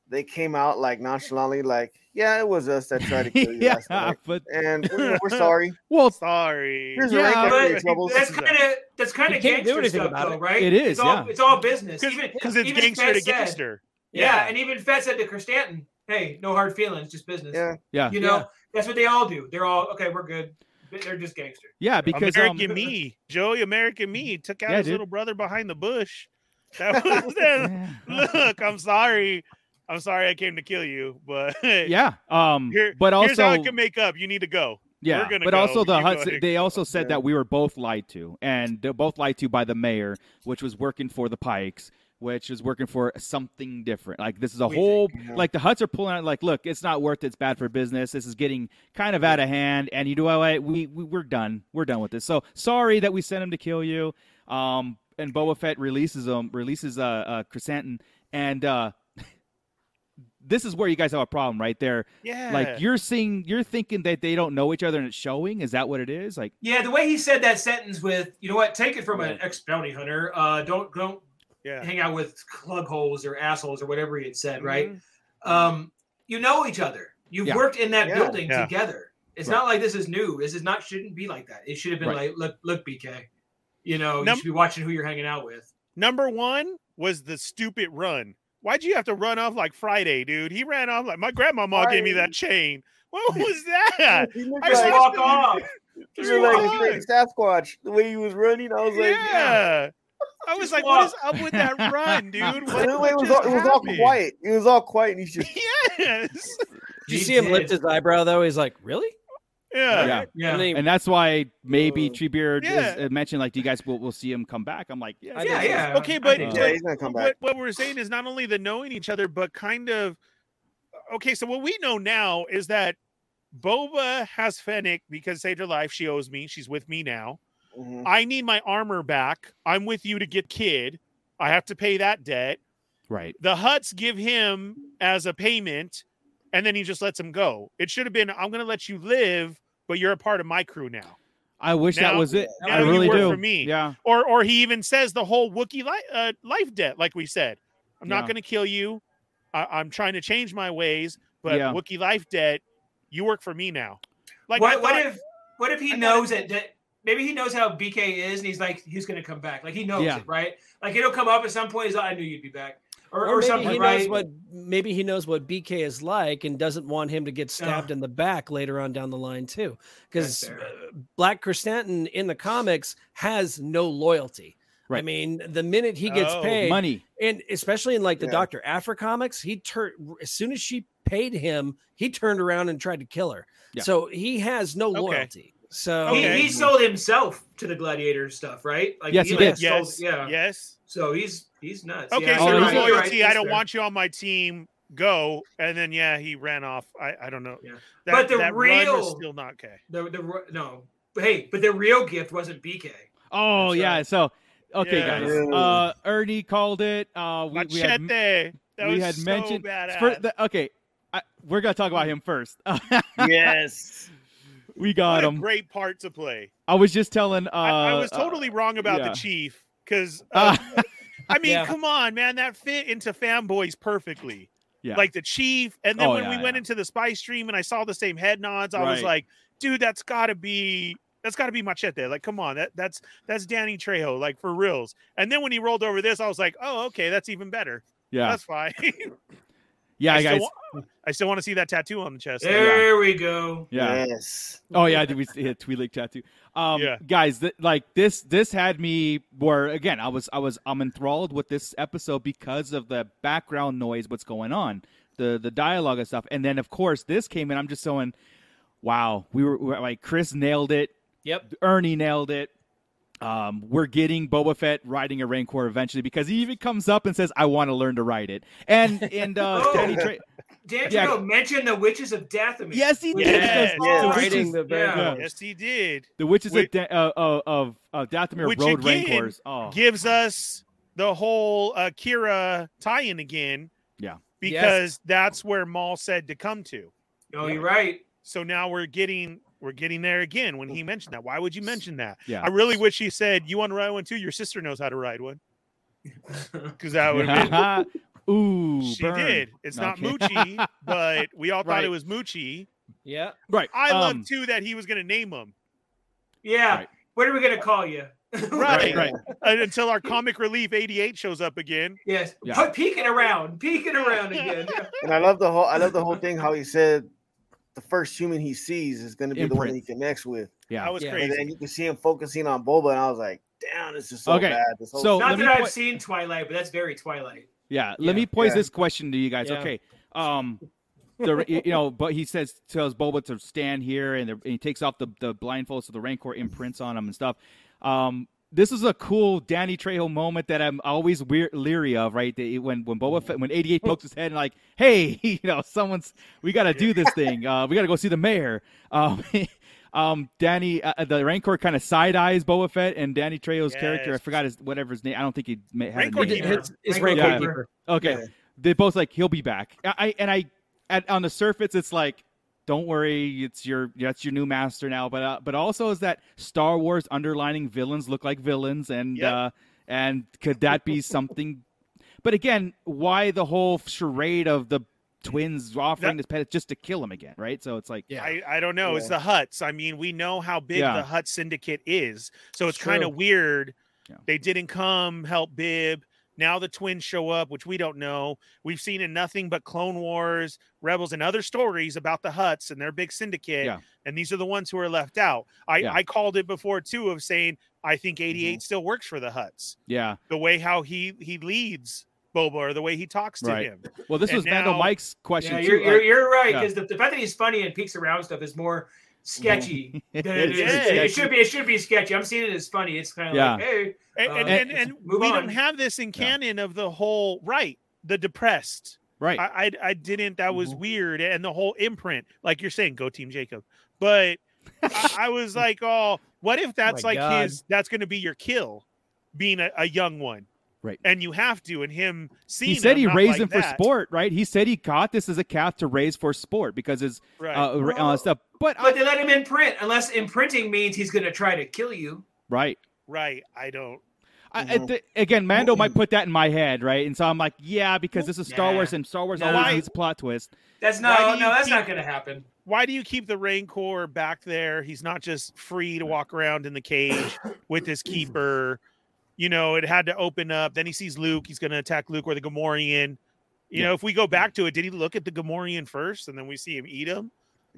[SPEAKER 5] they came out like nonchalantly, like, "Yeah, it was us that tried to kill you
[SPEAKER 7] <laughs> yeah,
[SPEAKER 5] last night,
[SPEAKER 7] but
[SPEAKER 5] and you know, we're sorry."
[SPEAKER 7] well,
[SPEAKER 3] Oh, Sorry.
[SPEAKER 5] Here's
[SPEAKER 7] Yeah,
[SPEAKER 5] a rank
[SPEAKER 8] but
[SPEAKER 5] for your troubles.
[SPEAKER 8] That's kind of that's kind
[SPEAKER 9] You
[SPEAKER 8] of
[SPEAKER 9] can't do
[SPEAKER 8] gangster
[SPEAKER 9] anything
[SPEAKER 8] stuff,
[SPEAKER 9] about
[SPEAKER 8] though,
[SPEAKER 9] it.
[SPEAKER 8] right?
[SPEAKER 7] It is,
[SPEAKER 8] It's all
[SPEAKER 7] yeah.
[SPEAKER 8] it's all business. Even-
[SPEAKER 3] Because it's
[SPEAKER 8] even
[SPEAKER 3] gangster to
[SPEAKER 8] Fett said-
[SPEAKER 3] gangster.
[SPEAKER 8] Yeah,
[SPEAKER 9] Yeah.
[SPEAKER 8] and even Fett said to Chris Stanton, "Hey, no hard feelings, just business."
[SPEAKER 5] Yeah.
[SPEAKER 7] Yeah.
[SPEAKER 8] you know
[SPEAKER 9] Yeah.
[SPEAKER 8] that's what they all do. They're all okay. We're good. They're just gangster.
[SPEAKER 7] yeah, because um,
[SPEAKER 3] American <laughs> Me, Joey American Me took out
[SPEAKER 7] Yeah,
[SPEAKER 3] his
[SPEAKER 7] dude.
[SPEAKER 3] little brother behind the
[SPEAKER 7] <laughs>
[SPEAKER 3] bush. That was <laughs> that- Look, I'm sorry. I'm sorry I came to kill you, but
[SPEAKER 7] <laughs>
[SPEAKER 3] <laughs>
[SPEAKER 7] yeah, um,
[SPEAKER 3] Here-
[SPEAKER 7] but also
[SPEAKER 3] here's how I can make up. You need to go.
[SPEAKER 7] Yeah,
[SPEAKER 3] gonna
[SPEAKER 7] but
[SPEAKER 3] go,
[SPEAKER 7] also the
[SPEAKER 3] you
[SPEAKER 7] Huts.
[SPEAKER 3] go ahead.
[SPEAKER 7] They also said
[SPEAKER 5] Yeah.
[SPEAKER 7] that we were both lied to, and they're both lied to by the mayor, which was working for the Pikes, which is working for something different. Like this is a
[SPEAKER 8] We
[SPEAKER 7] whole
[SPEAKER 5] Yeah.
[SPEAKER 7] like the Huts are pulling out. Like, look, it's not worth. it. It's bad for business. This is getting kind of out of hand, and you do what? We, we we're done. We're done with this. So sorry that we sent him to kill you. Um, and Boba Fett releases him, releases uh, uh Chrysanthemum, and uh, <laughs> this is where you guys have a problem right there
[SPEAKER 3] Yeah.
[SPEAKER 7] like you're seeing you're thinking that they don't know each other and it's showing is that what it is like
[SPEAKER 8] Yeah, the way he said that sentence with, you know what, take it from an
[SPEAKER 7] Right.
[SPEAKER 8] ex bounty hunter. Uh, don't don't
[SPEAKER 3] yeah. Mm-hmm.
[SPEAKER 8] hang out with club holes or assholes or whatever he had said, right? Um, you know each other. You've
[SPEAKER 7] Yeah.
[SPEAKER 8] worked in that
[SPEAKER 5] Yeah.
[SPEAKER 8] building
[SPEAKER 3] Yeah.
[SPEAKER 8] together. It's
[SPEAKER 7] Right.
[SPEAKER 8] not like this is new. This is not shouldn't be like that. It should have been
[SPEAKER 7] Right.
[SPEAKER 8] like, look, look, BK, you know,
[SPEAKER 3] Num-
[SPEAKER 8] you should be watching who you're hanging out with.
[SPEAKER 3] Number one was the stupid run. Why'd you have to run off like Friday, dude? He ran off like my grandmama gave me that chain.
[SPEAKER 7] <laughs>
[SPEAKER 3] What was that?
[SPEAKER 5] He looked
[SPEAKER 3] I
[SPEAKER 8] Just
[SPEAKER 3] said-
[SPEAKER 5] like,
[SPEAKER 8] walk
[SPEAKER 5] <laughs>
[SPEAKER 8] off.
[SPEAKER 5] he
[SPEAKER 8] Just
[SPEAKER 5] looked
[SPEAKER 3] walk
[SPEAKER 8] walk
[SPEAKER 5] like
[SPEAKER 3] on.
[SPEAKER 5] a freaking Sasquatch. The way he was running, I was like,
[SPEAKER 3] yeah. I was
[SPEAKER 8] Just
[SPEAKER 3] like, what
[SPEAKER 8] walk.
[SPEAKER 3] is up with that
[SPEAKER 5] <laughs>
[SPEAKER 3] run, dude?
[SPEAKER 5] By
[SPEAKER 3] What,
[SPEAKER 5] the way,
[SPEAKER 3] what
[SPEAKER 5] it was all,
[SPEAKER 3] just
[SPEAKER 5] it was all
[SPEAKER 3] happened?"
[SPEAKER 5] quiet. It was all quiet, and he's just
[SPEAKER 3] <laughs> Yes.
[SPEAKER 9] Did you
[SPEAKER 8] He
[SPEAKER 9] see him
[SPEAKER 8] did.
[SPEAKER 9] lift his eyebrow though? He's like, really?
[SPEAKER 3] Yeah.
[SPEAKER 7] yeah
[SPEAKER 8] Yeah.
[SPEAKER 9] And then he-
[SPEAKER 7] and that's why maybe
[SPEAKER 5] Uh,
[SPEAKER 7] treebeard
[SPEAKER 3] yeah.
[SPEAKER 7] is, uh, mentioned like do you guys will will see him come back i'm like yeah
[SPEAKER 9] I
[SPEAKER 7] yeah,
[SPEAKER 9] think
[SPEAKER 8] yeah,
[SPEAKER 9] so.
[SPEAKER 8] yeah.
[SPEAKER 3] Okay,
[SPEAKER 8] I
[SPEAKER 3] but-
[SPEAKER 8] think
[SPEAKER 3] but-
[SPEAKER 8] so.
[SPEAKER 5] yeah, he's gonna come back.
[SPEAKER 3] What, what we're saying is not only the knowing each other, but kind of okay. So what we know now is that Boba has Fennec because saved her life. She owes me. She's with me now.
[SPEAKER 5] Mhm.
[SPEAKER 3] I need my armor back. I'm with you to get kid. I have to pay that debt.
[SPEAKER 7] right
[SPEAKER 3] The Huts give him as a payment, and then he just lets him go. It should have been I'm going to let you live, but you're a part of my crew now.
[SPEAKER 7] i wish that
[SPEAKER 3] Now-
[SPEAKER 7] was it
[SPEAKER 3] now
[SPEAKER 7] i
[SPEAKER 3] you
[SPEAKER 7] really
[SPEAKER 3] work
[SPEAKER 7] do
[SPEAKER 3] for me.
[SPEAKER 7] yeah
[SPEAKER 3] or or he even says the whole Wookiee li- uh, life debt, like we said. I'm not
[SPEAKER 7] Yeah.
[SPEAKER 3] going to kill you. I- I'm trying to change my ways, but
[SPEAKER 7] Yeah.
[SPEAKER 3] Wookiee life debt, you work for me now. Like,
[SPEAKER 8] what,
[SPEAKER 3] I
[SPEAKER 8] what
[SPEAKER 3] thought-
[SPEAKER 8] if what if he
[SPEAKER 3] I thought-
[SPEAKER 8] knows that, that maybe he knows how BK is and he's like he's gonna come back like he knows
[SPEAKER 7] Yeah.
[SPEAKER 8] it right like it'll come up at some point he's like I knew you'd be back or, or,
[SPEAKER 9] Or, maybe
[SPEAKER 8] something
[SPEAKER 9] he
[SPEAKER 8] right
[SPEAKER 9] knows what maybe he knows what BK is like and doesn't want him to get stabbed in the back later on down the line too,
[SPEAKER 8] That's
[SPEAKER 9] because
[SPEAKER 8] fair.
[SPEAKER 9] Black Chrysanthemum in the comics has no loyalty. I
[SPEAKER 7] Right.
[SPEAKER 9] mean, the minute he gets
[SPEAKER 3] Oh.
[SPEAKER 9] paid,
[SPEAKER 7] money
[SPEAKER 9] and especially in like the
[SPEAKER 5] Yeah.
[SPEAKER 9] Doctor Afra comics, he turned as soon as she paid him, he turned around and tried to kill her.
[SPEAKER 7] Yeah.
[SPEAKER 9] So he has no
[SPEAKER 3] Okay.
[SPEAKER 9] loyalty. So
[SPEAKER 3] Okay.
[SPEAKER 8] He, he sold himself to the gladiator stuff, right? Like
[SPEAKER 7] Yes, he
[SPEAKER 8] like,
[SPEAKER 7] did.
[SPEAKER 3] Yes.
[SPEAKER 8] sold, yeah.
[SPEAKER 3] Yes.
[SPEAKER 8] So he's he's nuts.
[SPEAKER 3] Okay.
[SPEAKER 8] yeah,
[SPEAKER 3] so
[SPEAKER 7] Oh,
[SPEAKER 8] you're
[SPEAKER 3] your
[SPEAKER 8] right,
[SPEAKER 7] he's
[SPEAKER 8] you're right,
[SPEAKER 3] loyalty. I
[SPEAKER 8] he's
[SPEAKER 3] don't
[SPEAKER 8] there.
[SPEAKER 3] want you on my team. Go. And then yeah, he ran off. I, I don't know.
[SPEAKER 8] Yeah.
[SPEAKER 3] That,
[SPEAKER 8] But the
[SPEAKER 3] that run was
[SPEAKER 8] real-
[SPEAKER 3] still not okay.
[SPEAKER 8] The, the ro- no. But hey, but the real gift wasn't BK.
[SPEAKER 7] Oh
[SPEAKER 8] That's
[SPEAKER 7] yeah.
[SPEAKER 8] right.
[SPEAKER 7] So okay,
[SPEAKER 3] Yeah.
[SPEAKER 7] guys.
[SPEAKER 5] Yeah.
[SPEAKER 7] Uh, Ernie called it. Uh, we, we had,
[SPEAKER 3] Machete. That
[SPEAKER 7] we
[SPEAKER 3] was
[SPEAKER 7] had
[SPEAKER 3] so
[SPEAKER 7] mentioned
[SPEAKER 3] badass.
[SPEAKER 7] for the, okay. I, we're gonna talk about him first. <laughs>
[SPEAKER 5] yes.
[SPEAKER 7] we
[SPEAKER 3] what
[SPEAKER 7] got
[SPEAKER 3] a
[SPEAKER 7] him.
[SPEAKER 3] great part to play.
[SPEAKER 7] I was just telling. Uh,
[SPEAKER 3] I, I was
[SPEAKER 7] uh,
[SPEAKER 3] totally wrong about
[SPEAKER 7] yeah.
[SPEAKER 3] the chief because
[SPEAKER 7] uh,
[SPEAKER 3] <laughs> I mean,
[SPEAKER 9] Yeah.
[SPEAKER 3] come on, man, that fit into fanboys perfectly.
[SPEAKER 7] Yeah.
[SPEAKER 3] Like the chief, and then
[SPEAKER 7] Oh,
[SPEAKER 3] when
[SPEAKER 7] yeah,
[SPEAKER 3] we went
[SPEAKER 7] yeah.
[SPEAKER 3] into the spy stream and I saw the same head nods, I was
[SPEAKER 7] Right.
[SPEAKER 3] like, dude, that's gotta be that's gotta be Machete. Like, come on, that that's that's Danny Trejo, like for reals. And then when he rolled over this, I was like, oh, okay, that's even better.
[SPEAKER 7] yeah,
[SPEAKER 3] That's fine. <laughs>
[SPEAKER 7] yeah,
[SPEAKER 3] I,
[SPEAKER 7] guys.
[SPEAKER 3] still wa- I still want to see that tattoo on the chest.
[SPEAKER 8] There we go.
[SPEAKER 7] Yeah.
[SPEAKER 5] Yes.
[SPEAKER 7] Oh yeah, did we hit Tweet League tattoo? Um,
[SPEAKER 3] Yeah.
[SPEAKER 7] guys, th- like this, this had me where again, I was, I was, I'm enthralled with this episode because of the background noise, what's going on, the the dialogue and stuff, and then of course this came in. I'm just going, wow, we were, we were- like Chris nailed it,
[SPEAKER 9] Yep.
[SPEAKER 7] Ernie nailed it. Um, we're getting Boba Fett riding a Rancor eventually because he even comes up and says, "I want to learn to ride it," and and uh,
[SPEAKER 8] Oh.
[SPEAKER 7] Danny Tre-
[SPEAKER 8] Dan
[SPEAKER 7] Yeah.
[SPEAKER 8] Trejo mentioned the witches of Dathomir.
[SPEAKER 7] yes, he did.
[SPEAKER 3] Yes.
[SPEAKER 7] because
[SPEAKER 5] Yes.
[SPEAKER 7] the witches-
[SPEAKER 9] Writing the
[SPEAKER 8] yeah.
[SPEAKER 9] background.
[SPEAKER 3] Yes, he did.
[SPEAKER 7] The witches
[SPEAKER 3] Whi-
[SPEAKER 7] of, da- uh, uh, of uh, Dathomir
[SPEAKER 3] Which
[SPEAKER 7] Road
[SPEAKER 3] again
[SPEAKER 7] Rancors. Oh,
[SPEAKER 3] gives us the whole uh, Kira tie-in again.
[SPEAKER 7] Yeah.
[SPEAKER 3] Because that's where Maul said to come to.
[SPEAKER 8] No, you're right.
[SPEAKER 3] So now we're getting we're getting there again when he mentioned that. Why would you mention that?
[SPEAKER 7] Yeah.
[SPEAKER 3] I really wish he said, You want to ride one too? Your sister knows how to ride one. Because that would have
[SPEAKER 7] <laughs> Ooh,
[SPEAKER 3] been she
[SPEAKER 7] burn.
[SPEAKER 3] did. It's
[SPEAKER 7] No,
[SPEAKER 3] not
[SPEAKER 7] I'm kidding. <laughs>
[SPEAKER 3] Moochie, but we all thought
[SPEAKER 7] Right.
[SPEAKER 3] it was Moochie.
[SPEAKER 9] Yeah.
[SPEAKER 7] Right.
[SPEAKER 3] I
[SPEAKER 7] um,
[SPEAKER 3] love too that he was gonna name him.
[SPEAKER 8] Yeah.
[SPEAKER 7] Right.
[SPEAKER 8] What are we gonna call you? <laughs>
[SPEAKER 3] Right.
[SPEAKER 7] Right.
[SPEAKER 3] And uh, until
[SPEAKER 7] <laughs>
[SPEAKER 3] our comic relief 88 shows up again.
[SPEAKER 8] Yes.
[SPEAKER 7] Yeah.
[SPEAKER 8] Put peeking around, peeking around again.
[SPEAKER 5] And I love the whole I love the whole thing how he said the first human he sees is gonna be the one
[SPEAKER 7] Imprint.
[SPEAKER 5] he connects with.
[SPEAKER 7] Yeah.
[SPEAKER 3] That was
[SPEAKER 9] Yeah.
[SPEAKER 5] And
[SPEAKER 3] crazy.
[SPEAKER 5] then you can see him focusing on Boba, and I was like, damn, this is so
[SPEAKER 7] Okay,
[SPEAKER 5] bad. This whole
[SPEAKER 7] so-
[SPEAKER 8] Not
[SPEAKER 7] let me
[SPEAKER 8] that I've
[SPEAKER 7] point-
[SPEAKER 8] seen Twilight, but that's very Twilight.
[SPEAKER 7] Yeah. Let
[SPEAKER 9] Yeah.
[SPEAKER 7] me pose
[SPEAKER 5] Yeah.
[SPEAKER 7] this question to you guys.
[SPEAKER 9] Yeah.
[SPEAKER 7] Okay. Um, the you know, but he says tells Boba to stand here, and, the, and he takes off the the blindfold so the Rancor imprints on him and stuff. Um, this is a cool Danny Trejo moment that I'm always weir- leery of, right? That when when Boba Fett, when 88 pokes his head and like, hey, <laughs> you know, someone's we got to do this thing. Uh, we got to go see the mayor. Um, <laughs> um, Danny, uh, the Rancor kind of side eyes Boba Fett and Danny Trejo's character. I
[SPEAKER 3] Yes.
[SPEAKER 7] forgot his whatever his name. I don't think he ma- had a
[SPEAKER 3] Rancor
[SPEAKER 7] name.
[SPEAKER 3] Keeper.
[SPEAKER 9] It's, it's
[SPEAKER 8] Rancor
[SPEAKER 9] Rancor
[SPEAKER 7] Keeper.
[SPEAKER 9] Keeper.
[SPEAKER 7] Okay.
[SPEAKER 5] Yeah.
[SPEAKER 7] They're both like, he'll be back. I, I and I at, on the surface, it's like, don't worry, it's your that's your new master now. But uh, but also is that Star Wars underlining villains look like villains, and
[SPEAKER 3] Yep.
[SPEAKER 7] uh, and could that be something? But again, why the whole charade of the twins offering this pet It's just to kill him again, right? So it's like,
[SPEAKER 9] Yeah.
[SPEAKER 3] I, I don't know. It's
[SPEAKER 5] Yeah.
[SPEAKER 3] the Huts. I mean, we know how big
[SPEAKER 7] Yeah.
[SPEAKER 3] the Hut Syndicate is. So it's
[SPEAKER 9] It's
[SPEAKER 3] kind of
[SPEAKER 9] true.
[SPEAKER 3] weird.
[SPEAKER 7] Yeah.
[SPEAKER 3] They didn't come help Bib. Now the twins show up, which we don't know. We've seen in nothing but Clone Wars, Rebels, and other stories about the Huts and their big syndicate.
[SPEAKER 7] Yeah.
[SPEAKER 3] And these are the ones who are left out. I,
[SPEAKER 7] Yeah. Mm-hmm.
[SPEAKER 3] I called it before too of saying I think 88 still works for the Huts.
[SPEAKER 7] yeah.
[SPEAKER 3] The way how he he leads Boba or the way he talks to
[SPEAKER 7] Right.
[SPEAKER 3] him.
[SPEAKER 7] Well, this
[SPEAKER 3] And
[SPEAKER 7] was Vandal
[SPEAKER 3] now-
[SPEAKER 7] Mike's question
[SPEAKER 8] Yeah,
[SPEAKER 7] too.
[SPEAKER 8] you're,
[SPEAKER 7] like-
[SPEAKER 8] you're, you're right
[SPEAKER 7] yeah.
[SPEAKER 8] because the, the fact that he's funny and peeks around stuff is more
[SPEAKER 7] <laughs>
[SPEAKER 8] sketchy. than it, is.
[SPEAKER 7] It's
[SPEAKER 8] It
[SPEAKER 7] sketchy.
[SPEAKER 8] should be. It should be sketchy. I'm seeing it as funny. It's kind of like, hey,
[SPEAKER 3] And
[SPEAKER 8] Uh,
[SPEAKER 3] and,
[SPEAKER 8] And-
[SPEAKER 3] and, and
[SPEAKER 8] move
[SPEAKER 3] we
[SPEAKER 8] on.
[SPEAKER 3] don't have this in
[SPEAKER 7] Yeah.
[SPEAKER 3] canon of the whole right, the depressed.
[SPEAKER 7] right.
[SPEAKER 3] I, I I didn't. That
[SPEAKER 7] Mm-hmm.
[SPEAKER 3] was weird, and the whole imprint, like you're saying, go Team Jacob. But I, I was like, oh, what if that's
[SPEAKER 9] my
[SPEAKER 3] like
[SPEAKER 9] God.
[SPEAKER 3] his? That's going to be your kill, being a, a young one,
[SPEAKER 7] Right.
[SPEAKER 3] And you have to, and him seeing.
[SPEAKER 7] he said
[SPEAKER 3] him,
[SPEAKER 7] he
[SPEAKER 3] not
[SPEAKER 7] raised
[SPEAKER 3] like
[SPEAKER 7] him for
[SPEAKER 3] that.
[SPEAKER 7] sport, right? He said he caught this as a calf to raise for sport because his
[SPEAKER 3] Right.
[SPEAKER 7] uh, ra- uh,
[SPEAKER 8] Well-
[SPEAKER 7] stuff. But I,
[SPEAKER 8] but they let him imprint unless imprinting means he's going to try to kill you.
[SPEAKER 7] right,
[SPEAKER 3] right. I don't.
[SPEAKER 7] I, I
[SPEAKER 3] Mm-hmm.
[SPEAKER 7] th- again, Mando might put that in my head, right? And so I'm like, yeah, because this is Star
[SPEAKER 8] Yeah.
[SPEAKER 7] Wars, and Star Wars
[SPEAKER 8] No.
[SPEAKER 7] always needs a plot twist.
[SPEAKER 8] That's
[SPEAKER 3] Why
[SPEAKER 8] not.
[SPEAKER 3] do
[SPEAKER 8] No,
[SPEAKER 3] you
[SPEAKER 8] that's
[SPEAKER 3] keep-
[SPEAKER 8] not going to happen.
[SPEAKER 3] Why do you keep the Rancor back there? He's not just free to walk around in the
[SPEAKER 7] <coughs>
[SPEAKER 3] cage with his keeper. You know, it had to open up. Then he sees Luke. He's going to attack Luke or the Gamorrean. You
[SPEAKER 7] Yeah.
[SPEAKER 3] know, if we go back to it, did he look at the Gamorrean first and then we see him eat him?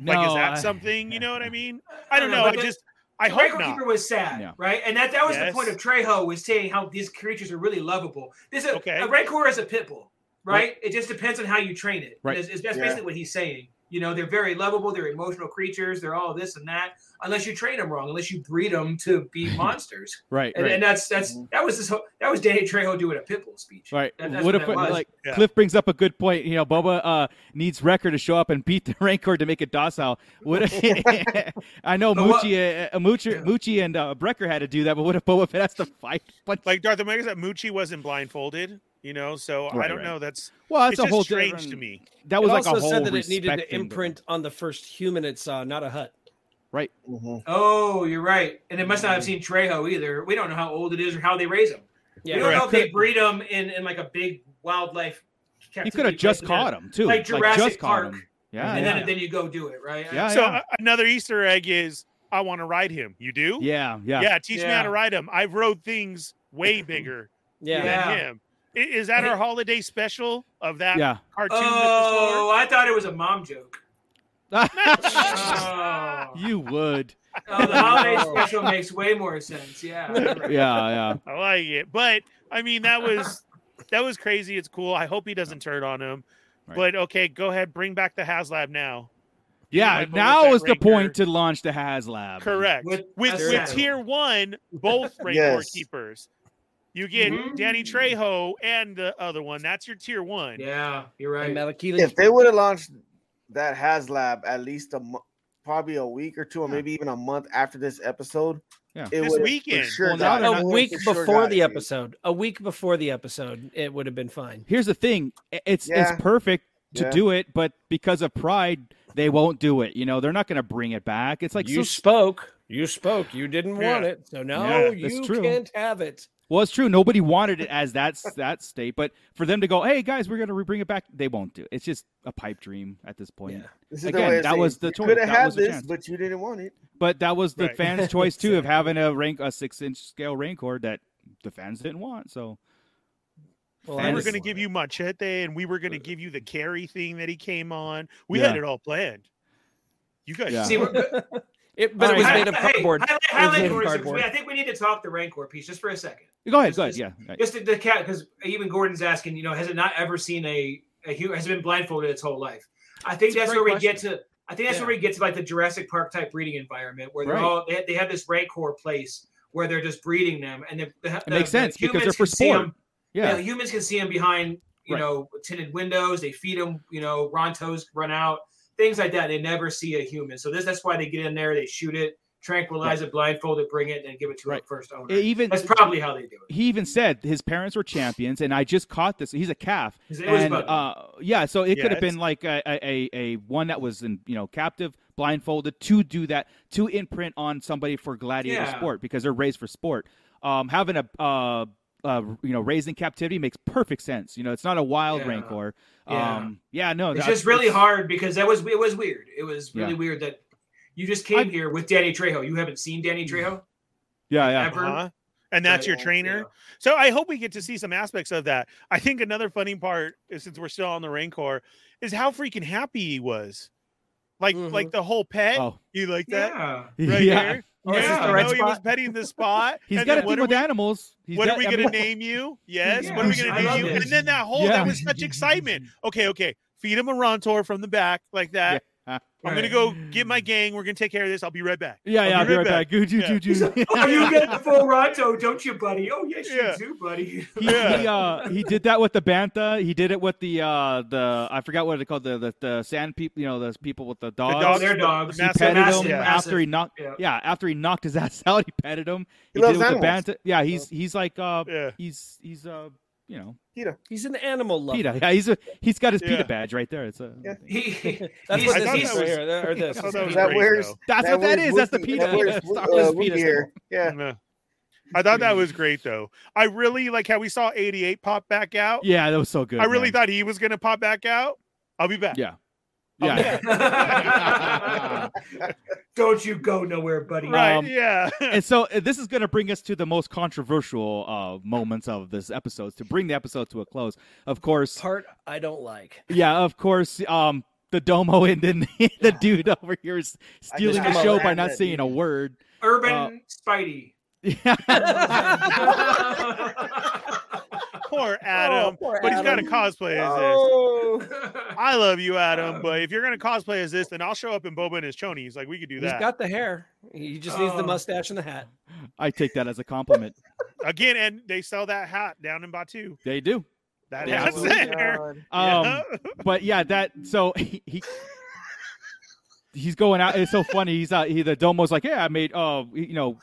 [SPEAKER 3] like, is
[SPEAKER 7] No,
[SPEAKER 3] that
[SPEAKER 7] I-
[SPEAKER 3] something? You know what I mean? I don't
[SPEAKER 8] Uh,
[SPEAKER 3] know.
[SPEAKER 8] but
[SPEAKER 3] I
[SPEAKER 8] the-
[SPEAKER 3] just, I
[SPEAKER 8] the
[SPEAKER 3] hope
[SPEAKER 8] record
[SPEAKER 3] not.
[SPEAKER 8] keeper was sad,
[SPEAKER 7] Yeah.
[SPEAKER 8] right? And that that was the
[SPEAKER 3] Yes.
[SPEAKER 8] point of Trejo was saying how these creatures are really lovable. This is
[SPEAKER 3] Okay.
[SPEAKER 8] a rancor is a pit bull. right? It just depends on how you train it.
[SPEAKER 7] Right.
[SPEAKER 8] It's, it's- that's
[SPEAKER 5] Yeah.
[SPEAKER 8] basically what he's saying. You know, they're very lovable. They're emotional creatures. They're all this and that. Unless you train them wrong. Unless you breed them to be monsters.
[SPEAKER 7] Right,
[SPEAKER 8] And,
[SPEAKER 7] right.
[SPEAKER 8] and that's that's
[SPEAKER 5] Mhm.
[SPEAKER 8] that was this whole, that was Danny Trejo doing a pitbull speech.
[SPEAKER 7] Right.
[SPEAKER 8] That- that's
[SPEAKER 7] what
[SPEAKER 8] what
[SPEAKER 7] if
[SPEAKER 8] that was.
[SPEAKER 7] like
[SPEAKER 3] Yeah.
[SPEAKER 7] Cliff brings up a good point? You know, Boba uh, needs Wrecker to show up and beat the <laughs> Rancor to make it docile. What if, <laughs> I know
[SPEAKER 8] But what-
[SPEAKER 7] Moochie, uh, Moochie,
[SPEAKER 8] Yeah.
[SPEAKER 7] Moochie and uh, Wrecker had to do that, but what if Boba Fett has to fight? But
[SPEAKER 3] Like Darth Omega said, Moochie wasn't blindfolded, you know, so I
[SPEAKER 7] Right,
[SPEAKER 3] don't
[SPEAKER 7] right.
[SPEAKER 3] know. That's
[SPEAKER 7] well, that's
[SPEAKER 3] it's
[SPEAKER 7] a
[SPEAKER 3] just
[SPEAKER 7] whole
[SPEAKER 3] strange to
[SPEAKER 7] different-
[SPEAKER 3] me.
[SPEAKER 7] That was
[SPEAKER 9] it
[SPEAKER 7] like
[SPEAKER 9] also
[SPEAKER 7] a whole
[SPEAKER 9] said that it needed
[SPEAKER 7] respect
[SPEAKER 9] to
[SPEAKER 7] thing, but-
[SPEAKER 9] imprint on the first human it saw, not a hut.
[SPEAKER 7] Right.
[SPEAKER 5] Mhm.
[SPEAKER 8] oh, you're right. And they must not have seen Trejo either. We don't know how old it is or how they raise him.
[SPEAKER 9] Mm-hmm. Yeah.
[SPEAKER 8] we don't
[SPEAKER 3] Correct.
[SPEAKER 8] know if they breed them in in like a big wildlife.
[SPEAKER 7] He
[SPEAKER 8] captivity
[SPEAKER 7] could have just
[SPEAKER 8] place in there.
[SPEAKER 7] caught him too.
[SPEAKER 8] Like Jurassic
[SPEAKER 7] just caught
[SPEAKER 8] Park.
[SPEAKER 7] him. Yeah.
[SPEAKER 8] and
[SPEAKER 7] yeah.
[SPEAKER 8] then then you go do it right.
[SPEAKER 7] Yeah,
[SPEAKER 3] so
[SPEAKER 7] yeah.
[SPEAKER 3] a- another Easter egg is I want to ride him. You do?
[SPEAKER 7] yeah, yeah,
[SPEAKER 3] Yeah, teach me how to
[SPEAKER 8] Yeah.
[SPEAKER 3] ride him. I've rode things way bigger
[SPEAKER 9] Yeah.
[SPEAKER 3] than
[SPEAKER 8] Yeah.
[SPEAKER 3] him. I- Is that our holiday special of that
[SPEAKER 7] yeah.
[SPEAKER 3] cartoon?
[SPEAKER 8] Oh, I thought it was a mom
[SPEAKER 7] <laughs>
[SPEAKER 8] joke. Oh,
[SPEAKER 7] you would.
[SPEAKER 8] Oh, the holiday special makes way more sense. Yeah.
[SPEAKER 7] <laughs>
[SPEAKER 8] you're
[SPEAKER 7] Yeah,
[SPEAKER 8] right.
[SPEAKER 7] yeah.
[SPEAKER 3] I like it. But I mean, that was that was crazy. It's cool. I hope he doesn't turn on him.
[SPEAKER 7] Right.
[SPEAKER 3] But okay, go ahead, bring back the HasLab now.
[SPEAKER 7] Yeah,
[SPEAKER 3] Like Boba
[SPEAKER 7] now
[SPEAKER 3] Fett
[SPEAKER 7] is the
[SPEAKER 3] Rancor.
[SPEAKER 7] point to launch the HasLab.
[SPEAKER 3] Correct. With
[SPEAKER 8] With-
[SPEAKER 3] with,
[SPEAKER 8] that's
[SPEAKER 9] right.
[SPEAKER 3] tier one, both Rancor
[SPEAKER 5] Yes.
[SPEAKER 3] keepers. You get
[SPEAKER 8] Mhm.
[SPEAKER 3] Danny Trejo and the other one. That's your tier one.
[SPEAKER 8] Yeah, you're
[SPEAKER 9] And
[SPEAKER 8] right.
[SPEAKER 9] Malakili-
[SPEAKER 5] If they would have launched that HasLab at least a mo- probably a week or two, or
[SPEAKER 7] Yeah.
[SPEAKER 5] maybe even a month after this episode,
[SPEAKER 7] Yeah.
[SPEAKER 5] it
[SPEAKER 3] This
[SPEAKER 5] would've for
[SPEAKER 3] weekend.
[SPEAKER 5] sure
[SPEAKER 7] Well,
[SPEAKER 5] got
[SPEAKER 7] now
[SPEAKER 5] it.
[SPEAKER 9] "Oh, a
[SPEAKER 7] they're
[SPEAKER 5] It
[SPEAKER 9] week
[SPEAKER 5] for sure
[SPEAKER 9] before
[SPEAKER 5] got
[SPEAKER 9] the
[SPEAKER 5] it.
[SPEAKER 9] episode, a week before the episode, it would have been fine.
[SPEAKER 7] Here's the thing. i- It's
[SPEAKER 5] Yeah.
[SPEAKER 7] it's perfect to
[SPEAKER 5] Yeah.
[SPEAKER 7] do it, but because of pride, they won't do it. You know, they're not going to bring it back. It's like
[SPEAKER 9] you
[SPEAKER 7] so,
[SPEAKER 9] spoke, you spoke, you didn't
[SPEAKER 3] Yeah.
[SPEAKER 9] want it, so now
[SPEAKER 7] Yeah, that's
[SPEAKER 9] you
[SPEAKER 7] true.
[SPEAKER 9] can't have it.
[SPEAKER 7] well, it's true. Nobody wanted it as that's that state, but for them to go, hey guys, we're going to re- bring it back. They won't do. It. It's just a pipe dream at this point.
[SPEAKER 9] Yeah.
[SPEAKER 5] This is the
[SPEAKER 7] Again,
[SPEAKER 5] way I
[SPEAKER 7] that
[SPEAKER 5] say
[SPEAKER 7] was
[SPEAKER 5] it.
[SPEAKER 7] the
[SPEAKER 5] You
[SPEAKER 7] choice.
[SPEAKER 5] could have
[SPEAKER 7] That
[SPEAKER 5] had
[SPEAKER 7] was the
[SPEAKER 5] this,
[SPEAKER 7] chance.
[SPEAKER 5] but you didn't want it.
[SPEAKER 7] But that was the
[SPEAKER 3] Right.
[SPEAKER 8] <laughs>
[SPEAKER 7] fans' choice too of having a rank a six inch scale rancor that the fans didn't want. So
[SPEAKER 9] Well,
[SPEAKER 3] We
[SPEAKER 7] And
[SPEAKER 3] were
[SPEAKER 7] it's-
[SPEAKER 3] going to give you Machete, and we were going to give you the carry thing that he came on. We had
[SPEAKER 7] Yeah.
[SPEAKER 3] it all planned. You guys,
[SPEAKER 7] Yeah.
[SPEAKER 8] See, we're,
[SPEAKER 9] it, but it was
[SPEAKER 7] Alright.
[SPEAKER 9] made of cardboard.
[SPEAKER 8] Hey,
[SPEAKER 9] It was
[SPEAKER 8] highlight,
[SPEAKER 9] made
[SPEAKER 8] highlight
[SPEAKER 9] of
[SPEAKER 8] Gordon's-
[SPEAKER 9] cardboard.
[SPEAKER 8] I think we need to talk the Rancor piece just for a second.
[SPEAKER 7] go ahead,
[SPEAKER 8] Just-
[SPEAKER 7] go ahead.
[SPEAKER 8] just-
[SPEAKER 7] Yeah, right.
[SPEAKER 8] Just the, the cat, because even Gordon's asking, you know, has it not ever seen a, a human, has it been blindfolded its whole life? I think
[SPEAKER 9] It's a
[SPEAKER 8] that's
[SPEAKER 9] great
[SPEAKER 8] where we
[SPEAKER 9] question.
[SPEAKER 8] get to, I think that's where we get to like the Jurassic Park type breeding environment where they're
[SPEAKER 7] Right.
[SPEAKER 8] all, they, they have this Rancor place where they're just breeding them. And the, the,
[SPEAKER 7] it makes sense because they're
[SPEAKER 8] humans
[SPEAKER 7] for
[SPEAKER 8] can see
[SPEAKER 7] sport.
[SPEAKER 8] 'em-
[SPEAKER 7] yeah.
[SPEAKER 8] you know, humans can see them behind, you
[SPEAKER 7] Right.
[SPEAKER 8] know, tinted windows. They feed them, you know, rontos run out, things like that. They never see a human. So this, that's why they get in there, they shoot it, tranquilize it, blindfold it, bring it, and then give it to
[SPEAKER 7] Right.
[SPEAKER 8] a first owner.
[SPEAKER 7] It even
[SPEAKER 8] that's probably how they do it.
[SPEAKER 7] he even said his parents were champions, and I just caught this. He's a calf,
[SPEAKER 8] 'Cause It was
[SPEAKER 7] and
[SPEAKER 8] about-
[SPEAKER 7] uh, yeah, so it
[SPEAKER 3] Yeah,
[SPEAKER 7] could have
[SPEAKER 3] it's-
[SPEAKER 7] been like a, a, a, a one that was in you know captive, blindfolded to do that to imprint on somebody for gladiator
[SPEAKER 8] Yeah.
[SPEAKER 7] sport because they're raised for sport. Um, having a uh, uh, you know raised in captivity makes perfect sense. You know, it's not a wild
[SPEAKER 8] Yeah.
[SPEAKER 7] rancor.
[SPEAKER 8] Yeah.
[SPEAKER 7] Um, yeah, no,
[SPEAKER 8] it's
[SPEAKER 7] that's-
[SPEAKER 8] just really
[SPEAKER 7] it's-
[SPEAKER 8] hard because that was it was weird. It was really
[SPEAKER 7] Yeah.
[SPEAKER 8] weird that you just came
[SPEAKER 7] I-
[SPEAKER 8] here with Danny Trejo. You haven't seen Danny Trejo
[SPEAKER 7] Yeah, yeah,
[SPEAKER 8] ever.
[SPEAKER 3] Uh-huh. And that's your
[SPEAKER 8] Right.
[SPEAKER 3] trainer.
[SPEAKER 8] Yeah.
[SPEAKER 3] So I hope we get to see some aspects of that. I think another funny part, is, since we're still on the Rancor, is how freaking happy he was. Like,
[SPEAKER 9] Mhm.
[SPEAKER 3] like the whole pet.
[SPEAKER 7] oh,
[SPEAKER 3] You like that
[SPEAKER 8] Yeah.
[SPEAKER 3] right
[SPEAKER 7] <laughs> yeah.
[SPEAKER 3] there?
[SPEAKER 9] Oh,
[SPEAKER 3] yeah,
[SPEAKER 9] this is the
[SPEAKER 3] I
[SPEAKER 9] right
[SPEAKER 3] know he was
[SPEAKER 9] spot.
[SPEAKER 3] petting the spot.
[SPEAKER 7] <laughs> He's
[SPEAKER 3] and
[SPEAKER 7] got a
[SPEAKER 3] then
[SPEAKER 7] thing
[SPEAKER 3] what are
[SPEAKER 7] with
[SPEAKER 3] we-
[SPEAKER 7] animals. He's
[SPEAKER 3] what
[SPEAKER 7] got-
[SPEAKER 3] are we
[SPEAKER 7] I
[SPEAKER 3] going to
[SPEAKER 7] mean- <laughs>
[SPEAKER 3] name you? Yes. What are we
[SPEAKER 8] Yeah.
[SPEAKER 3] going
[SPEAKER 8] I
[SPEAKER 3] to
[SPEAKER 8] love
[SPEAKER 3] name you?
[SPEAKER 8] this.
[SPEAKER 3] And then that whole,
[SPEAKER 7] Yeah.
[SPEAKER 3] that was such excitement. Okay, okay. Feed him a Rontor from the back like that.
[SPEAKER 7] Yeah.
[SPEAKER 3] I'm going to
[SPEAKER 8] Right.
[SPEAKER 3] go get my gang. We're going to take care of this. I'll be right back.
[SPEAKER 7] Yeah, yeah,
[SPEAKER 3] I'll
[SPEAKER 7] I'll be right back. Goo, goo,
[SPEAKER 3] Yeah.
[SPEAKER 7] goo,
[SPEAKER 8] <laughs>
[SPEAKER 7] goo.
[SPEAKER 8] <laughs> Oh, you get the full Ronto, don't you, buddy? Oh, yes,
[SPEAKER 3] Yeah.
[SPEAKER 8] you do, buddy.
[SPEAKER 7] He,
[SPEAKER 3] Yeah.
[SPEAKER 7] he, uh, he did that with the bantha. He did it with the uh, the I forgot what it called the, the the sand people. You know those people with the
[SPEAKER 3] <laughs>
[SPEAKER 7] dogs.
[SPEAKER 3] dogs.
[SPEAKER 8] They're dogs.
[SPEAKER 7] He
[SPEAKER 3] Massive,
[SPEAKER 7] petted
[SPEAKER 8] massive,
[SPEAKER 7] him
[SPEAKER 8] massive.
[SPEAKER 7] after he knocked.
[SPEAKER 8] Yeah.
[SPEAKER 7] Yeah. after he knocked his <laughs> ass out, he petted him.
[SPEAKER 5] He
[SPEAKER 7] did it
[SPEAKER 5] loves
[SPEAKER 7] with
[SPEAKER 5] animals.
[SPEAKER 7] the bantha. Yeah, he's he's like uh,
[SPEAKER 3] Yeah.
[SPEAKER 7] he's he's uh, you know,
[SPEAKER 9] He's an animal lover.
[SPEAKER 7] PETA. Yeah, he's a, he's got his
[SPEAKER 3] Yeah.
[SPEAKER 7] PETA badge right there. It's a
[SPEAKER 5] Yeah.
[SPEAKER 3] <laughs>
[SPEAKER 8] He,
[SPEAKER 9] That's
[SPEAKER 8] he's,
[SPEAKER 9] what
[SPEAKER 3] I
[SPEAKER 9] this
[SPEAKER 3] thought
[SPEAKER 9] is
[SPEAKER 3] that
[SPEAKER 9] right
[SPEAKER 3] was-
[SPEAKER 9] here. Or
[SPEAKER 3] I
[SPEAKER 9] this.
[SPEAKER 3] thought that was
[SPEAKER 5] That
[SPEAKER 3] great,
[SPEAKER 5] wears-
[SPEAKER 3] though.
[SPEAKER 7] that's what that
[SPEAKER 5] wears
[SPEAKER 7] is. That's the
[SPEAKER 5] Wookiee-
[SPEAKER 7] PETA.
[SPEAKER 5] that wears Wo-
[SPEAKER 7] Star
[SPEAKER 5] uh,
[SPEAKER 7] Wars
[SPEAKER 5] Wookiee
[SPEAKER 7] PETA
[SPEAKER 5] here. Yeah.
[SPEAKER 3] Yeah. I thought that
[SPEAKER 7] <laughs>
[SPEAKER 3] was great though. I really like how we saw 88 pop back out.
[SPEAKER 7] Yeah, that was so good.
[SPEAKER 3] I really
[SPEAKER 7] man.
[SPEAKER 3] thought he was gonna pop back out. I'll be back.
[SPEAKER 7] Yeah, yeah. <laughs>
[SPEAKER 8] <laughs> don't you go nowhere, buddy.
[SPEAKER 3] Right.
[SPEAKER 7] Um, <laughs>
[SPEAKER 3] yeah.
[SPEAKER 7] and so uh, this is going to bring us to the most controversial uh, moments of this episode to bring the episode to a close of course
[SPEAKER 9] Part I don't like.
[SPEAKER 7] yeah of course um the domo <laughs> and then the dude over here is
[SPEAKER 5] I
[SPEAKER 7] stealing
[SPEAKER 5] just
[SPEAKER 7] the show by
[SPEAKER 5] laughed
[SPEAKER 7] not
[SPEAKER 5] at
[SPEAKER 7] saying a
[SPEAKER 5] you.
[SPEAKER 7] word <laughs>
[SPEAKER 8] Urban <laughs>
[SPEAKER 7] Uh,
[SPEAKER 8] Spidey.
[SPEAKER 7] yeah
[SPEAKER 3] Oh, Poor Adam.
[SPEAKER 9] poor
[SPEAKER 3] but he's got to
[SPEAKER 9] Adam.
[SPEAKER 3] cosplay as this.
[SPEAKER 5] Oh,
[SPEAKER 3] I love you, Adam.
[SPEAKER 7] Uh.
[SPEAKER 8] Um,
[SPEAKER 3] but if you're gonna cosplay as this, then I'll show up in Boba and his chonies. Like we could do
[SPEAKER 9] He's
[SPEAKER 3] that
[SPEAKER 9] got the hair. He just needs the
[SPEAKER 8] Oh.
[SPEAKER 9] mustache and the hat.
[SPEAKER 7] I take that as a compliment.
[SPEAKER 3] again. And they sell that hat down in Batu.
[SPEAKER 7] they do.
[SPEAKER 3] That
[SPEAKER 7] Yeah.
[SPEAKER 3] hat's there.
[SPEAKER 5] God.
[SPEAKER 7] Um,
[SPEAKER 3] Yeah.
[SPEAKER 7] but yeah, that so <laughs> he, he he's going out. It's so funny. He's uh, he the Domo's like, yeah, I made. Oh, you know,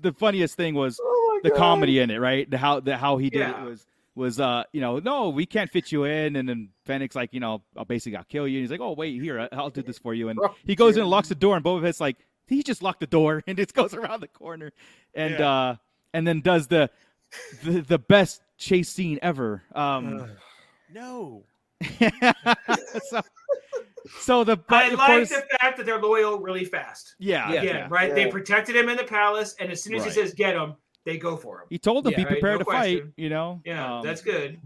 [SPEAKER 7] the funniest thing was
[SPEAKER 5] Oh
[SPEAKER 7] the
[SPEAKER 5] my God.
[SPEAKER 7] comedy in it, right? The how the how he did
[SPEAKER 8] Yeah.
[SPEAKER 7] it was was uh you know no we can't fit you in and then Fennec's like you know I'll basically I'll kill you and he's like oh wait here I- I'll do this for you and
[SPEAKER 5] Bro,
[SPEAKER 7] he goes in and locks the door and Boba Fett's like he just locked the door <laughs> and it goes around the corner and
[SPEAKER 3] Yeah.
[SPEAKER 7] uh and then does the the, the best chase scene ever um
[SPEAKER 3] No.
[SPEAKER 7] <laughs> so, so the
[SPEAKER 8] I
[SPEAKER 7] but of
[SPEAKER 8] like
[SPEAKER 7] course,
[SPEAKER 8] the fact that they're loyal really fast.
[SPEAKER 7] yeah,
[SPEAKER 9] Yeah.
[SPEAKER 8] Yeah, right.
[SPEAKER 5] Yeah.
[SPEAKER 8] They protected him in the palace, and as soon as
[SPEAKER 7] Right.
[SPEAKER 8] he says get him, they go for him.
[SPEAKER 7] He told them
[SPEAKER 9] Yeah,
[SPEAKER 7] be
[SPEAKER 8] right,
[SPEAKER 7] prepared
[SPEAKER 8] no
[SPEAKER 7] to fight.
[SPEAKER 8] question.
[SPEAKER 7] You know.
[SPEAKER 8] Yeah,
[SPEAKER 7] um,
[SPEAKER 8] that's good.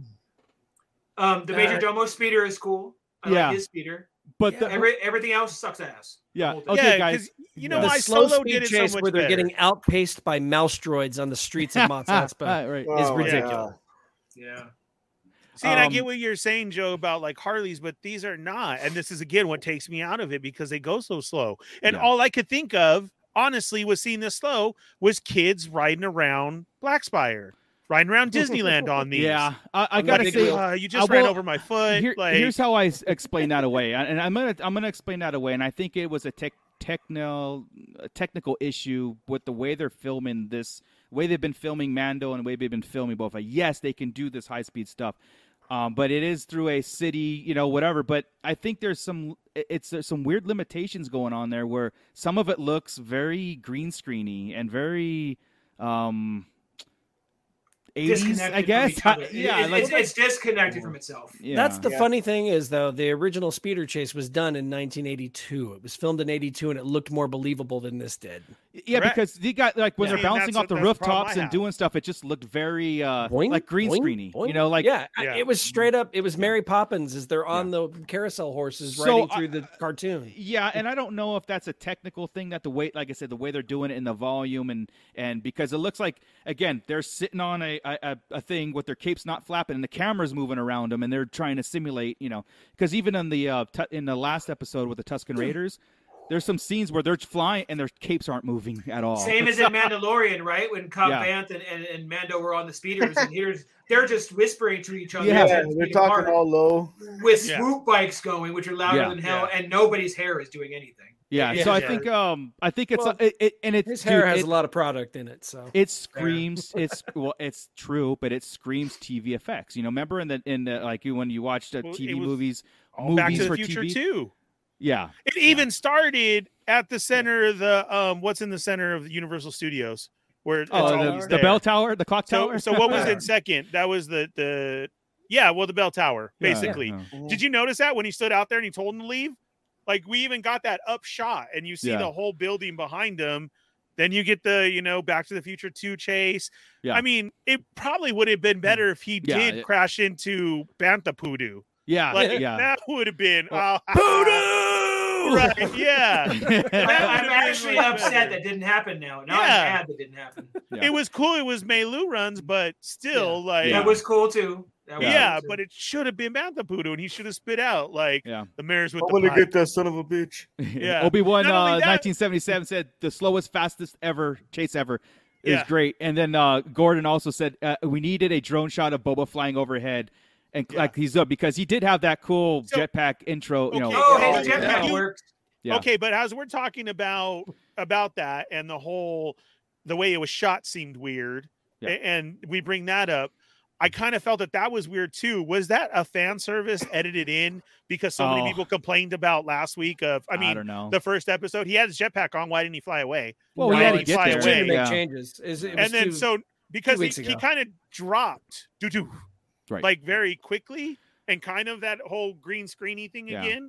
[SPEAKER 8] Um, the
[SPEAKER 9] Uh,
[SPEAKER 8] major domo speeder is cool. I
[SPEAKER 7] yeah.
[SPEAKER 8] like his speeder.
[SPEAKER 7] But
[SPEAKER 9] Yeah.
[SPEAKER 7] the,
[SPEAKER 8] Every, everything else sucks ass.
[SPEAKER 7] yeah.
[SPEAKER 8] whole thing.
[SPEAKER 7] Okay,
[SPEAKER 3] yeah,
[SPEAKER 7] guys.
[SPEAKER 3] 'cause You know
[SPEAKER 7] Yeah.
[SPEAKER 9] the
[SPEAKER 3] why
[SPEAKER 9] slow
[SPEAKER 3] Solo
[SPEAKER 9] speed
[SPEAKER 3] did it so
[SPEAKER 9] chase
[SPEAKER 3] much
[SPEAKER 9] where they're
[SPEAKER 3] better.
[SPEAKER 9] getting outpaced by mouse droids on the streets
[SPEAKER 7] <laughs>
[SPEAKER 9] of Mos Espa.
[SPEAKER 7] Ah, right.
[SPEAKER 5] Oh, yeah.
[SPEAKER 9] ridiculous.
[SPEAKER 8] Yeah,
[SPEAKER 3] See, and I
[SPEAKER 7] Um,
[SPEAKER 3] get what you're saying, Joe, about like Harleys, but these are not. And this is again what takes me out of it because they go so slow. And
[SPEAKER 7] Yeah.
[SPEAKER 3] all I could think of, honestly, was seeing this slow was kids riding around Blackspire, riding around Disneyland on these.
[SPEAKER 7] <laughs> Yeah, I, I
[SPEAKER 9] I'm
[SPEAKER 7] gotta
[SPEAKER 9] like,
[SPEAKER 7] say,
[SPEAKER 9] well,
[SPEAKER 3] Uh, you just
[SPEAKER 7] I
[SPEAKER 3] ran
[SPEAKER 7] will-
[SPEAKER 3] over my foot.
[SPEAKER 9] <laughs>
[SPEAKER 7] here-
[SPEAKER 3] like,
[SPEAKER 7] here's how I s- explain that away, and I'm gonna I'm gonna explain that away, and I think it was a tech techno a technical issue with the way they're filming this, way they've been filming Mando and the way they've been filming Boba. Fett. Yes, they can do this high speed stuff, um, but it is through a city, you know, whatever. But I think there's some it- it's there's some weird limitations going on there where some of it looks very green screeny and very. Um, 80s,
[SPEAKER 8] disconnected.
[SPEAKER 7] I guess.
[SPEAKER 8] From each other.
[SPEAKER 7] <laughs> yeah,
[SPEAKER 8] It-
[SPEAKER 7] like, Oh.
[SPEAKER 8] it's, it's disconnected from itself.
[SPEAKER 7] yeah.
[SPEAKER 9] That's the
[SPEAKER 5] Yeah.
[SPEAKER 9] funny thing is though the original speeder chase was done in 1982. It was filmed in 82 and it looked more believable than this did.
[SPEAKER 7] Yeah,
[SPEAKER 3] Correct.
[SPEAKER 7] because they got like when
[SPEAKER 3] Yeah.
[SPEAKER 7] they're
[SPEAKER 3] See, and
[SPEAKER 7] bouncing
[SPEAKER 3] that's
[SPEAKER 7] off
[SPEAKER 3] what-
[SPEAKER 7] the
[SPEAKER 3] that's the problem
[SPEAKER 7] rooftops
[SPEAKER 3] I
[SPEAKER 7] and
[SPEAKER 3] have.
[SPEAKER 7] doing stuff, it just looked very uh
[SPEAKER 9] Boing,
[SPEAKER 7] like green
[SPEAKER 9] boing,
[SPEAKER 7] screeny.
[SPEAKER 9] boing.
[SPEAKER 7] You know, like
[SPEAKER 9] yeah,
[SPEAKER 3] Yeah.
[SPEAKER 9] it was straight up. It was Mary Poppins as they're on the carousel horses
[SPEAKER 7] So,
[SPEAKER 9] riding
[SPEAKER 7] I-
[SPEAKER 9] through the cartoon.
[SPEAKER 7] yeah, and I don't know if that's a technical thing that the way, like I said, the way they're doing it in the volume and and because it looks like again they're sitting on a a, a- a thing with their capes not flapping and the cameras moving around them and they're trying to simulate, you know, because even in the uh, tu- in the last episode with the
[SPEAKER 9] Hmm.
[SPEAKER 7] Tuscan Raiders, there's some scenes where they're flying and their capes aren't moving at all.
[SPEAKER 8] Same as in Mandalorian, right? When Cobb
[SPEAKER 7] Oh. Yeah.
[SPEAKER 8] Vanth and, and, and Mando were on the speeders, and here's they're just whispering to each other.
[SPEAKER 7] Yeah.
[SPEAKER 5] Yeah,
[SPEAKER 8] ten
[SPEAKER 5] they're
[SPEAKER 8] feet
[SPEAKER 5] talking
[SPEAKER 8] apart
[SPEAKER 5] all low.
[SPEAKER 8] with
[SPEAKER 3] Yeah.
[SPEAKER 8] swoop bikes going, which are louder
[SPEAKER 7] Yeah.
[SPEAKER 8] than hell,
[SPEAKER 3] Yeah.
[SPEAKER 8] and nobody's hair is doing anything.
[SPEAKER 7] yeah,
[SPEAKER 3] Yeah,
[SPEAKER 7] so I
[SPEAKER 3] yeah.
[SPEAKER 7] think um I think it's
[SPEAKER 9] Well,
[SPEAKER 7] it, it, and it's
[SPEAKER 9] His hair
[SPEAKER 7] dude,
[SPEAKER 9] has
[SPEAKER 7] it-
[SPEAKER 9] a lot of product in it, so
[SPEAKER 3] <laughs>
[SPEAKER 7] It screams. It's well, it's true, but it screams TV effects. You know, remember in the in the like you when you watched uh,
[SPEAKER 3] Well,
[SPEAKER 7] TV
[SPEAKER 3] it was
[SPEAKER 7] movies,
[SPEAKER 3] oh, Back
[SPEAKER 7] movies
[SPEAKER 3] to the
[SPEAKER 7] for
[SPEAKER 3] Future
[SPEAKER 7] TV?
[SPEAKER 3] too.
[SPEAKER 7] yeah,
[SPEAKER 3] It even started at the center of the um, what's in the center of the Universal Studios where it's
[SPEAKER 7] oh,
[SPEAKER 3] always
[SPEAKER 7] the, the
[SPEAKER 3] there.
[SPEAKER 7] bell tower, the clock
[SPEAKER 3] So,
[SPEAKER 7] tower.
[SPEAKER 3] so what was
[SPEAKER 7] <laughs> Yeah,
[SPEAKER 3] in second? That was the the yeah, well, the bell tower
[SPEAKER 7] yeah,
[SPEAKER 3] basically.
[SPEAKER 7] yeah.
[SPEAKER 3] Did you notice that when he stood out there and he told him to leave? Like we even got that up shot, and you see
[SPEAKER 7] Yeah.
[SPEAKER 3] the whole building behind him. Then you get the you know Back to the Future two chase.
[SPEAKER 7] Yeah. Hmm.
[SPEAKER 3] I mean, it probably would have been better if he
[SPEAKER 7] Yeah,
[SPEAKER 3] did
[SPEAKER 7] it-
[SPEAKER 3] crash into Bantha Poodoo.
[SPEAKER 7] <laughs> Yeah,
[SPEAKER 3] Like
[SPEAKER 7] yeah.
[SPEAKER 3] that would have been
[SPEAKER 7] Well,
[SPEAKER 3] <laughs> oh, Right? Yeah.
[SPEAKER 8] I-
[SPEAKER 3] <laughs> That
[SPEAKER 8] I'm
[SPEAKER 3] would've been
[SPEAKER 8] actually
[SPEAKER 3] way
[SPEAKER 8] upset
[SPEAKER 3] better.
[SPEAKER 8] that didn't happen now.
[SPEAKER 3] Yeah.
[SPEAKER 8] Now I'm mad that
[SPEAKER 3] <laughs>
[SPEAKER 8] didn't happen.
[SPEAKER 7] <laughs> Yeah.
[SPEAKER 3] It was cool. It was Melu runs, but still, like,
[SPEAKER 7] Yeah.
[SPEAKER 8] That was cool too. That was
[SPEAKER 3] yeah,
[SPEAKER 8] cool,
[SPEAKER 3] but
[SPEAKER 8] too.
[SPEAKER 3] it should have been Bantha Poodoo, and he should have spit out like
[SPEAKER 7] Yeah.
[SPEAKER 3] the mayor's with
[SPEAKER 5] I'm
[SPEAKER 3] the
[SPEAKER 5] gonna
[SPEAKER 3] pipe.
[SPEAKER 5] get that son of a bitch.
[SPEAKER 7] <laughs>
[SPEAKER 3] Yeah.
[SPEAKER 7] Obi Wan,
[SPEAKER 3] Not only
[SPEAKER 7] uh,
[SPEAKER 3] that-
[SPEAKER 7] nineteen seventy seven, said the slowest, fastest ever chase ever is
[SPEAKER 3] Yeah.
[SPEAKER 7] great. And then uh, Gordon also said uh, we needed a drone shot of Boba flying overhead, and
[SPEAKER 3] Yeah.
[SPEAKER 7] like he's up because he did have that cool
[SPEAKER 3] So-
[SPEAKER 7] jetpack intro. You know,
[SPEAKER 3] okay.
[SPEAKER 8] oh, hey, the
[SPEAKER 5] Yeah.
[SPEAKER 8] jetpack
[SPEAKER 3] You-
[SPEAKER 8] worked.
[SPEAKER 7] Yeah.
[SPEAKER 3] Okay, but as we're talking about about that and the whole the way it was shot seemed weird,
[SPEAKER 7] Yeah.
[SPEAKER 3] a- and we bring that up. I kind of felt that that was weird too. Was that a fan service edited in because so
[SPEAKER 7] Oh.
[SPEAKER 3] many people complained about last week? Of I mean,
[SPEAKER 7] don't know.
[SPEAKER 3] the first episode, he had his jetpack on. Why didn't he fly away?
[SPEAKER 7] Well,
[SPEAKER 3] we
[SPEAKER 9] Right.
[SPEAKER 3] had to
[SPEAKER 9] It's
[SPEAKER 3] get
[SPEAKER 9] too
[SPEAKER 3] there.
[SPEAKER 9] soon to make
[SPEAKER 7] Yeah.
[SPEAKER 9] changes. Is it was
[SPEAKER 3] and then
[SPEAKER 9] too-
[SPEAKER 3] so because he,
[SPEAKER 9] weeks
[SPEAKER 3] he
[SPEAKER 9] ago.
[SPEAKER 3] kind of dropped doo doo
[SPEAKER 7] Right.
[SPEAKER 3] like very quickly and kind of that whole green screeny thing
[SPEAKER 7] Yeah.
[SPEAKER 3] again.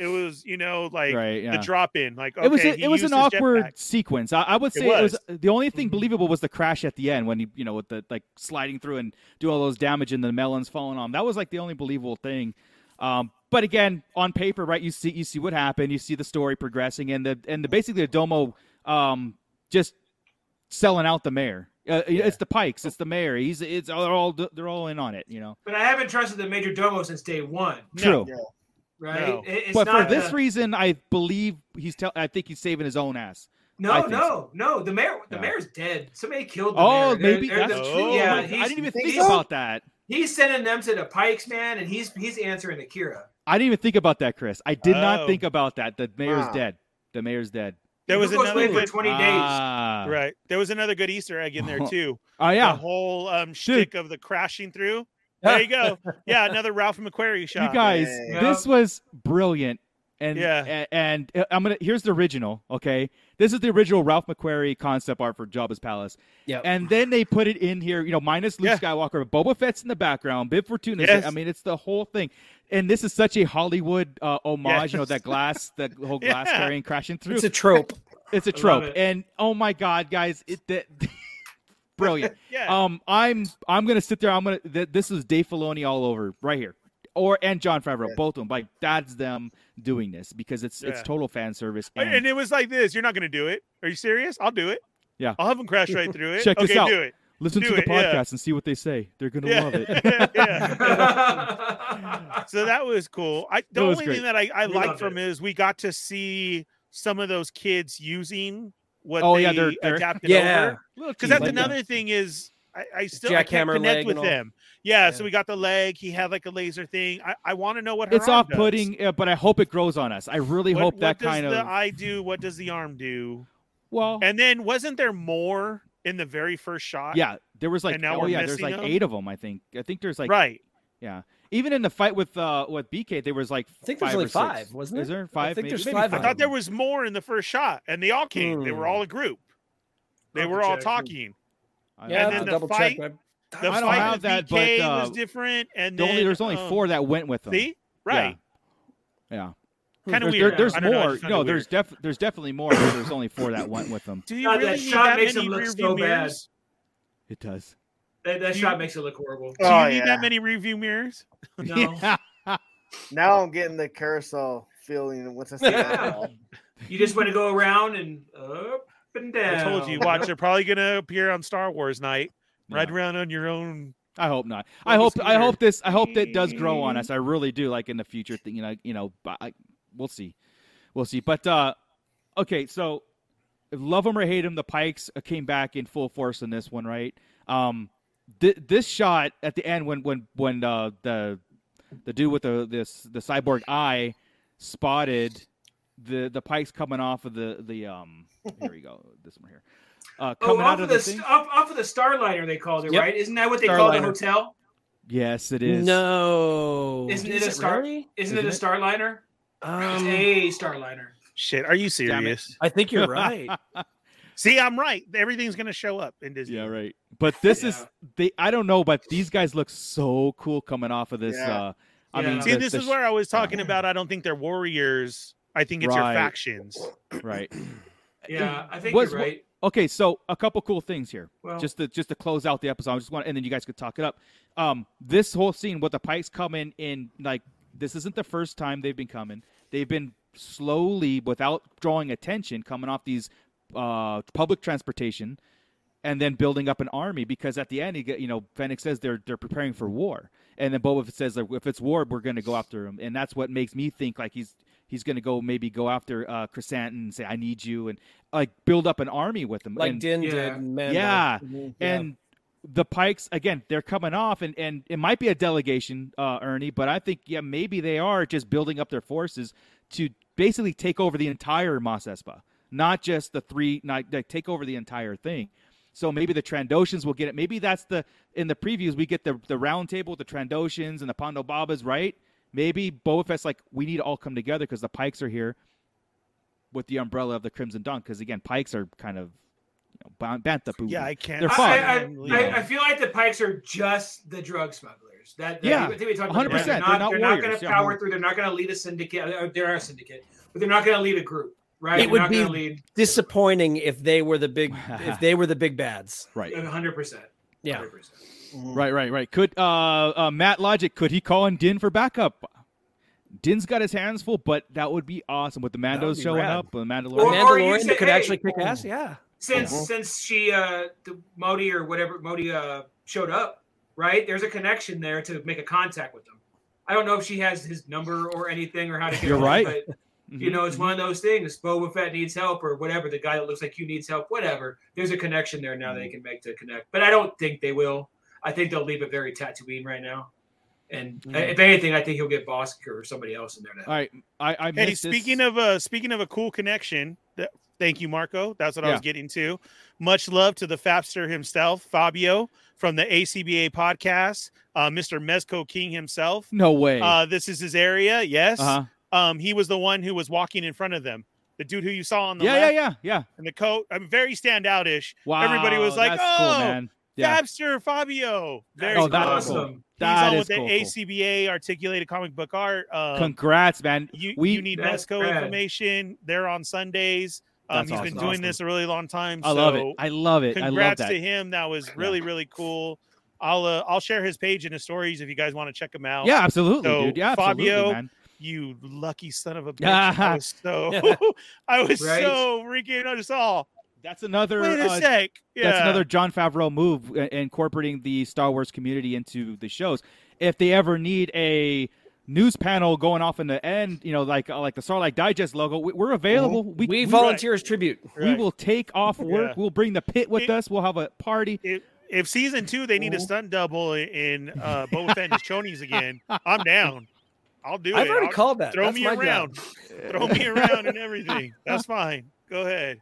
[SPEAKER 3] It was you know like
[SPEAKER 7] right, yeah.
[SPEAKER 3] the drop in like
[SPEAKER 7] it was
[SPEAKER 3] okay,
[SPEAKER 7] a,
[SPEAKER 3] he
[SPEAKER 7] it was an
[SPEAKER 3] used his
[SPEAKER 7] awkward
[SPEAKER 3] jetpack.
[SPEAKER 7] sequence. I, I would
[SPEAKER 3] It Mm-hmm.
[SPEAKER 7] say it was. the only thing
[SPEAKER 8] Mhm.
[SPEAKER 7] believable was the crash at the end when he you know with the like sliding through and do all those damage and the melons falling on. That was like the only believable thing. Um, but again, on paper, right? You see you see what happened. You see the story progressing and the and the basically the Domo um, just selling out the mayor. Uh, It's the Pikes. It's the mayor. He's it's they're all they're all in on it. You know.
[SPEAKER 8] But I haven't trusted the major domo since day one,
[SPEAKER 7] True.
[SPEAKER 5] yeah.
[SPEAKER 8] right?
[SPEAKER 3] No.
[SPEAKER 8] It- it's
[SPEAKER 7] but for
[SPEAKER 8] not
[SPEAKER 7] this
[SPEAKER 8] a-
[SPEAKER 7] reason, I believe he's. Tell- I think he's saving his own ass. I
[SPEAKER 8] no,
[SPEAKER 7] think
[SPEAKER 8] no, no. The mayor, the
[SPEAKER 7] Yeah.
[SPEAKER 8] mayor's dead. Somebody killed. The
[SPEAKER 7] Oh,
[SPEAKER 8] mayor. They're-
[SPEAKER 7] maybe
[SPEAKER 8] they're
[SPEAKER 7] that's
[SPEAKER 8] the-
[SPEAKER 3] true.
[SPEAKER 8] Yeah,
[SPEAKER 3] Oh, I
[SPEAKER 8] he's-
[SPEAKER 7] I didn't even
[SPEAKER 5] think
[SPEAKER 7] think
[SPEAKER 5] so?
[SPEAKER 7] about that.
[SPEAKER 8] He's sending them to the Pikes, man, and he's he's answering Akira.
[SPEAKER 7] I didn't even think about that, Chris. I did
[SPEAKER 3] Oh.
[SPEAKER 7] not think about that. The mayor's
[SPEAKER 5] Wow.
[SPEAKER 7] dead. The mayor's dead.
[SPEAKER 3] There was
[SPEAKER 8] Who goes
[SPEAKER 3] another
[SPEAKER 8] away for
[SPEAKER 3] good,
[SPEAKER 8] twenty days.
[SPEAKER 7] Ah.
[SPEAKER 3] right. There was another good Easter egg in there too.
[SPEAKER 7] Oh
[SPEAKER 3] The
[SPEAKER 7] yeah.
[SPEAKER 3] whole um shtick of the crashing through. There you go.
[SPEAKER 7] <laughs>
[SPEAKER 3] Yeah, another Ralph McQuarrie shot.
[SPEAKER 7] You guys,
[SPEAKER 5] Yeah.
[SPEAKER 7] this was brilliant. And
[SPEAKER 3] Yeah.
[SPEAKER 7] yeah. and uh, I'm gonna here's the original. Okay, this is the original Ralph McQuarrie concept art for Jabba's palace.
[SPEAKER 9] Yep.
[SPEAKER 7] And then they put it in here, you know, minus Luke
[SPEAKER 3] Yeah.
[SPEAKER 7] Skywalker, but Boba Fett's in the background, Bib Fortuna.
[SPEAKER 3] Yes.
[SPEAKER 7] I mean, it's the whole thing. And this is such a Hollywood uh, homage, you know,
[SPEAKER 3] Yes. <laughs>
[SPEAKER 7] that glass, the whole glass
[SPEAKER 3] Yeah.
[SPEAKER 7] carrying crashing through.
[SPEAKER 9] It's a trope.
[SPEAKER 7] It's
[SPEAKER 8] I
[SPEAKER 7] a
[SPEAKER 8] love
[SPEAKER 7] trope,
[SPEAKER 8] it.
[SPEAKER 7] and oh my god, guys, it <laughs> that brilliant.
[SPEAKER 3] Yeah.
[SPEAKER 7] <laughs> Um, I'm I'm gonna sit there. I'm gonna th- this is Dave Filoni all over right here, or and John Favreau,
[SPEAKER 5] Yeah.
[SPEAKER 7] both of them. Like that's them doing this because it's it's
[SPEAKER 3] Yeah.
[SPEAKER 7] total fan service.
[SPEAKER 3] And,
[SPEAKER 7] And,
[SPEAKER 3] it was like this. You're not going to do it. Are you serious? I'll do it.
[SPEAKER 7] Yeah.
[SPEAKER 3] I'll have them crash right
[SPEAKER 7] <laughs>
[SPEAKER 3] through it.
[SPEAKER 7] Check
[SPEAKER 3] okay,
[SPEAKER 7] this out.
[SPEAKER 3] do it.
[SPEAKER 7] listen
[SPEAKER 3] do
[SPEAKER 7] to the
[SPEAKER 3] it, yeah.
[SPEAKER 7] podcast and see what they say. They're gonna
[SPEAKER 3] <laughs>
[SPEAKER 7] love it.
[SPEAKER 3] Yeah.
[SPEAKER 8] <laughs>
[SPEAKER 3] yeah.
[SPEAKER 8] yeah.
[SPEAKER 3] So that was cool. I the
[SPEAKER 7] That was
[SPEAKER 3] only
[SPEAKER 7] great.
[SPEAKER 3] thing that I, I
[SPEAKER 8] We
[SPEAKER 3] liked
[SPEAKER 8] loved
[SPEAKER 3] from it is we got to see some of those kids using what
[SPEAKER 7] Oh,
[SPEAKER 3] they
[SPEAKER 7] yeah, they're- they're-
[SPEAKER 3] adapted
[SPEAKER 9] Yeah.
[SPEAKER 3] over. Because that's
[SPEAKER 7] Like,
[SPEAKER 3] another thing is I, I still I can't
[SPEAKER 9] jackhammer leg
[SPEAKER 3] connect with
[SPEAKER 9] and all.
[SPEAKER 3] them. Yeah, So
[SPEAKER 9] Yeah.
[SPEAKER 3] we got the leg. He had like a laser thing. I, I want to know what her
[SPEAKER 7] It's
[SPEAKER 3] arm
[SPEAKER 7] off putting, uh, but I hope it grows on us. I really
[SPEAKER 3] Does. What,
[SPEAKER 7] hope
[SPEAKER 3] what
[SPEAKER 7] that
[SPEAKER 3] does
[SPEAKER 7] kind
[SPEAKER 3] the
[SPEAKER 7] of Oh.
[SPEAKER 3] eye do? What does the arm do?
[SPEAKER 7] well,
[SPEAKER 3] And then wasn't there more in the very first shot?
[SPEAKER 7] yeah. There was like
[SPEAKER 3] and now
[SPEAKER 7] oh
[SPEAKER 3] we're
[SPEAKER 7] yeah, there's
[SPEAKER 3] missing
[SPEAKER 7] like
[SPEAKER 3] them?
[SPEAKER 7] eight of them. I think I think there's like
[SPEAKER 3] right.
[SPEAKER 7] even in the fight with uh with BK, there was like
[SPEAKER 9] I think
[SPEAKER 7] five
[SPEAKER 9] there's
[SPEAKER 7] or
[SPEAKER 9] only
[SPEAKER 7] six.
[SPEAKER 9] five, wasn't
[SPEAKER 7] Is
[SPEAKER 9] it?
[SPEAKER 7] there five?
[SPEAKER 9] think
[SPEAKER 7] maybe?
[SPEAKER 9] there's
[SPEAKER 7] Maybe
[SPEAKER 9] five.
[SPEAKER 3] I
[SPEAKER 9] Um,
[SPEAKER 3] thought there was more in the first shot, and they all came. They were
[SPEAKER 9] Hmm.
[SPEAKER 3] all a group. They
[SPEAKER 8] I'll
[SPEAKER 3] were
[SPEAKER 8] have to
[SPEAKER 3] all
[SPEAKER 8] check.
[SPEAKER 3] talking.
[SPEAKER 7] I
[SPEAKER 3] And
[SPEAKER 9] Yeah, I
[SPEAKER 7] don't
[SPEAKER 9] have
[SPEAKER 3] then the
[SPEAKER 9] to
[SPEAKER 7] know.
[SPEAKER 9] double
[SPEAKER 3] fight-
[SPEAKER 9] check. but-
[SPEAKER 3] The
[SPEAKER 7] I don't
[SPEAKER 3] fight
[SPEAKER 7] have
[SPEAKER 3] with
[SPEAKER 7] that, but,
[SPEAKER 3] BK
[SPEAKER 7] uh,
[SPEAKER 3] was different, and
[SPEAKER 7] The
[SPEAKER 3] then
[SPEAKER 7] only there's only
[SPEAKER 3] um,
[SPEAKER 7] four that went with them.
[SPEAKER 3] See, right?
[SPEAKER 7] Yeah.
[SPEAKER 3] Kind of
[SPEAKER 7] Hmm. There's,
[SPEAKER 3] weird.
[SPEAKER 7] there- there's
[SPEAKER 3] I don't know, I
[SPEAKER 7] more.
[SPEAKER 3] just found it
[SPEAKER 7] No,
[SPEAKER 3] weird.
[SPEAKER 7] there's def- there's definitely more. But there's only four that went with them.
[SPEAKER 3] Do you
[SPEAKER 8] God, that
[SPEAKER 3] really need
[SPEAKER 8] shot
[SPEAKER 3] that
[SPEAKER 8] makes him
[SPEAKER 3] many
[SPEAKER 8] look
[SPEAKER 3] rearview
[SPEAKER 8] so bad.
[SPEAKER 3] mirrors?
[SPEAKER 7] It does.
[SPEAKER 8] That, that
[SPEAKER 3] You-
[SPEAKER 8] shot makes it look horrible.
[SPEAKER 3] Do you
[SPEAKER 5] Oh,
[SPEAKER 3] need
[SPEAKER 5] yeah.
[SPEAKER 3] that many review mirrors?
[SPEAKER 8] No.
[SPEAKER 7] <laughs> Yeah.
[SPEAKER 5] Now I'm getting the carousel feeling once I see
[SPEAKER 8] Yeah.
[SPEAKER 7] <laughs>
[SPEAKER 5] that.
[SPEAKER 8] You just want to go around and up and down.
[SPEAKER 3] I told you. Watch, they're probably gonna appear on Star Wars night. Ride
[SPEAKER 7] Yeah.
[SPEAKER 3] around on your own.
[SPEAKER 7] I hope not.
[SPEAKER 3] Well,
[SPEAKER 7] I hope
[SPEAKER 3] it's
[SPEAKER 7] I
[SPEAKER 3] weird.
[SPEAKER 7] hope this I hope that does grow on us. I really do. Like in the future, thing, you know, you know, but I, we'll see, we'll see. But uh okay, so love him or hate him, the Pikes uh, came back in full force in this one, right? Um, th- this shot at the end when when when uh, the the dude with the this the cyborg eye spotted the the Pikes coming off of the the um here we go this one here uh
[SPEAKER 8] Oh,
[SPEAKER 7] coming
[SPEAKER 8] off
[SPEAKER 7] out
[SPEAKER 8] of,
[SPEAKER 7] of
[SPEAKER 8] the,
[SPEAKER 7] the
[SPEAKER 8] st-
[SPEAKER 7] thing.
[SPEAKER 8] off, off of the Starliner, they called it,
[SPEAKER 9] Yep.
[SPEAKER 8] right? Isn't that what they call the
[SPEAKER 9] Starliner.
[SPEAKER 8] hotel?
[SPEAKER 7] Yes, it is.
[SPEAKER 9] No.
[SPEAKER 8] Isn't
[SPEAKER 9] Is
[SPEAKER 8] it a star?
[SPEAKER 9] really?
[SPEAKER 8] Isn't, it a
[SPEAKER 7] Isn't
[SPEAKER 8] Starliner?
[SPEAKER 9] Um,
[SPEAKER 8] it's a Starliner.
[SPEAKER 3] Shit, are you
[SPEAKER 7] Damn it.
[SPEAKER 3] serious?
[SPEAKER 9] I think you're <laughs> right.
[SPEAKER 3] See, I'm right. Everything's gonna show up in Disney.
[SPEAKER 7] Yeah, right. But this
[SPEAKER 8] Yeah.
[SPEAKER 7] is they. I don't know, but these guys look so cool coming off of this.
[SPEAKER 5] Yeah.
[SPEAKER 7] Uh, I
[SPEAKER 8] Yeah.
[SPEAKER 7] mean,
[SPEAKER 3] See,
[SPEAKER 7] the-
[SPEAKER 3] this
[SPEAKER 7] the
[SPEAKER 3] is
[SPEAKER 7] sh-
[SPEAKER 3] where I was talking about. I don't think they're warriors. I think it's
[SPEAKER 7] Right.
[SPEAKER 3] your factions.
[SPEAKER 7] right.
[SPEAKER 8] Yeah, I think
[SPEAKER 7] Was-
[SPEAKER 8] you're right.
[SPEAKER 7] Okay, so a couple cool things here,
[SPEAKER 8] Well,
[SPEAKER 7] just to just to close out the episode. I just want, and then you guys could talk it up. Um, this whole scene with the pikes coming in, like this isn't the first time they've been coming. They've been slowly, without drawing attention, coming off these uh public transportation, and then building up an army because at the end, you, get, you know, Fennec says they're they're preparing for war, and then Boba Fett says like, if it's war, we're going to go after him, and that's what makes me think like he's he's going to go maybe go after uh, Crescent and say I need you and like build up an army with him,
[SPEAKER 9] like
[SPEAKER 7] And-
[SPEAKER 9] Din
[SPEAKER 8] Yeah.
[SPEAKER 9] did. in Mando.
[SPEAKER 7] yeah,
[SPEAKER 5] Mhm.
[SPEAKER 7] and the Pikes again, they're coming off, and and it might be a delegation, uh, Ernie, but I think yeah, maybe they are just building up their forces to basically take over the entire Mos Espa, not just the three, not like, take over the entire thing. So maybe the Trandoshans will get it. Maybe that's the in the previews we get the the round table with the Trandoshans and the Pondo Babas, right? Maybe Boba Fett's like we need to all come together because the Pikes are here with the umbrella of the Crimson Dawn. Because again, Pikes are kind of you know, ban- bantha poo.
[SPEAKER 3] Yeah, I can't.
[SPEAKER 7] They're
[SPEAKER 8] I-
[SPEAKER 7] fun.
[SPEAKER 8] I,
[SPEAKER 3] I'm
[SPEAKER 8] I,
[SPEAKER 3] leaving.
[SPEAKER 8] I, I feel like the Pikes are just the drug smugglers. That, that
[SPEAKER 7] Yeah,
[SPEAKER 8] I think we talked about that.
[SPEAKER 7] 100%.
[SPEAKER 8] They're
[SPEAKER 7] They're
[SPEAKER 8] not,
[SPEAKER 7] not
[SPEAKER 8] they're not going
[SPEAKER 7] warriors.
[SPEAKER 8] to
[SPEAKER 7] Yeah,
[SPEAKER 8] power
[SPEAKER 7] 100%.
[SPEAKER 8] through. They're not going to lead a syndicate. uh, They're a syndicate, but they're not going to lead a group, right?
[SPEAKER 9] It
[SPEAKER 8] they're
[SPEAKER 9] would
[SPEAKER 8] not
[SPEAKER 9] be-
[SPEAKER 8] gonna lead
[SPEAKER 9] Disappointing if they were the big <laughs> if they were the big bads.
[SPEAKER 7] right.
[SPEAKER 8] 100. percent
[SPEAKER 9] Yeah.
[SPEAKER 8] 100%.
[SPEAKER 5] Mm-hmm.
[SPEAKER 7] Right, right, right. Could uh, uh Matt Logic could he call in Din for backup? Din's got his hands full, but that would be awesome with the
[SPEAKER 9] would
[SPEAKER 7] Mandos
[SPEAKER 9] be
[SPEAKER 7] showing
[SPEAKER 9] rad.
[SPEAKER 7] up, the Mandalorian.
[SPEAKER 8] Or-
[SPEAKER 9] A
[SPEAKER 8] or you
[SPEAKER 9] Mandalorian
[SPEAKER 8] say,
[SPEAKER 9] that could
[SPEAKER 8] hey,
[SPEAKER 3] um,
[SPEAKER 9] actually kick ass. Yeah.
[SPEAKER 8] since
[SPEAKER 7] Mm-hmm.
[SPEAKER 5] Mhm.
[SPEAKER 8] since she uh the Modi or whatever Modi uh showed up, right? There's a connection there to make a contact with them. I don't know if she has his number or anything or how to get
[SPEAKER 7] You're
[SPEAKER 8] hold,
[SPEAKER 7] right.
[SPEAKER 8] but
[SPEAKER 7] Mm-hmm.
[SPEAKER 8] you know, it's one of those things. Boba Fett needs help, or whatever. The guy that looks like you needs help, whatever. There's a connection there now
[SPEAKER 7] Mm-hmm.
[SPEAKER 8] they can make to connect, but I don't think they will. I think they'll leave it very Tatooine right now. And uh, if anything, I think he'll get Bosker or somebody else in there. To help.
[SPEAKER 7] Mm-hmm. All right, I, I
[SPEAKER 3] Hey,
[SPEAKER 7] missed this.
[SPEAKER 3] speaking of uh speaking of a cool connection, th- thank you, Marco. That's what I was
[SPEAKER 7] Yeah.
[SPEAKER 3] getting to. Much love to the Fapster himself, Fabio from the ACBA podcast, uh, Mr. Mezco King himself.
[SPEAKER 7] no way.
[SPEAKER 3] Uh, this is his area. Yes,
[SPEAKER 7] Uh-huh.
[SPEAKER 3] um, he was the one who was walking in front of them. The dude who you saw on the
[SPEAKER 7] Yeah, yeah,
[SPEAKER 3] left
[SPEAKER 7] yeah, yeah.
[SPEAKER 3] in the coat. I'm very standoutish.
[SPEAKER 7] Wow.
[SPEAKER 3] Everybody was like,
[SPEAKER 7] that's
[SPEAKER 3] "Oh,
[SPEAKER 7] cool, man. Yeah.
[SPEAKER 3] Fapster, Fabio. Very
[SPEAKER 7] Oh,
[SPEAKER 3] cool.
[SPEAKER 7] that's
[SPEAKER 3] He's
[SPEAKER 7] cool.
[SPEAKER 3] on
[SPEAKER 7] That
[SPEAKER 3] with
[SPEAKER 7] is
[SPEAKER 3] the
[SPEAKER 7] cool. cool.
[SPEAKER 3] ACBA articulated comic book art. Um,
[SPEAKER 7] Congrats, man.
[SPEAKER 3] you,
[SPEAKER 7] We-
[SPEAKER 3] you need
[SPEAKER 8] That's
[SPEAKER 3] Mesco
[SPEAKER 8] rad.
[SPEAKER 3] information. They're on Sundays. Um,
[SPEAKER 7] That's
[SPEAKER 3] he's been
[SPEAKER 7] awesome.
[SPEAKER 3] doing
[SPEAKER 7] Awesome.
[SPEAKER 3] this a really long time.
[SPEAKER 7] I love it.
[SPEAKER 3] so
[SPEAKER 7] I love it. I love
[SPEAKER 3] Congrats to
[SPEAKER 7] that.
[SPEAKER 3] him. That was really really cool. I'll uh, I'll share his page in his stories if you guys want to check him out.
[SPEAKER 7] Yeah, absolutely,
[SPEAKER 3] So,
[SPEAKER 7] dude. Yeah, absolutely,
[SPEAKER 3] Fabio,
[SPEAKER 7] man.
[SPEAKER 3] you lucky son
[SPEAKER 7] <laughs>
[SPEAKER 3] of a bitch.
[SPEAKER 7] Ah.
[SPEAKER 3] I was so <laughs> I was
[SPEAKER 8] Right?
[SPEAKER 3] so freaking I just all.
[SPEAKER 7] That's another.
[SPEAKER 3] Wait a
[SPEAKER 7] uh,
[SPEAKER 3] sec. Yeah.
[SPEAKER 7] That's another John Favreau move, uh, incorporating the Star Wars community into the shows. If they ever need a news panel going off in the end, you know, like uh, like the Starlight Digest logo, we- we're available.
[SPEAKER 9] We
[SPEAKER 7] We, we,
[SPEAKER 9] volunteer as tribute.
[SPEAKER 3] Right.
[SPEAKER 7] will take off
[SPEAKER 3] <laughs>
[SPEAKER 7] work.
[SPEAKER 3] Yeah.
[SPEAKER 7] We'll bring the pit with
[SPEAKER 3] It-
[SPEAKER 7] us. We'll have a party.
[SPEAKER 3] if, if season two they need a stunt double in uh,
[SPEAKER 7] <laughs>
[SPEAKER 3] Boba Fett and his chonies again, I'm down. I'll do
[SPEAKER 9] I've
[SPEAKER 3] it.
[SPEAKER 9] already
[SPEAKER 3] I'll-
[SPEAKER 9] called that.
[SPEAKER 3] throw
[SPEAKER 9] That's
[SPEAKER 3] me
[SPEAKER 9] my job.
[SPEAKER 7] <laughs>
[SPEAKER 3] around. throw me around and everything. That's fine. Go
[SPEAKER 8] <laughs>
[SPEAKER 3] ahead.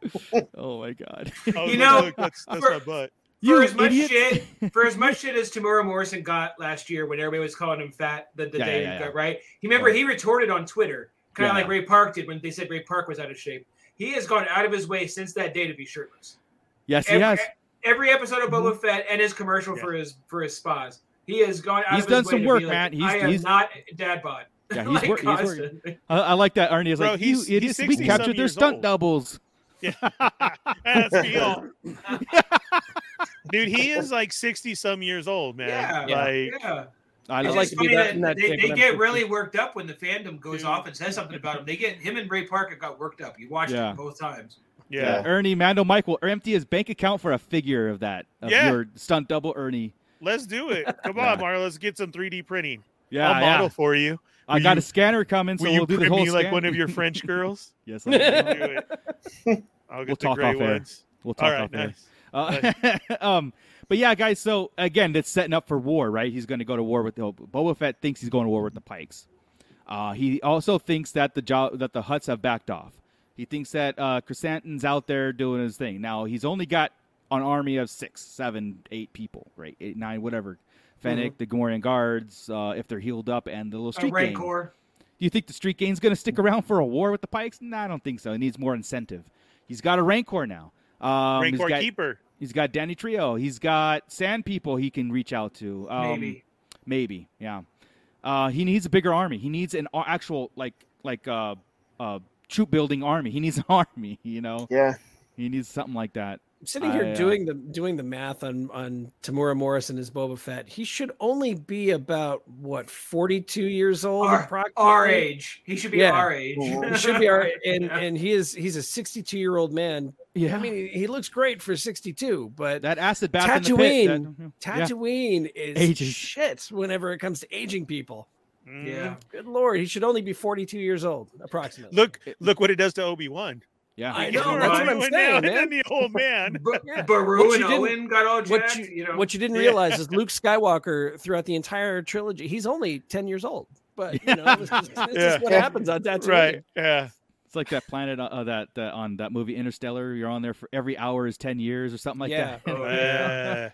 [SPEAKER 7] Oh
[SPEAKER 3] <laughs>
[SPEAKER 7] my god!
[SPEAKER 3] I was
[SPEAKER 8] You
[SPEAKER 3] like,
[SPEAKER 8] know,
[SPEAKER 3] "Look,
[SPEAKER 8] <laughs>
[SPEAKER 3] that's, that's
[SPEAKER 8] for-
[SPEAKER 3] my butt. <laughs>
[SPEAKER 7] You
[SPEAKER 8] for as much
[SPEAKER 7] idiot.
[SPEAKER 8] shit for as
[SPEAKER 7] <laughs>
[SPEAKER 8] much shit as Tamura Morrison got last year when everybody was calling him fat the, the
[SPEAKER 7] Yeah,
[SPEAKER 8] day
[SPEAKER 7] yeah,
[SPEAKER 8] he
[SPEAKER 7] yeah.
[SPEAKER 8] got right. He remember he retorted on Twitter, kind of
[SPEAKER 7] Yeah.
[SPEAKER 8] like Ray Park did when they said Ray Park was out of shape. He has gone out of his way since that day to be shirtless.
[SPEAKER 7] Yes, he
[SPEAKER 8] Every,
[SPEAKER 7] has.
[SPEAKER 8] every episode of
[SPEAKER 7] Mm-hmm.
[SPEAKER 8] Boba Fett and his commercial
[SPEAKER 3] Yeah.
[SPEAKER 8] for his for his spas. He has gone out
[SPEAKER 7] He's
[SPEAKER 8] of his
[SPEAKER 7] done
[SPEAKER 8] way
[SPEAKER 7] some
[SPEAKER 8] to be
[SPEAKER 7] work,
[SPEAKER 8] like,
[SPEAKER 7] man. He's-
[SPEAKER 8] I am
[SPEAKER 7] he's-
[SPEAKER 8] not dad bod.
[SPEAKER 3] <laughs>
[SPEAKER 8] <laughs>
[SPEAKER 7] Yeah, he's
[SPEAKER 8] Like,
[SPEAKER 7] work- he's work-
[SPEAKER 8] constantly.
[SPEAKER 7] I, I like that. Arnie is
[SPEAKER 3] Bro,
[SPEAKER 7] like,
[SPEAKER 3] he's-
[SPEAKER 7] you
[SPEAKER 3] he's
[SPEAKER 7] idiots. We
[SPEAKER 3] 60-some
[SPEAKER 7] captured their
[SPEAKER 3] years
[SPEAKER 7] stunt
[SPEAKER 3] old.
[SPEAKER 7] doubles.
[SPEAKER 3] Yeah.
[SPEAKER 7] <laughs>
[SPEAKER 3] that's me all. Dude, he is like 60 some years old, man.
[SPEAKER 8] Yeah.
[SPEAKER 3] Like,
[SPEAKER 8] Yeah.
[SPEAKER 7] I
[SPEAKER 8] It's
[SPEAKER 9] I'd
[SPEAKER 7] love
[SPEAKER 9] like
[SPEAKER 8] just
[SPEAKER 9] to be
[SPEAKER 8] funny
[SPEAKER 9] that in that
[SPEAKER 8] they,
[SPEAKER 9] shape
[SPEAKER 8] they
[SPEAKER 9] when I'm
[SPEAKER 8] get
[SPEAKER 9] fifty.
[SPEAKER 8] really worked up when the fandom goes
[SPEAKER 3] Dude.
[SPEAKER 7] Mm-hmm.
[SPEAKER 8] off and says something about him. They get him and Ray Parker got worked up. You watched
[SPEAKER 7] Yeah.
[SPEAKER 8] it both times.
[SPEAKER 3] yeah.
[SPEAKER 7] Ernie Mando Mike will empty his bank account for a figure of that of
[SPEAKER 3] Yeah.
[SPEAKER 7] your stunt double Ernie.
[SPEAKER 3] Let's do
[SPEAKER 8] <laughs>
[SPEAKER 3] it. Come
[SPEAKER 7] Yeah.
[SPEAKER 3] on, Mario. Let's get some 3D printing.
[SPEAKER 7] Yeah,
[SPEAKER 3] I'll model for you.
[SPEAKER 7] I
[SPEAKER 3] Will
[SPEAKER 7] got
[SPEAKER 3] you-
[SPEAKER 7] a scanner coming, so
[SPEAKER 3] Will
[SPEAKER 7] we'll
[SPEAKER 3] you
[SPEAKER 7] do the
[SPEAKER 3] print
[SPEAKER 7] whole
[SPEAKER 3] me like
[SPEAKER 7] scan-
[SPEAKER 3] one of
[SPEAKER 7] <laughs>
[SPEAKER 3] your French girls?
[SPEAKER 7] yes,
[SPEAKER 3] I'll <laughs>
[SPEAKER 7] I'll-
[SPEAKER 3] do it. I'll get
[SPEAKER 7] We'll
[SPEAKER 3] the
[SPEAKER 7] talk
[SPEAKER 3] gray
[SPEAKER 7] off air.
[SPEAKER 3] ones.
[SPEAKER 7] we'll
[SPEAKER 3] <laughs>
[SPEAKER 7] talk
[SPEAKER 3] All right,
[SPEAKER 7] off air.
[SPEAKER 3] nice.
[SPEAKER 7] Uh, <laughs> um, but yeah, guys. So again, that's setting up for war, right? He's going to go to war with the Boba Fett. Thinks he's going to war with the Pikes. Uh, he also thinks that the job that the Huts have backed off. He thinks that uh, Chrysanthemum's out there doing his thing. Now he's only got an army of six, seven, eight people, right? Eight, nine, whatever.
[SPEAKER 3] Mm-hmm.
[SPEAKER 7] Fennec, the Gomorrean guards, uh, if they're healed up, and the little
[SPEAKER 8] A
[SPEAKER 7] street gang.
[SPEAKER 8] Rancor.
[SPEAKER 7] Do you think the street game's going to stick around for a war with the Pikes? No, I don't think so. It needs more incentive. He's got a Rancor now. Um, he's
[SPEAKER 3] Rancor
[SPEAKER 7] got-
[SPEAKER 3] Keeper.
[SPEAKER 7] He's got Danny Trio. He's got Sand People he can reach out to. Um,
[SPEAKER 8] Maybe.
[SPEAKER 7] Maybe. Yeah. Uh, he needs a bigger army. He needs an a- actual like like uh, uh, troop building army. He needs an <laughs> army. You know.
[SPEAKER 5] Yeah,
[SPEAKER 7] He needs something like that.
[SPEAKER 9] I'm sitting here
[SPEAKER 7] I, uh,
[SPEAKER 9] doing the doing the math on on Tamura Morrison as Boba Fett. He should only be about what 42 years old,
[SPEAKER 8] Our-
[SPEAKER 9] approximately.
[SPEAKER 8] Our age. He should be
[SPEAKER 9] Yeah.
[SPEAKER 8] our age.
[SPEAKER 9] He
[SPEAKER 8] <laughs>
[SPEAKER 9] should be our and and he is he's a 62 year old man.
[SPEAKER 7] Yeah.
[SPEAKER 9] I mean, he, he looks great for 62, but
[SPEAKER 7] that acid bath in the pit. that- yeah.
[SPEAKER 9] Tatooine is
[SPEAKER 7] Ages.
[SPEAKER 9] shit whenever it comes to aging people.
[SPEAKER 3] Mm.
[SPEAKER 8] yeah.
[SPEAKER 3] Mm-hmm.
[SPEAKER 9] Good lord, he should only be 42 years old, approximately.
[SPEAKER 3] Look, look what it does to Obi Wan.
[SPEAKER 7] Yeah.
[SPEAKER 3] <laughs>
[SPEAKER 9] I
[SPEAKER 8] know,
[SPEAKER 3] Look
[SPEAKER 8] that's
[SPEAKER 3] what
[SPEAKER 8] what
[SPEAKER 9] I'm
[SPEAKER 3] it <laughs>
[SPEAKER 9] saying,
[SPEAKER 3] did.
[SPEAKER 9] man.
[SPEAKER 3] And the old <laughs>
[SPEAKER 8] <laughs>
[SPEAKER 3] man.
[SPEAKER 8] Ba-
[SPEAKER 9] Yeah.
[SPEAKER 8] Baru
[SPEAKER 9] What
[SPEAKER 8] and
[SPEAKER 9] you didn't-
[SPEAKER 8] Owen got all
[SPEAKER 9] what
[SPEAKER 8] jacked.
[SPEAKER 9] you,
[SPEAKER 8] You, know.
[SPEAKER 9] what you didn't
[SPEAKER 3] Yeah.
[SPEAKER 9] realize is Luke Skywalker throughout the entire trilogy, he's only 10 years old. But you know, this is, this
[SPEAKER 3] Yeah.
[SPEAKER 9] is what happens on Tatooine.
[SPEAKER 3] Right. Yeah.
[SPEAKER 7] It's like that planet uh, uh, that that on that movie Interstellar. You're on there for every hour is ten years or something like
[SPEAKER 9] Yeah.
[SPEAKER 7] that. <laughs>
[SPEAKER 8] Oh,
[SPEAKER 3] Uh,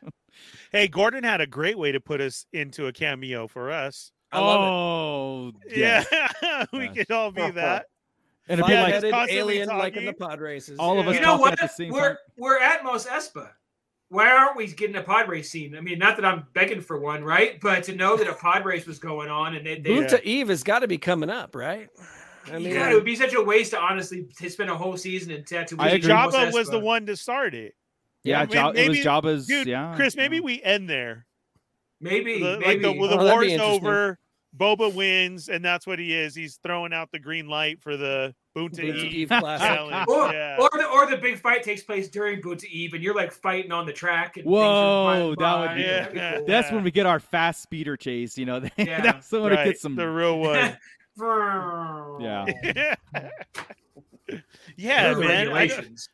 [SPEAKER 3] hey, Gordon had a great way to put us into a cameo for us.
[SPEAKER 9] I love
[SPEAKER 7] oh.
[SPEAKER 3] Yeah, <laughs>
[SPEAKER 7] yes.
[SPEAKER 3] we
[SPEAKER 7] Yes.
[SPEAKER 3] could all be that.
[SPEAKER 9] it.
[SPEAKER 7] And it'd be
[SPEAKER 3] Yeah,
[SPEAKER 7] like
[SPEAKER 9] Five-headed
[SPEAKER 3] constantly
[SPEAKER 9] alien like in the
[SPEAKER 3] talking.
[SPEAKER 9] pod races.
[SPEAKER 7] All of
[SPEAKER 9] Yeah.
[SPEAKER 7] us
[SPEAKER 8] You know
[SPEAKER 7] talking
[SPEAKER 8] what?
[SPEAKER 7] at the same
[SPEAKER 8] we're
[SPEAKER 7] time.
[SPEAKER 8] we're at Mos Espa. Why aren't we getting a pod race scene? I mean, not that I'm begging for one, right? But to know that a pod race was going on and they, they
[SPEAKER 9] Boon to Eve has got to be coming up, right? I mean,
[SPEAKER 8] God, it would be such a waste to honestly to spend a whole season in Tatooine.
[SPEAKER 7] I
[SPEAKER 8] and
[SPEAKER 7] agree.
[SPEAKER 8] Mos
[SPEAKER 3] Jabba was
[SPEAKER 8] Espa.
[SPEAKER 3] the one to start it.
[SPEAKER 7] Yeah,
[SPEAKER 3] I mean,
[SPEAKER 7] Ja- it was
[SPEAKER 3] maybe-
[SPEAKER 7] Jabba's.
[SPEAKER 3] dude,
[SPEAKER 7] yeah,
[SPEAKER 3] Chris, maybe
[SPEAKER 7] yeah.
[SPEAKER 3] we end there.
[SPEAKER 8] Maybe,
[SPEAKER 3] The- like
[SPEAKER 8] maybe.
[SPEAKER 3] the, well, the
[SPEAKER 9] Oh, that'd be
[SPEAKER 3] war's
[SPEAKER 9] interesting.
[SPEAKER 3] over. Boba wins, and that's what he is. He's throwing out the green light for the Bunta
[SPEAKER 9] Bunta
[SPEAKER 3] E
[SPEAKER 9] Eve
[SPEAKER 3] <laughs>
[SPEAKER 9] classic.
[SPEAKER 3] challenge.
[SPEAKER 8] Or,
[SPEAKER 3] yeah.
[SPEAKER 8] or the or the big fight takes place during Boot to Eve, and you're like fighting on the track. And things are
[SPEAKER 7] Whoa,
[SPEAKER 8] flying
[SPEAKER 7] that would
[SPEAKER 8] by.
[SPEAKER 7] be-
[SPEAKER 8] That'd cool.
[SPEAKER 7] That's when we get our fast speeder chase. You know, <laughs>
[SPEAKER 8] Yeah,
[SPEAKER 7] that's when
[SPEAKER 3] Right,
[SPEAKER 7] it gets some.
[SPEAKER 3] the real
[SPEAKER 8] <laughs>
[SPEAKER 3] one. <laughs>
[SPEAKER 8] Vroom.
[SPEAKER 7] Yeah.
[SPEAKER 3] yeah,
[SPEAKER 8] There are
[SPEAKER 3] man. I-
[SPEAKER 8] regulations.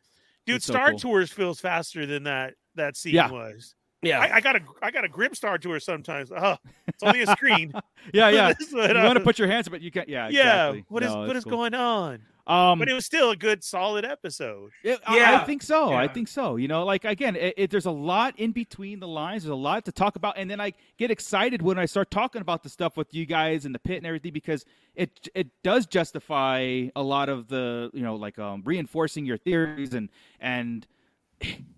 [SPEAKER 3] dude,
[SPEAKER 7] It's so
[SPEAKER 3] Star
[SPEAKER 7] cool.
[SPEAKER 3] Tours feels faster than that that scene
[SPEAKER 7] Yeah.
[SPEAKER 3] was.
[SPEAKER 9] Yeah.
[SPEAKER 3] I, I got a I got a grip Star Tour sometimes. Oh, it's only a screen. <laughs>
[SPEAKER 7] yeah, <laughs> yeah.
[SPEAKER 3] That's
[SPEAKER 7] You
[SPEAKER 3] what I
[SPEAKER 7] want to
[SPEAKER 3] was-
[SPEAKER 7] put your hands, up, but you can't. Yeah,
[SPEAKER 3] yeah.
[SPEAKER 7] Exactly.
[SPEAKER 3] What is
[SPEAKER 7] No,
[SPEAKER 3] what
[SPEAKER 7] it's
[SPEAKER 3] is
[SPEAKER 7] cool.
[SPEAKER 3] going on?
[SPEAKER 7] Um,
[SPEAKER 3] But it was still a good, solid episode.
[SPEAKER 7] Yeah, I- I
[SPEAKER 8] Yeah.
[SPEAKER 7] think so. I
[SPEAKER 8] Yeah.
[SPEAKER 7] think so. You know, like again, it, it, there's a lot in between the lines. There's a lot to talk about, and then I get excited when I start talking about the stuff with you guys and the pit and everything because it it does justify a lot of the you know like um, reinforcing your theories and and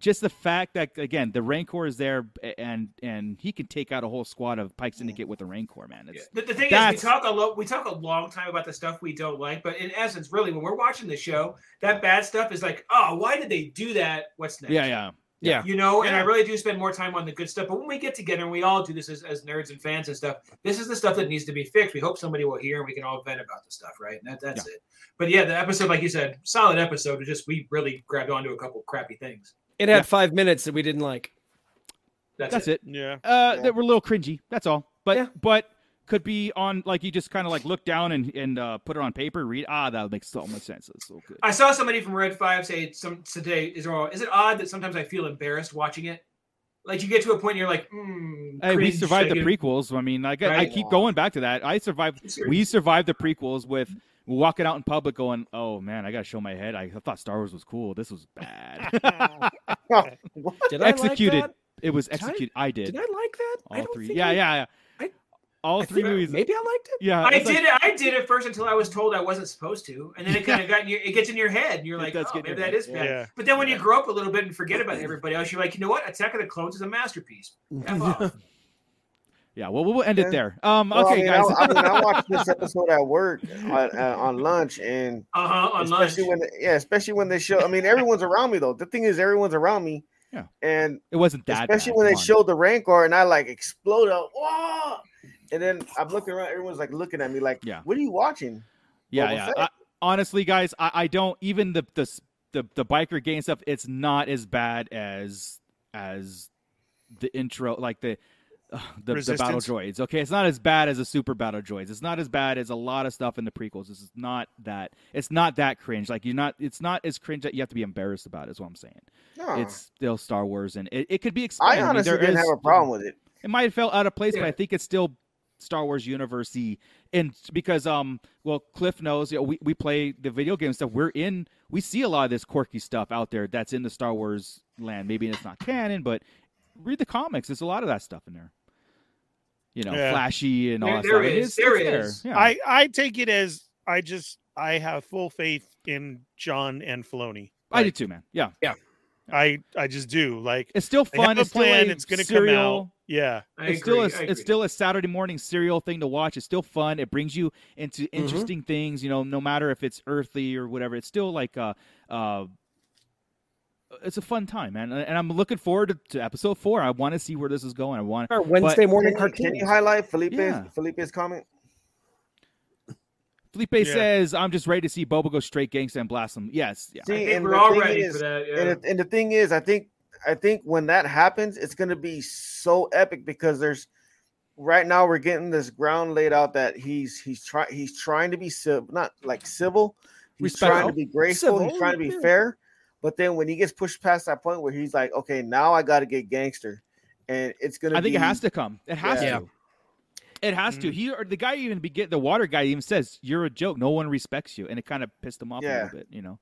[SPEAKER 7] just the fact that again the rancor is there a- and and he can take out a whole squad of Pike Syndicate with the rancor man. It's,
[SPEAKER 8] The, the thing
[SPEAKER 7] That's-
[SPEAKER 8] is, we talk a lot. We talk a long time about the stuff we don't like, but in essence, really, when we're watching the show, that bad stuff is like, oh, why did they do that? What's next?
[SPEAKER 7] yeah, yeah.
[SPEAKER 9] yeah.
[SPEAKER 8] You know, and I really do spend more time on the good stuff. But when we get together, and we all do this as, as nerds and fans and stuff, this is the stuff that needs to be fixed. We hope somebody will hear and we can all vent about the stuff, right? And that, that's it. But yeah, the episode, like you said, solid episode. It's just we really grabbed onto a couple crappy things.
[SPEAKER 9] It had five minutes that we didn't
[SPEAKER 7] <laughs>
[SPEAKER 9] like.
[SPEAKER 8] That's,
[SPEAKER 7] That's
[SPEAKER 8] it.
[SPEAKER 7] it.
[SPEAKER 3] <laughs> Yeah.
[SPEAKER 7] uh, that were a little cringy. That's all. But
[SPEAKER 9] Yeah.
[SPEAKER 7] but could be on like you just kind of like look down and and uh, put it on paper, read. Ah, that would make so much sense. That's so good.
[SPEAKER 8] I saw somebody from Red Five say some today is all. Is it odd that sometimes I feel embarrassed watching it? Like you get to a point and you're like, mm,
[SPEAKER 7] Hey, we
[SPEAKER 8] cringe,
[SPEAKER 7] survived
[SPEAKER 8] like
[SPEAKER 7] the
[SPEAKER 8] it-
[SPEAKER 7] prequels. I mean, I, get- I
[SPEAKER 8] Right.
[SPEAKER 7] keep going back to that. I survived. We survived the prequels with walking out in public, going, "Oh man, I gotta show my head. I thought Star Wars was cool. This was bad. <laughs>
[SPEAKER 9] Did I
[SPEAKER 7] executed.
[SPEAKER 9] Like
[SPEAKER 7] It was
[SPEAKER 9] I-
[SPEAKER 7] executed. I, did.
[SPEAKER 9] that? Did I like that? I
[SPEAKER 7] All
[SPEAKER 9] don't
[SPEAKER 7] three.
[SPEAKER 9] think
[SPEAKER 7] Yeah,
[SPEAKER 9] I-
[SPEAKER 7] yeah, yeah.
[SPEAKER 9] I-
[SPEAKER 7] All
[SPEAKER 9] I
[SPEAKER 7] three
[SPEAKER 9] think I-
[SPEAKER 7] movies.
[SPEAKER 9] <laughs> Maybe I liked it.
[SPEAKER 7] Yeah,
[SPEAKER 8] I
[SPEAKER 7] uh, it's like-
[SPEAKER 8] did it. I did it first until I was told I wasn't supposed to, and then it kind
[SPEAKER 7] <laughs>
[SPEAKER 8] of got in your, it gets in your head, and you're
[SPEAKER 7] It
[SPEAKER 8] like,
[SPEAKER 7] does
[SPEAKER 8] oh,
[SPEAKER 7] get in
[SPEAKER 8] maybe
[SPEAKER 7] your
[SPEAKER 8] that
[SPEAKER 7] head,
[SPEAKER 8] is bad.
[SPEAKER 3] yeah.
[SPEAKER 8] But then when you grow up a little bit and forget about everybody else, you're like, you know what? Attack of the Clones is a masterpiece.
[SPEAKER 3] <laughs>
[SPEAKER 8] F
[SPEAKER 7] <laughs>
[SPEAKER 8] off. Uh-huh,
[SPEAKER 7] yeah. Well, we'll end it
[SPEAKER 5] Yeah.
[SPEAKER 7] there. Um.
[SPEAKER 5] Well,
[SPEAKER 7] okay,
[SPEAKER 5] I mean,
[SPEAKER 7] guys.
[SPEAKER 5] I, I, mean, I watched this episode at work on, uh, on
[SPEAKER 7] <laughs>
[SPEAKER 5] lunch, and
[SPEAKER 8] Uh huh. On lunch.
[SPEAKER 5] especially when yeah, especially when they show. I mean, everyone's around me though. The thing is, everyone's around me.
[SPEAKER 7] Yeah.
[SPEAKER 5] And
[SPEAKER 7] it wasn't that.
[SPEAKER 5] especially
[SPEAKER 7] bad.
[SPEAKER 5] when
[SPEAKER 7] Come
[SPEAKER 5] they
[SPEAKER 7] on.
[SPEAKER 5] showed the Rancor, and I like explode out, whoa! And then I'm looking around, everyone's like looking at me, like,
[SPEAKER 7] Yeah.
[SPEAKER 5] what are you watching?
[SPEAKER 7] Yeah,
[SPEAKER 5] Boba
[SPEAKER 7] yeah.
[SPEAKER 5] Fett.
[SPEAKER 7] I, honestly, guys, I, I don't even the, the s- the the biker gang stuff. It's not as bad as as the intro, like the <sighs> uh, the, the battle
[SPEAKER 3] Resistance?
[SPEAKER 7] droids. Okay, it's not as bad as the super battle droids. It's not as bad as a lot of stuff in the prequels. This is not that. It's not that cringe. Like you're not. It's not as cringe that you have to be embarrassed about. Is what I'm saying.
[SPEAKER 5] No.
[SPEAKER 7] It's still Star Wars, and it, it could be
[SPEAKER 5] I
[SPEAKER 7] expanded. mean,
[SPEAKER 5] honestly
[SPEAKER 7] there
[SPEAKER 5] didn't
[SPEAKER 7] is-
[SPEAKER 5] have a problem with it.
[SPEAKER 7] it might have felt out of place, but
[SPEAKER 8] Yeah.
[SPEAKER 7] I think it's still Star Wars universe and because um well Cliff knows you know, we, we play the video game stuff. We're in we see a lot of this quirky stuff out there that's in the Star Wars land. Maybe it's not canon, but read the comics. There's a lot of that stuff in there. You know,
[SPEAKER 3] Yeah.
[SPEAKER 7] flashy and
[SPEAKER 8] There-
[SPEAKER 7] all that
[SPEAKER 8] there
[SPEAKER 7] stuff. It
[SPEAKER 8] is,
[SPEAKER 7] is,
[SPEAKER 8] there
[SPEAKER 7] it's
[SPEAKER 8] is.
[SPEAKER 7] Yeah.
[SPEAKER 3] I I take it as I just I have full faith in John and Filoni.
[SPEAKER 7] I do too, man. Yeah.
[SPEAKER 3] I I just do. Like
[SPEAKER 7] It's still
[SPEAKER 3] they
[SPEAKER 7] fun.
[SPEAKER 3] have a
[SPEAKER 7] it's still
[SPEAKER 3] plan.
[SPEAKER 7] a
[SPEAKER 3] It's gonna
[SPEAKER 7] serial,
[SPEAKER 3] come out. Yeah.
[SPEAKER 8] I
[SPEAKER 7] it's still a,
[SPEAKER 8] agree, I
[SPEAKER 7] it's
[SPEAKER 8] agree.
[SPEAKER 7] still a Saturday morning serial thing to watch. It's still fun. It brings you into
[SPEAKER 8] Mm-hmm.
[SPEAKER 7] interesting things. You know, no matter if it's earthly or whatever, it's still like uh uh. It's a fun time, man, and I'm looking forward to, to episode four. I want to see where this is going. I want.
[SPEAKER 9] Our Wednesday morning
[SPEAKER 5] Can you-
[SPEAKER 9] cartoon.
[SPEAKER 5] Can you highlight Felipe's
[SPEAKER 7] Yeah.
[SPEAKER 5] Felipe's comment?
[SPEAKER 7] Felipe
[SPEAKER 3] Yeah.
[SPEAKER 7] says, "I'm just ready to see Boba go straight gangsta and blast him." Yes, yeah,
[SPEAKER 8] I
[SPEAKER 5] See,
[SPEAKER 8] think
[SPEAKER 5] and
[SPEAKER 8] we're
[SPEAKER 5] the
[SPEAKER 8] all
[SPEAKER 5] thing
[SPEAKER 8] ready
[SPEAKER 5] is-
[SPEAKER 8] for that. Yeah.
[SPEAKER 5] And it, and the thing is, I think I think when that happens, it's gonna be so epic because there's right now we're getting this ground laid out that he's he's trying he's trying to be civil, not like civil. He's trying
[SPEAKER 7] Respectful.
[SPEAKER 5] to be graceful.
[SPEAKER 9] Civil,
[SPEAKER 5] He's trying to be
[SPEAKER 9] yeah.
[SPEAKER 5] fair. But then when he gets pushed past that point where he's like, okay, now I got to get gangster, and it's gonna.
[SPEAKER 7] I think
[SPEAKER 5] be,
[SPEAKER 7] it has to come. It has
[SPEAKER 9] Yeah.
[SPEAKER 7] to. It has
[SPEAKER 8] Mm.
[SPEAKER 7] to. He or the guy even begin the water guy even says you're a joke. No one respects you, and it kind of pissed him off a
[SPEAKER 5] Yeah.
[SPEAKER 7] little bit, you know.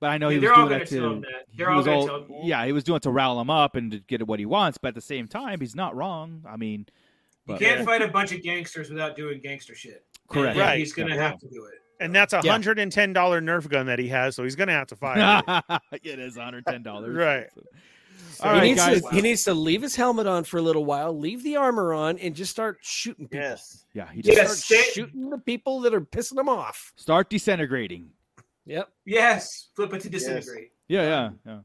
[SPEAKER 7] But I know
[SPEAKER 8] Yeah,
[SPEAKER 7] he
[SPEAKER 8] they're
[SPEAKER 7] was
[SPEAKER 8] all
[SPEAKER 7] doing that
[SPEAKER 8] gonna tell
[SPEAKER 7] to.
[SPEAKER 8] him that.
[SPEAKER 7] he
[SPEAKER 8] They're all
[SPEAKER 7] was
[SPEAKER 8] gonna tell him.
[SPEAKER 7] yeah, he was doing it to rile him up and to get what he wants. But at the same time, he's not wrong. I mean,
[SPEAKER 8] you
[SPEAKER 7] but-
[SPEAKER 8] can't fight a bunch of gangsters without doing gangster shit.
[SPEAKER 7] correct.
[SPEAKER 8] Yeah,
[SPEAKER 3] Right.
[SPEAKER 8] He's gonna
[SPEAKER 7] Yeah.
[SPEAKER 8] have
[SPEAKER 9] <laughs>
[SPEAKER 8] to do it.
[SPEAKER 3] And that's a
[SPEAKER 9] Yeah.
[SPEAKER 3] hundred and ten dollar Nerf gun that he has, so he's gonna have to
[SPEAKER 7] <laughs>
[SPEAKER 3] fire. it.
[SPEAKER 7] it is one hundred ten dollars.
[SPEAKER 3] Right.
[SPEAKER 7] All
[SPEAKER 9] he,
[SPEAKER 7] right,
[SPEAKER 9] needs
[SPEAKER 7] guys.
[SPEAKER 9] to, he needs to leave his helmet on for a little while, leave the armor on, and just start shooting people.
[SPEAKER 5] Yes.
[SPEAKER 7] Yeah, he just
[SPEAKER 9] Just
[SPEAKER 8] Yes,
[SPEAKER 9] start
[SPEAKER 8] stay-
[SPEAKER 9] shooting the people that are pissing him off.
[SPEAKER 7] start disintegrating.
[SPEAKER 9] Yep.
[SPEAKER 8] Yes, flip it to disintegrate.
[SPEAKER 7] Yeah, yeah, yeah.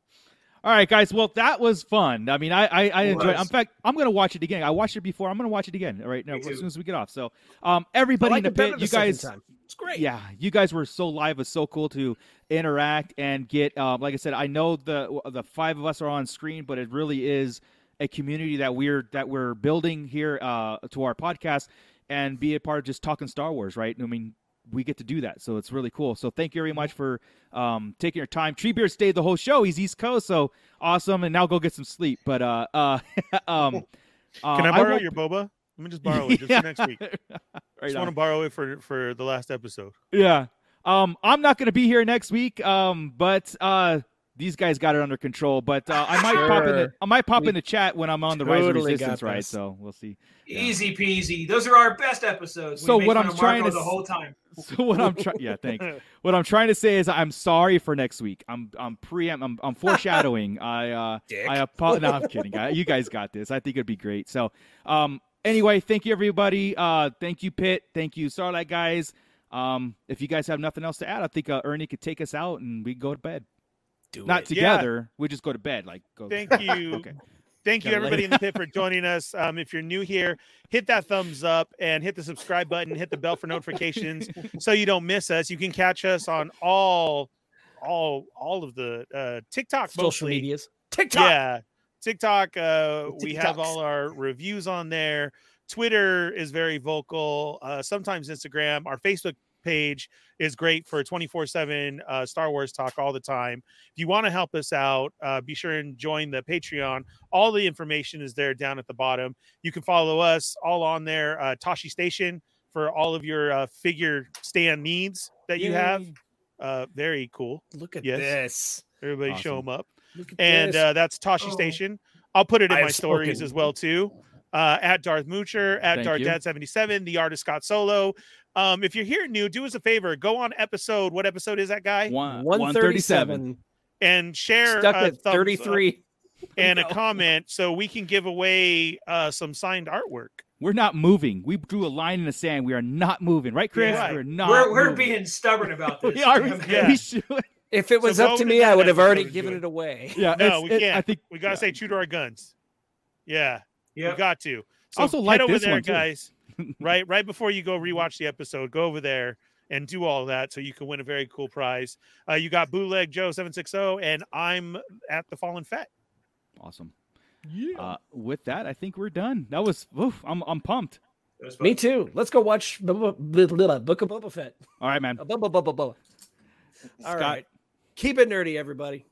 [SPEAKER 7] All right, guys. Well, that was fun. I mean, I I, I
[SPEAKER 8] It
[SPEAKER 7] enjoyed. It.
[SPEAKER 8] was.
[SPEAKER 7] In fact, I'm gonna watch it again. I watched it before. I'm gonna watch it again. All right, now
[SPEAKER 8] Me
[SPEAKER 7] as
[SPEAKER 8] too.
[SPEAKER 7] soon as we get off. So, um, everybody in
[SPEAKER 9] liked
[SPEAKER 7] the
[SPEAKER 9] it better
[SPEAKER 7] pit,
[SPEAKER 9] the
[SPEAKER 7] you
[SPEAKER 9] second
[SPEAKER 7] guys.
[SPEAKER 9] time. It's great.
[SPEAKER 7] Yeah, you guys were so live. It was so cool to interact and get. Um, like I said, I know the the five of us are on screen, but it really is a community that we're that we're building here uh, to our podcast and be a part of just talking Star Wars. Right? I mean, we get to do that, so it's really cool. So thank you very much for um, taking your time. Treebeard stayed the whole show. He's East Coast, so awesome. And now go get some sleep. But uh, uh, <laughs> um,
[SPEAKER 3] Can I borrow your boba? Let
[SPEAKER 7] <laughs>
[SPEAKER 3] me just borrow it just for next week.
[SPEAKER 7] right
[SPEAKER 3] just want to
[SPEAKER 7] on.
[SPEAKER 3] borrow it for for the last episode.
[SPEAKER 7] Yeah. Um, I'm not going to be here next week. Um, but uh, these guys got it under control. But uh, I might pop in. The,
[SPEAKER 9] Sure.
[SPEAKER 7] I might pop
[SPEAKER 9] We
[SPEAKER 7] in the chat when I'm on the Rise of
[SPEAKER 9] totally got
[SPEAKER 7] Resistance ride.
[SPEAKER 9] this.
[SPEAKER 7] So we'll see. Yeah.
[SPEAKER 8] Easy peasy. Those are our best episodes. We
[SPEAKER 7] So
[SPEAKER 8] make
[SPEAKER 7] what
[SPEAKER 8] fun
[SPEAKER 7] I'm
[SPEAKER 8] of
[SPEAKER 7] trying
[SPEAKER 8] Marco
[SPEAKER 7] to
[SPEAKER 8] the
[SPEAKER 7] s-
[SPEAKER 8] whole time.
[SPEAKER 7] So what I'm trying. Yeah,
[SPEAKER 9] <laughs>
[SPEAKER 7] thanks. What I'm trying to say is I'm sorry for next week. I'm I'm pre I'm,
[SPEAKER 9] <laughs>
[SPEAKER 7] I'm foreshadowing. I uh
[SPEAKER 9] Dick.
[SPEAKER 7] I apologize. No, I'm kidding. guy. You guys got this. I think it'd be great. So, um, anyway, thank you everybody. Uh, thank you Pitt. Thank you Starlight guys. Um, if you guys have nothing else to add, I think uh, Ernie could take us out and we go to bed.
[SPEAKER 9] Do
[SPEAKER 7] Not
[SPEAKER 9] it.
[SPEAKER 3] Yeah.
[SPEAKER 7] together. We just go to bed. Like go.
[SPEAKER 3] Thank you.
[SPEAKER 7] <laughs> Okay.
[SPEAKER 3] Thank you,
[SPEAKER 7] Gotta let
[SPEAKER 3] everybody
[SPEAKER 7] it-
[SPEAKER 3] in the pit, for joining us. Um, if you're new here, hit that thumbs up and hit the subscribe button. Hit the bell for notifications so you don't miss us. You can catch us on all, all, all of the uh, TikTok
[SPEAKER 9] social
[SPEAKER 3] mostly.
[SPEAKER 9] medias. TikTok.
[SPEAKER 3] Yeah, TikTok. Uh, we have
[SPEAKER 9] TikToks.
[SPEAKER 3] all our reviews on there. Twitter is very vocal. Uh, sometimes Instagram. Our Facebook page is great for 24 7 uh, Star Wars talk all the time. If you want to help us out, uh, be sure and join the Patreon. All the information is there down at the bottom. You can follow us all on there. Uh, Tashi Station for all of your uh, figure stand needs that you have.
[SPEAKER 9] Yay.
[SPEAKER 3] Uh, very cool.
[SPEAKER 9] Look at
[SPEAKER 3] Yes.
[SPEAKER 9] this.
[SPEAKER 3] Everybody show
[SPEAKER 7] Awesome.
[SPEAKER 3] them up
[SPEAKER 9] Look at
[SPEAKER 3] and
[SPEAKER 9] this.
[SPEAKER 3] uh, that's Tashi
[SPEAKER 8] Oh.
[SPEAKER 3] Station. I'll put it in my
[SPEAKER 9] I have
[SPEAKER 3] stories
[SPEAKER 9] spoken.
[SPEAKER 3] as well too. Uh, at Darth Moocher, at
[SPEAKER 7] Thank
[SPEAKER 3] Darth
[SPEAKER 7] you.
[SPEAKER 3] Dad seventy seven, the artist Scott Solo. Um, if you're here new, do us a favor, go on episode. What episode is that guy?
[SPEAKER 7] Uh, One, 137.
[SPEAKER 9] 137.
[SPEAKER 3] And share
[SPEAKER 9] Stuck
[SPEAKER 3] a
[SPEAKER 9] at
[SPEAKER 3] uh, thumbs up
[SPEAKER 9] 33.
[SPEAKER 3] and a
[SPEAKER 7] No.
[SPEAKER 3] comment so we can give away uh, some signed artwork.
[SPEAKER 7] We're not moving. We drew a line in the sand. We are not moving. Right, Chris?
[SPEAKER 3] Yeah.
[SPEAKER 7] We're not.
[SPEAKER 8] we're we're
[SPEAKER 7] moving.
[SPEAKER 8] being stubborn about this.
[SPEAKER 7] <laughs>
[SPEAKER 8] <laughs>
[SPEAKER 7] We are. <laughs>
[SPEAKER 3] <laughs> Yeah.
[SPEAKER 7] We should.
[SPEAKER 9] If it
[SPEAKER 3] So
[SPEAKER 9] was
[SPEAKER 3] go
[SPEAKER 9] up to
[SPEAKER 3] to
[SPEAKER 9] me,
[SPEAKER 3] that
[SPEAKER 9] I would have already
[SPEAKER 3] episode and do
[SPEAKER 9] given
[SPEAKER 3] it.
[SPEAKER 9] it away.
[SPEAKER 7] Yeah.
[SPEAKER 3] No,
[SPEAKER 7] it's-
[SPEAKER 3] we
[SPEAKER 7] it-
[SPEAKER 3] can't.
[SPEAKER 7] I think
[SPEAKER 3] We gotta
[SPEAKER 7] yeah.
[SPEAKER 3] stay true to our guns. Yeah,
[SPEAKER 8] Yep.
[SPEAKER 3] we got to. So
[SPEAKER 7] Also
[SPEAKER 3] get
[SPEAKER 7] like
[SPEAKER 3] over
[SPEAKER 7] this
[SPEAKER 3] there,
[SPEAKER 7] one, too. <laughs>
[SPEAKER 3] guys. right, right before you go rewatch the episode, go over there and do all that so you can win a very cool prize. Uh, you got bootleg Joe seven six zero, and I'm at the Fallen Fat.
[SPEAKER 7] Awesome. Uh, with that, I think we're done. That was. Oof, I'm I'm pumped.
[SPEAKER 8] Those
[SPEAKER 9] Me too. Let's go watch B- B- B- B- Book of Boba Fett.
[SPEAKER 7] All right, man.
[SPEAKER 9] Uh, bu- bu- bu- bu- bu- All
[SPEAKER 7] Scott.
[SPEAKER 9] right. Keep it nerdy, everybody.